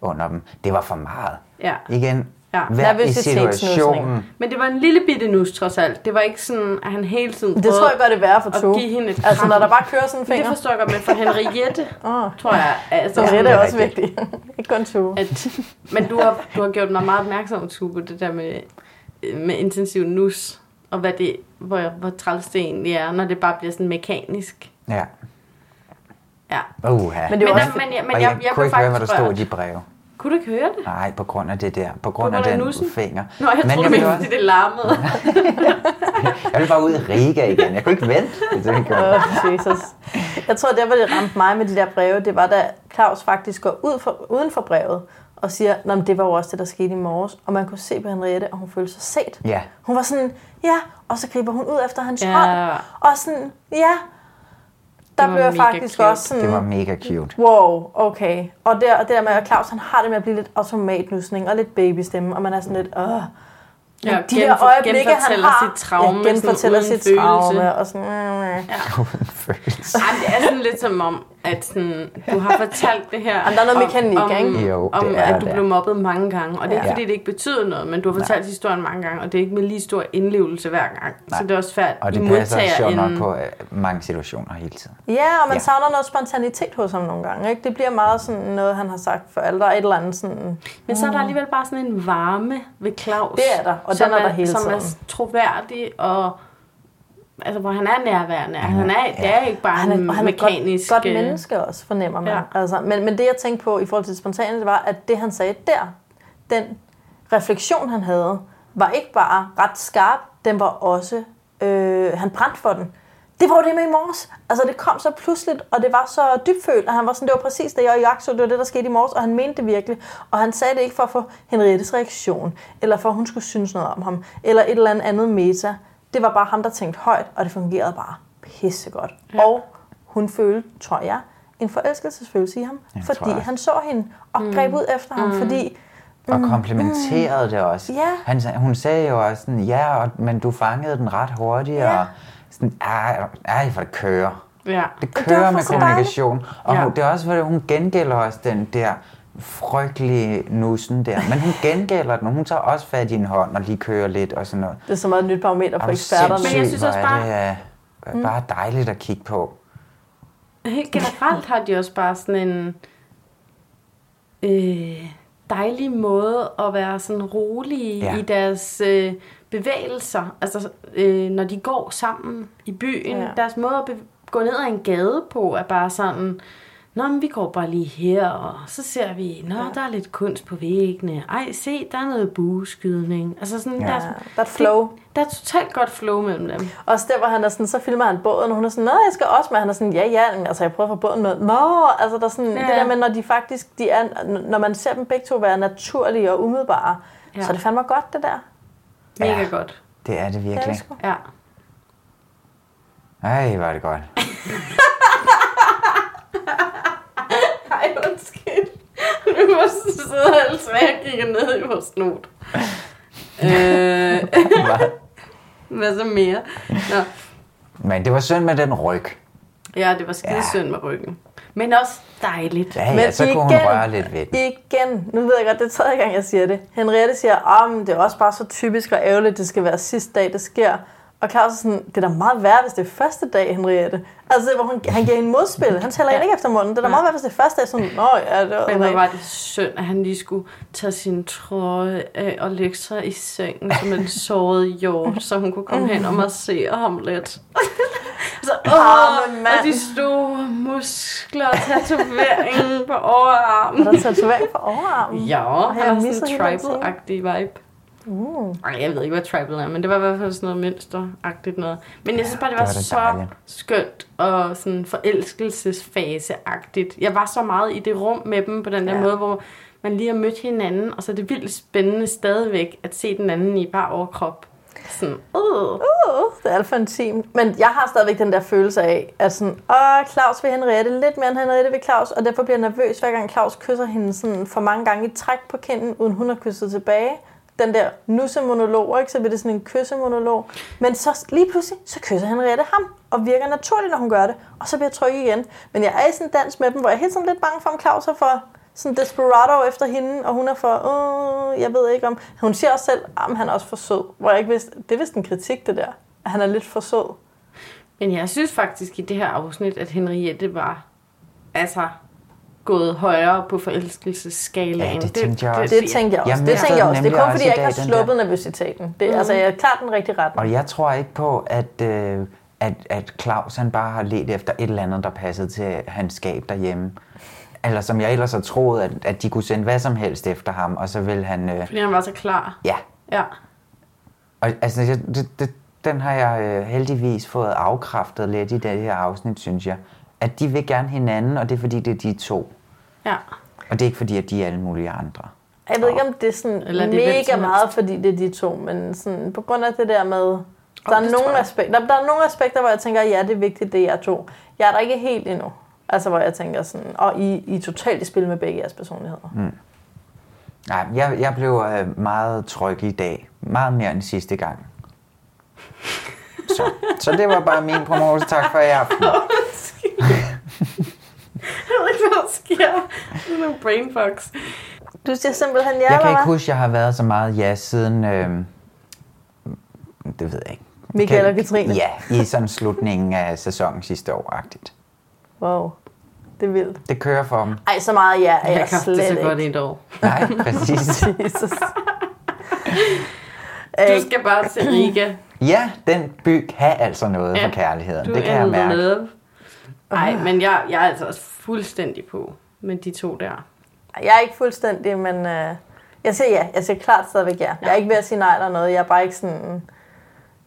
Speaker 12: under dem. Det var for meget.
Speaker 8: Ja.
Speaker 12: Igen,
Speaker 8: Ja.
Speaker 12: hvad i situationen?
Speaker 8: Men det var en lille bitte nus, trods alt. Det var ikke sådan, at han hele tiden
Speaker 13: Det tror jeg gør det værre for
Speaker 8: at
Speaker 13: Tue.
Speaker 8: give hende et
Speaker 13: Altså,
Speaker 8: kram.
Speaker 13: når der bare kører sådan en
Speaker 8: Men
Speaker 13: finger.
Speaker 8: Det forstår jeg godt, men
Speaker 13: [LAUGHS]
Speaker 8: for Henriette, tror jeg... Altså,
Speaker 13: Henriette er også
Speaker 8: vigtig.
Speaker 13: [LAUGHS] Ikke kun Tue.
Speaker 8: At, men du har, du har gjort mig meget opmærksom, Tue, på det der med, med intensiv nus, og hvad det, hvor, hvor træls det egentlig er, når det bare bliver sådan mekanisk.
Speaker 12: Ja.
Speaker 8: Ja.
Speaker 12: Uha.
Speaker 8: Men det var Men der- også- men jeg- men
Speaker 12: og jeg,
Speaker 8: jeg- jeg
Speaker 12: kunne
Speaker 8: blev
Speaker 12: ikke høre, hvad der
Speaker 8: faktisk
Speaker 12: stod i
Speaker 8: rørt.
Speaker 12: de breve.
Speaker 8: Kunne du ikke høre det?
Speaker 12: Nej, på grund af det der. På grund,
Speaker 8: grund af
Speaker 12: af den
Speaker 8: nussen?
Speaker 12: finger.
Speaker 8: Nå, jeg
Speaker 12: men
Speaker 8: troede,
Speaker 12: jeg,
Speaker 8: men
Speaker 12: ville
Speaker 8: jeg
Speaker 12: også,
Speaker 8: det, det larmede.
Speaker 12: jeg ville bare ud i Riga igen. Jeg kunne ikke vente. til det kom.
Speaker 13: Åh, Jesus. Jeg tror, der hvor det ramte mig med de der breve, det var da Claus faktisk går ud for, uden for brevet og siger, Nå, men det var jo også det, der skete i morges. Og man kunne se på Henriette, og hun følte sig set.
Speaker 12: Ja.
Speaker 13: Hun var sådan, ja, og så griber hun ud efter hans
Speaker 8: Ja.
Speaker 13: ja. hånd. Og sådan, ja. Der
Speaker 8: var
Speaker 13: blev jeg
Speaker 8: mega
Speaker 13: faktisk
Speaker 8: cute.
Speaker 13: også sådan,
Speaker 12: Det var mega cute. [LAUGHS]
Speaker 13: wow, okay. Og der, og det der med, at Claus han har det med at blive lidt automatnussning og lidt babystemme, og man er sådan lidt, åh. Men
Speaker 8: Ja,
Speaker 13: de der
Speaker 8: genfor-
Speaker 13: øjeblikke, han
Speaker 8: genfortæller
Speaker 13: har,
Speaker 8: sit traume,
Speaker 13: ja,
Speaker 8: sådan
Speaker 13: genfortæller
Speaker 8: uden
Speaker 13: sit traume,
Speaker 8: følelse.
Speaker 13: og sådan, mm, mm.
Speaker 8: Ej, men det er sådan lidt som om, at sådan, du har fortalt det her.
Speaker 13: Jamen, der er noget
Speaker 8: om-
Speaker 13: mekanik,
Speaker 8: om,
Speaker 13: ikke? Jo,
Speaker 8: om,
Speaker 13: det er
Speaker 8: at du
Speaker 13: der.
Speaker 8: blev mobbet mange gange. Og det er ikke,
Speaker 13: Ja.
Speaker 8: fordi det ikke betyder noget, men du har fortalt historien mange gange, og det er ikke med lige stor indlevelse hver gang. Nej. Så det er også svært,
Speaker 12: Og
Speaker 8: I
Speaker 12: det passer
Speaker 8: modtager
Speaker 12: sjovt
Speaker 8: en-
Speaker 12: nok på øh, mange situationer hele tiden.
Speaker 13: Ja, og man
Speaker 12: Ja.
Speaker 13: ja. savner noget spontanitet hos ham nogle gange. Ikke? Det bliver meget sådan noget, han har sagt for alle. Der er et eller andet sådan...
Speaker 8: Men så er der alligevel bare sådan en varme ved Claus.
Speaker 13: Det er der, og
Speaker 8: som
Speaker 13: den er der hele
Speaker 8: som
Speaker 13: tiden.
Speaker 8: er troværdig, og altså, hvor han er nærværende. Han er, det er ikke bare
Speaker 13: han
Speaker 8: en
Speaker 13: er, og han er et
Speaker 8: mekanisk...
Speaker 13: godt, godt
Speaker 8: øh,
Speaker 13: menneske også, fornemmer man.
Speaker 8: Ja.
Speaker 13: Ja. Altså, men, men det, jeg tænkte på i forhold til det spontane, det var, at det, han sagde der, den refleksion, han havde, var ikke bare ret skarp, den var også... Øh, han brændte for den. Det var jo det med i morges. Altså, det kom så pludseligt, og det var så dybfølt, og han var sådan, det var præcis det, jeg jagtede, det var det, der skete i morges, og han mente det virkelig. Og han sagde det ikke for at få Henriettes reaktion, eller for at hun skulle synes noget om ham, eller et eller andet andet meta. Det var bare ham, der tænkte højt, og det fungerede bare pissegodt. Ja. Og hun følte, tror jeg, en forelskelsesfølelse i ham,
Speaker 12: Jeg tror
Speaker 13: fordi
Speaker 12: også.
Speaker 13: han så hende og mm. greb ud efter ham,
Speaker 12: Mm.
Speaker 13: mm. fordi...
Speaker 12: Og
Speaker 13: mm,
Speaker 12: komplementerede det også.
Speaker 13: Ja.
Speaker 12: Han, sag- hun sagde jo også sådan, ja, og, men du fangede den ret hurtigt, ja. og sådan, ej, ej, for det kører.
Speaker 8: Ja.
Speaker 12: Det
Speaker 13: var
Speaker 12: kører
Speaker 13: for
Speaker 12: med
Speaker 13: så dejligt.
Speaker 12: kommunikation. Og
Speaker 13: Ja.
Speaker 12: ja. hun, det er også, fordi hun gengælder også den der frygtelige nussen der. Men hun gengælder den, og hun tager også fat i en hånd og lige kører lidt og sådan noget.
Speaker 13: Det er så meget et nyt barometer
Speaker 12: Er
Speaker 13: for
Speaker 12: du
Speaker 13: eksperterne.
Speaker 12: sindssyg, hvor er Det,
Speaker 8: Mm.
Speaker 12: uh, bare dejligt at kigge på.
Speaker 8: Helt generelt har de også bare sådan en øh, dejlig måde at være sådan rolige ja.
Speaker 12: Ja.
Speaker 8: i deres øh, bevægelser. Altså, øh, når de går sammen i byen, ja.
Speaker 13: Ja.
Speaker 8: deres måde at bev- gå ned ad en gade på er bare sådan... Nå, men vi går bare lige her, og så ser vi, nå, ja. der er lidt kunst på væggene. Ej, se, der er noget bueskydning. Altså sådan,
Speaker 13: Ja.
Speaker 8: der,
Speaker 13: Der
Speaker 8: er, sådan-
Speaker 13: er et flow.
Speaker 8: Det, der er totalt godt flow mellem dem.
Speaker 13: Også der, hvor han er sådan, så filmer han båden, og hun er sådan, nej, jeg skal også med. Han er sådan, ja, ja, men altså jeg prøver at få båden med. Nå, altså der er sådan,
Speaker 8: Ja.
Speaker 13: ja. det der med, når de faktisk, de er, når man ser dem begge to være naturlige og umiddelbare,
Speaker 8: Ja.
Speaker 13: ja. så er det fandme godt, det der.
Speaker 8: Mega ja. godt.
Speaker 12: Det er det virkelig.
Speaker 8: Ja.
Speaker 12: Ej, var det godt.
Speaker 8: Ej, undskyld. Nu må jeg sidde og altså, jeg kigger ned i vores not. øh, Hvad så mere? Nå.
Speaker 12: Men det var synd med den ryg.
Speaker 8: Ja, det var skide synd med ryggen. Men også dejligt.
Speaker 12: Ja, ja, så kunne hun røre lidt ved den.
Speaker 13: Igen, nu ved jeg godt, det er tredje gang, jeg siger det. Henriette siger, at det er også bare så typisk og ærgerligt, det skal være sidste dag, det sker. Og Claus er sådan, det er da meget værd, hvis det er første dag, Henriette. Altså, hvor hun, han giver hende modspil. Han tæller hende ikke efter munden. Det er da meget værd, hvis det er første dag. Sådan, Nå, ja, det var
Speaker 8: Men hvor var det synd, at han lige skulle tage sin trøje af og lægge sig i sengen som en såret hjort, så hun kunne komme hen og massere ham lidt. så, åh,
Speaker 13: Arme mand.
Speaker 8: og de store muskler og tatoveringen på overarmen.
Speaker 13: Er der tatovering på overarmen?
Speaker 8: Ja,
Speaker 13: Og
Speaker 8: han har
Speaker 13: misset
Speaker 8: sådan en
Speaker 13: hele den scene.
Speaker 8: tribal-agtig vibe.
Speaker 13: Uh.
Speaker 8: Ej, jeg ved ikke, hvad tribal er, men det var i hvert fald sådan noget mønsteragtigt noget. Men jeg synes bare, det
Speaker 13: Ja,
Speaker 8: var,
Speaker 13: det var da
Speaker 8: så
Speaker 13: dejligt.
Speaker 8: skønt og sådan forelskelsesfaseagtigt. Jeg var så meget i det rum med dem på den der
Speaker 13: Ja.
Speaker 8: måde, hvor man lige har mødt hinanden, og så er det vildt spændende stadigvæk at se den anden i bare overkrop. Sådan, uh.
Speaker 13: Uh, det er alt for intimt. Men jeg har stadigvæk den der følelse af, at sådan, åh, Claus vil Henriette lidt mere, end Henriette vil Claus, og derfor bliver jeg nervøs, hver gang Claus kysser hende sådan for mange gange i træk på kinden, uden hun har kysset tilbage. Den der nusse-monolog, ikke? så bliver det sådan en kyssemonolog. Men så lige pludselig, så kysser Henriette ham, og virker naturligt, når hun gør det, og så bliver jeg tryg igen. Men jeg er i sådan en dans med dem, hvor jeg er helt sådan lidt bange for, om Claus er for sådan desperado efter hende, og hun er for, åh, jeg ved ikke om... Hun siger også selv, at han er også for sød, hvor jeg ikke vidste, det er vist en kritik, det der, at han er lidt for sød.
Speaker 8: Men jeg synes faktisk i det her afsnit, at Henriette var altså gået højere på forelskelsesskalaen.
Speaker 12: Ja, det tænkte jeg også.
Speaker 13: Det tænkte jeg også.
Speaker 12: Jeg
Speaker 13: det tænkte jeg
Speaker 12: mærkede
Speaker 13: også. Det er
Speaker 12: nemlig
Speaker 13: kun fordi,
Speaker 12: også i
Speaker 13: jeg ikke
Speaker 12: dag,
Speaker 13: har
Speaker 12: den der. Mm.
Speaker 13: sluppet nervøsiteten. Det,
Speaker 8: Mhm.
Speaker 13: Altså, jeg er klart den rigtige ret.
Speaker 12: Og jeg tror ikke på, at, øh, at, at Claus han bare har let efter et eller andet, der passede til hans skab derhjemme. Eller som jeg ellers har troet, at, at de kunne sende hvad som helst efter ham, og så vil han... Øh,
Speaker 8: Fordi han var så klar.
Speaker 12: ja,
Speaker 8: Ja.
Speaker 12: og altså, jeg, det, det, den har jeg øh, heldigvis fået afkræftet lidt i det her afsnit, synes jeg. At de vil gerne hinanden, og det er fordi, det er de to.
Speaker 8: Ja.
Speaker 12: Og det er ikke fordi, at de er alle mulige andre.
Speaker 13: Jeg ved ikke, om det er sådan
Speaker 8: Eller
Speaker 13: Eller
Speaker 8: det er hvem
Speaker 13: mega
Speaker 8: som helst.
Speaker 13: meget, fordi det er de to, men sådan, på grund af det der med... Der er,
Speaker 8: det tror
Speaker 13: nogle
Speaker 8: jeg.
Speaker 13: aspekter, der, der er nogle aspekter, hvor jeg tænker, ja, det er vigtigt, det er jer to. Jeg er der ikke helt endnu. Altså, hvor jeg tænker sådan, og I, I er totalt i spil med begge jeres personligheder.
Speaker 12: Mm. Nej, jeg, jeg blev øh, meget tryg i dag. Meget mere end sidste gang. Så, så det var bare min prognose. Tak for i aften.
Speaker 8: [LAUGHS] Jeg ved ikke, hvad der sker. Det er nogle brainfucks.
Speaker 13: Du siger simpelthen ja,
Speaker 12: Jeg
Speaker 13: eller
Speaker 12: kan ikke
Speaker 13: hvad?
Speaker 12: huske, at jeg har været så meget ja siden... Øh, det ved jeg ikke.
Speaker 13: Michael
Speaker 12: Kan-
Speaker 13: og Katrine.
Speaker 12: Ja, i sådan slutningen af sæsonen sidste år-agtigt.
Speaker 13: Wow, det er vildt.
Speaker 12: Det kører for dem.
Speaker 13: Ej, så meget ja, er jeg,
Speaker 8: Jeg har haft
Speaker 13: slet
Speaker 8: det så
Speaker 13: ikke.
Speaker 8: godt i et år.
Speaker 12: Nej, præcis.
Speaker 13: [LAUGHS] Jesus.
Speaker 8: [LAUGHS]
Speaker 12: Øh,
Speaker 8: Du skal bare til
Speaker 12: [CLEARS THROAT]
Speaker 8: Riga.
Speaker 12: Ja, den by kan altså noget
Speaker 8: Ja,
Speaker 12: for kærligheden.
Speaker 8: Du
Speaker 12: det kan
Speaker 8: er
Speaker 12: jeg
Speaker 8: in
Speaker 12: mærke. Ah.
Speaker 8: love. Ej, men jeg, jeg er altså også fuldstændig på med de to der.
Speaker 13: Øh, Jeg er ikke fuldstændig, men øh, jeg siger ja. Jeg siger klart stadigvæk ja. Jeg er ikke ved at sige nej eller noget. Jeg er bare ikke sådan en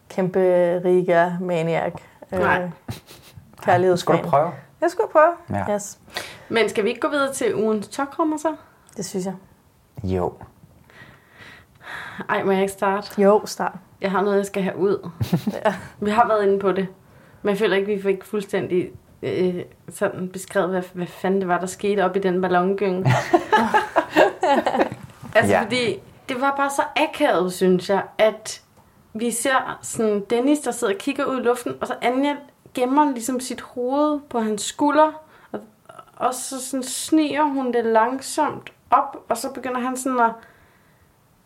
Speaker 13: kæmpe riga maniac øh,
Speaker 8: Nej.
Speaker 13: kærlighedsfan.
Speaker 12: Skal du prøve?
Speaker 13: Jeg skulle prøve.
Speaker 12: Ja.
Speaker 13: Yes.
Speaker 8: Men skal vi ikke gå videre til ugens tokrummer så?
Speaker 13: Det synes jeg.
Speaker 12: Jo.
Speaker 8: Ej, må jeg ikke starte?
Speaker 13: Jo, start.
Speaker 8: Jeg har noget, jeg skal have ud. Vi har været inde på det. Men jeg føler ikke, vi fik fuldstændig øh, sådan beskrevet, hvad, hvad fanden det var, der skete op i den ballongynge. altså, ja.
Speaker 14: Ja.
Speaker 8: fordi det var bare så akavet, synes jeg, at vi ser sådan Dennis, der sidder og kigger ud i luften, og så Anja gemmer ligesom sit hoved på hans skulder, og, og så sådan sniger hun det langsomt op, og så begynder han sådan at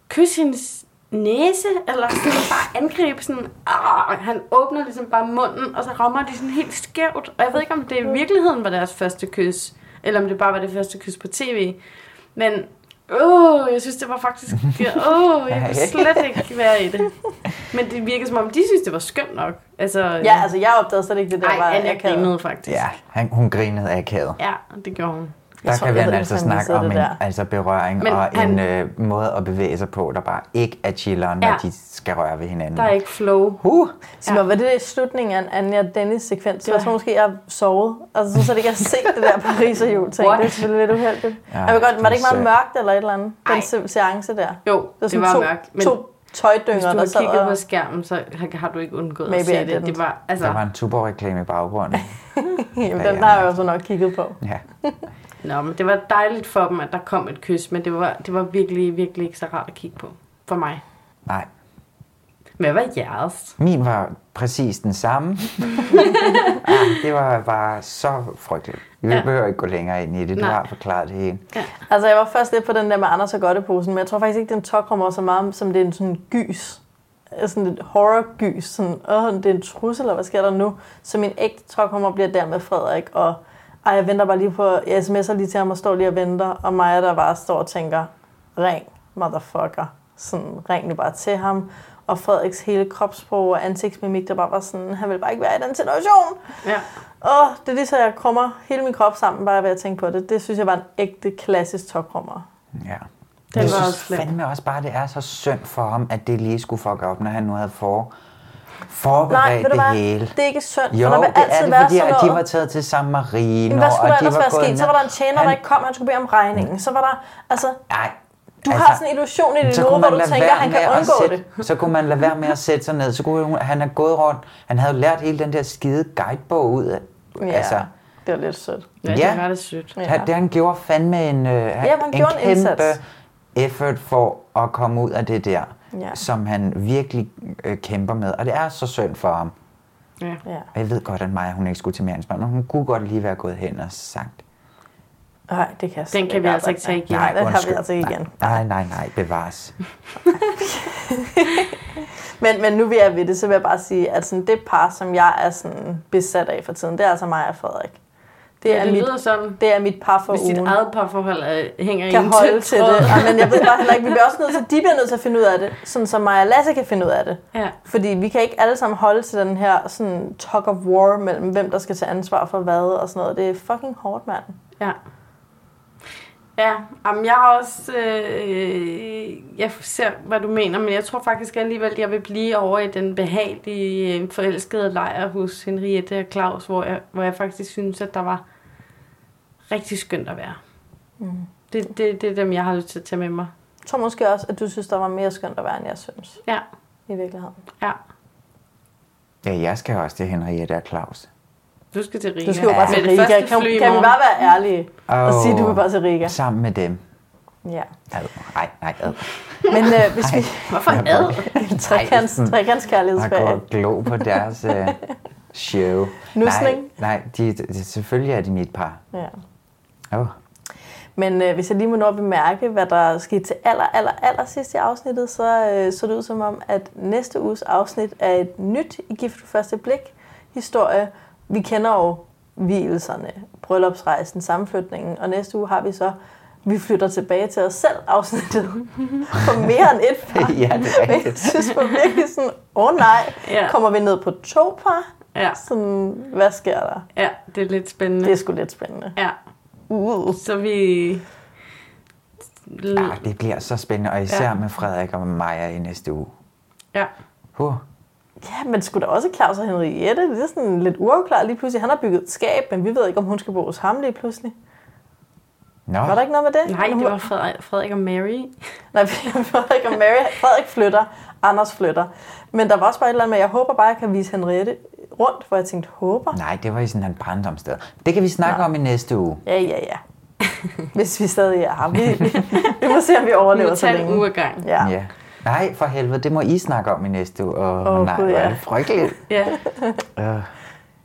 Speaker 8: kysse hendes næse, eller sådan bare angribe sådan, argh, han åbner ligesom bare munden, og så rammer de sådan helt skævt, og jeg ved ikke, om det i virkeligheden var deres første kys, eller om det bare var det første kys på tv, men åh, jeg synes, det var
Speaker 12: [LAUGHS]
Speaker 8: faktisk, åh, jeg vil slet ikke være i det. Men det virker som om, de synes, det var skønt nok. Altså,
Speaker 13: Ja, altså jeg opdagede slet ikke det der
Speaker 8: Ej,
Speaker 13: var
Speaker 8: Anja
Speaker 13: akavet.
Speaker 8: grinede faktisk.
Speaker 12: Ja, han, hun grinede akavet.
Speaker 8: Ja, det gjorde hun.
Speaker 12: Der kan vi
Speaker 13: jeg ved,
Speaker 12: altså
Speaker 13: hvis han
Speaker 12: snakke
Speaker 13: missede
Speaker 12: om
Speaker 13: det
Speaker 12: en
Speaker 13: der.
Speaker 12: altså berøring
Speaker 8: Men
Speaker 12: Men og
Speaker 8: han-
Speaker 12: en øh, måde at bevæge sig på, der bare ikke er chilleren,
Speaker 13: Ja.
Speaker 12: når de skal røre ved hinanden.
Speaker 8: Der er ikke flow.
Speaker 12: Huh.
Speaker 13: Så ja. var det i slutningen af en Anja og Dennis sekvens?
Speaker 8: Det var-
Speaker 13: Jeg tror måske, jeg har sovet. Altså, så slet ikke jeg har set det der Paris og jul ting.
Speaker 8: What?
Speaker 13: Det er selvfølgelig lidt uheldigt.
Speaker 8: Ja,
Speaker 13: Ja, jeg ved godt, var det
Speaker 8: det
Speaker 13: ikke
Speaker 8: er
Speaker 13: meget
Speaker 8: synd.
Speaker 13: mørkt eller et eller andet? Den se- seance der.
Speaker 8: Jo, det,
Speaker 13: sådan
Speaker 8: var
Speaker 13: to,
Speaker 8: mørkt. Men
Speaker 13: to tøjdynger,
Speaker 8: hvis du
Speaker 13: der
Speaker 8: har
Speaker 13: sad
Speaker 8: kigget
Speaker 13: og-
Speaker 8: på skærmen, så har- har du ikke undgået
Speaker 13: Maybe
Speaker 8: at se
Speaker 13: I
Speaker 8: det. Det
Speaker 13: didn't.
Speaker 8: var, altså,
Speaker 12: Der var en tuborg-reklame i
Speaker 13: [LAUGHS]
Speaker 12: baggrunden.
Speaker 13: Jamen, den har jeg jo så nok kigget på.
Speaker 12: Ja.
Speaker 8: Nå, men det var dejligt for dem, at der kom et kys, men det var, det var virkelig, virkelig ikke så rart at kigge på for mig.
Speaker 12: Nej.
Speaker 14: Hvad var jeres?
Speaker 12: Min var præcis den
Speaker 13: [LAUGHS]
Speaker 12: samme. ja, det var bare så frygteligt. Vi
Speaker 13: Ja.
Speaker 12: behøver ikke gå længere ind i det. Du
Speaker 13: Nej.
Speaker 12: har forklaret det hele.
Speaker 13: Ja. Altså, jeg var først lidt på den der med Anders og Godteposen, men jeg tror faktisk ikke, den tokrum var så meget, som det er en sådan gys. Øh, Sådan lidt horror-gys. Sådan, åh, det er en trussel, eller hvad sker der nu? Så min ægte tokrummer bliver der med Frederik, og ej, jeg venter bare lige på, jeg sms'er lige til ham og står lige og venter, og mig der bare står og tænker, ring, motherfucker. Sådan, ring nu bare til ham. Og Frederiks hele kropsprog og ansigtsmimik, der bare var sådan, han vil bare ikke være i den situation.
Speaker 14: Ja.
Speaker 13: Åh, det er lige så, jeg krummer hele min krop sammen, bare ved at tænke på det. Det synes jeg var en ægte klassisk tokrummer.
Speaker 12: Ja.
Speaker 13: Den
Speaker 12: jeg
Speaker 13: var
Speaker 12: synes
Speaker 13: også slem.
Speaker 12: fandme også bare, det er så synd for ham, at det lige skulle fuck op, når han nu havde for,
Speaker 13: Nej,
Speaker 12: forberedt
Speaker 13: ved du
Speaker 12: det
Speaker 13: hvad?
Speaker 12: hele.
Speaker 13: Det er ikke synd,
Speaker 12: jo,
Speaker 13: for der vil
Speaker 12: det
Speaker 13: altid
Speaker 12: er det,
Speaker 13: være
Speaker 12: fordi
Speaker 13: sådan
Speaker 12: at
Speaker 13: noget.
Speaker 12: de var taget til San Marino,
Speaker 13: Jamen, hvad skulle
Speaker 12: og
Speaker 13: der
Speaker 12: de
Speaker 13: ellers
Speaker 12: var
Speaker 13: være
Speaker 12: gået
Speaker 13: sket?
Speaker 12: ned-
Speaker 13: Så var der en tjener, han...
Speaker 12: Han-
Speaker 13: der ikke kom, han skulle bede om regningen. Så var der, altså...
Speaker 12: Nej.
Speaker 13: Du
Speaker 12: altså,
Speaker 13: har sådan en illusion i dit hoved, hvor du tænker, han kan
Speaker 12: med at
Speaker 13: undgå det.
Speaker 12: sætte, Så kunne man lade være med at sætte sig ned. Så kunne hun, han have gået rundt. Han havde lært hele den der skide guidebog ud af.
Speaker 13: Ja,
Speaker 12: altså.
Speaker 13: det var lidt sødt.
Speaker 12: Ja, det var
Speaker 14: det sødt.
Speaker 12: Ja. Han, det, han gjorde fandme en, øh, ja,
Speaker 13: han
Speaker 12: en
Speaker 13: gjorde en
Speaker 12: kæmpe
Speaker 13: indsats.
Speaker 12: effort for at komme ud af det der,
Speaker 13: Ja.
Speaker 12: ja. som han virkelig øh, kæmper med. Og det er så synd for ham.
Speaker 14: Ja.
Speaker 13: ja.
Speaker 12: Og jeg ved godt, at Maja, hun ikke skulle til mere men hun kunne godt lige være gået hen og sagt.
Speaker 13: Nej, det kan jeg
Speaker 14: Den
Speaker 13: slet
Speaker 14: kan vi altså
Speaker 13: arbejde
Speaker 14: ikke tage
Speaker 13: med.
Speaker 14: igen.
Speaker 13: Nej, den har vi
Speaker 12: undskyld.
Speaker 13: altså ikke igen.
Speaker 12: Nej, nej, nej, bevares.
Speaker 13: Men, men nu vi er ved det, så vil jeg bare sige, at sådan det par, som jeg er sådan besat af for tiden, det er altså mig og Frederik.
Speaker 14: Ja, det lyder sådan.
Speaker 13: det er mit par for
Speaker 14: Hvis
Speaker 13: ugen.
Speaker 14: dit eget parforhold
Speaker 8: øh,
Speaker 14: er, hænger i
Speaker 13: kan
Speaker 14: en
Speaker 13: holde
Speaker 14: tynd
Speaker 13: til
Speaker 14: tråd.
Speaker 13: det. Ej, men jeg ved bare heller ikke, vi bliver også nødt til, de bliver nødt til at finde ud af det, sådan som mig og Lasse kan finde ud af det.
Speaker 14: Ja.
Speaker 13: Fordi vi kan ikke alle sammen holde til den her sådan talk of war mellem, hvem der skal tage ansvar for hvad og sådan noget. Det er fucking hårdt, mand.
Speaker 14: Ja. Ja, jamen jeg har også, øh, jeg ser, hvad du mener, men jeg tror faktisk alligevel, jeg vil blive over i den behagelige øh, forelskede lejr hos Henriette og Claus, hvor jeg, hvor jeg faktisk synes, at der var rigtig skønt at være.
Speaker 13: Mm.
Speaker 14: Det, det, det er dem, jeg har lyst til at tage med mig.
Speaker 13: Jeg tror måske også, at du synes, der var mere skønt at være, end jeg synes.
Speaker 14: Ja.
Speaker 13: I virkeligheden.
Speaker 14: Ja.
Speaker 12: Ja, jeg skal også til Henriette og Claus.
Speaker 14: Du skal til Riga.
Speaker 13: Du skal jo bare til
Speaker 14: Med det
Speaker 13: Riga.
Speaker 14: første
Speaker 13: Kan,
Speaker 14: fly i
Speaker 13: kan vi
Speaker 14: morgen.
Speaker 13: bare være ærlige og
Speaker 12: Åh,
Speaker 13: sige, at du vil bare til Riga?
Speaker 12: Sammen med dem.
Speaker 13: Ja.
Speaker 12: Ad. Nej, nej, ad.
Speaker 13: Men øh, hvis vi...
Speaker 14: Hvorfor ad?
Speaker 13: [LAUGHS] Trekants,
Speaker 12: Jeg går
Speaker 13: trekantskærlighedsfag.
Speaker 12: og glo på deres øh, show.
Speaker 13: Nusning?
Speaker 12: Nej, nej de, de, selvfølgelig er de mit par.
Speaker 13: Ja.
Speaker 12: Åh, oh,
Speaker 13: Men øh, hvis jeg lige må nå at bemærke, hvad der skete til aller, aller, aller sidst i afsnittet, så øh, så det ud som om, at næste uges afsnit er et nyt i gift ved første blik historie. Vi kender jo hvilelserne, bryllupsrejsen, sammenflytningen, og næste uge har vi så vi flytter tilbage til os selv afsnittet [LAUGHS] for mere end et par.
Speaker 12: [LAUGHS] ja, det er
Speaker 13: Men jeg
Speaker 12: rigtigt.
Speaker 13: synes på virkelig sådan, åh oh, nej,
Speaker 14: Ja.
Speaker 13: kommer vi ned på to par?
Speaker 14: Ja.
Speaker 13: Sådan, hvad sker der?
Speaker 14: Ja, det er lidt spændende.
Speaker 13: Det er sgu lidt spændende.
Speaker 14: Ja.
Speaker 13: Uh.
Speaker 14: Så vi...
Speaker 12: Ah, det bliver så spændende, og især
Speaker 13: Mm. Ja.
Speaker 12: ja. med Frederik og Maja i næste uge.
Speaker 14: Ja.
Speaker 12: Huh.
Speaker 13: Ja, men skulle da også Claus og Henriette? Det er sådan lidt uafklaret lige pludselig. Han har bygget et skab, men vi ved ikke, om hun skal bo hos ham lige pludselig.
Speaker 12: Nå.
Speaker 13: Var der ikke noget med det?
Speaker 14: Nej,
Speaker 13: Hun-
Speaker 14: det var Frederik, Frederik og Mary.
Speaker 13: Nej, [LAUGHS] Frederik og Mary. Frederik flytter, Anders flytter. Men der var også bare et eller andet med, jeg håber bare, jeg kan vise Henriette rundt, hvor jeg tænkte, håber?
Speaker 12: Nej, det var i sådan en brændomsted. Det kan vi snakke om i næste uge.
Speaker 13: Ja, ja, ja. Hvis vi stadig er her. Vi, vi må se, om vi overlever
Speaker 14: Vi må
Speaker 13: så
Speaker 14: tage en
Speaker 13: længe.
Speaker 14: uge ad gangen.
Speaker 13: Ja.
Speaker 12: ja. Nej, for helvede, det må I snakke om i næste uge. Åh,
Speaker 13: Åh,
Speaker 12: oh, nej,
Speaker 13: Gud,
Speaker 12: hvor
Speaker 13: ja.
Speaker 12: er det frygteligt.
Speaker 14: Ja.
Speaker 12: Uh,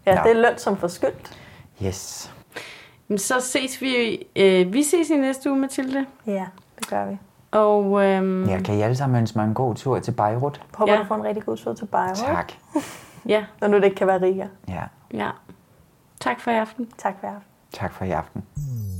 Speaker 13: ja, det er løn som forskyldt.
Speaker 12: Yes.
Speaker 14: Men så ses vi... Øh, vi ses i næste uge, Mathilde.
Speaker 13: Ja, det gør vi.
Speaker 14: Og... Øhm,
Speaker 12: Ja, kan I alle sammen ønske mig en god tur til Beirut?
Speaker 13: Håber,
Speaker 14: Ja.
Speaker 13: ja. du får en rigtig god tur til Bayern.
Speaker 12: Tak.
Speaker 14: Ja.
Speaker 13: Når nu det ikke kan være Riga.
Speaker 12: Ja,
Speaker 14: ja. Tak for i aften.
Speaker 13: Tak for i aften.
Speaker 12: tak for i aften.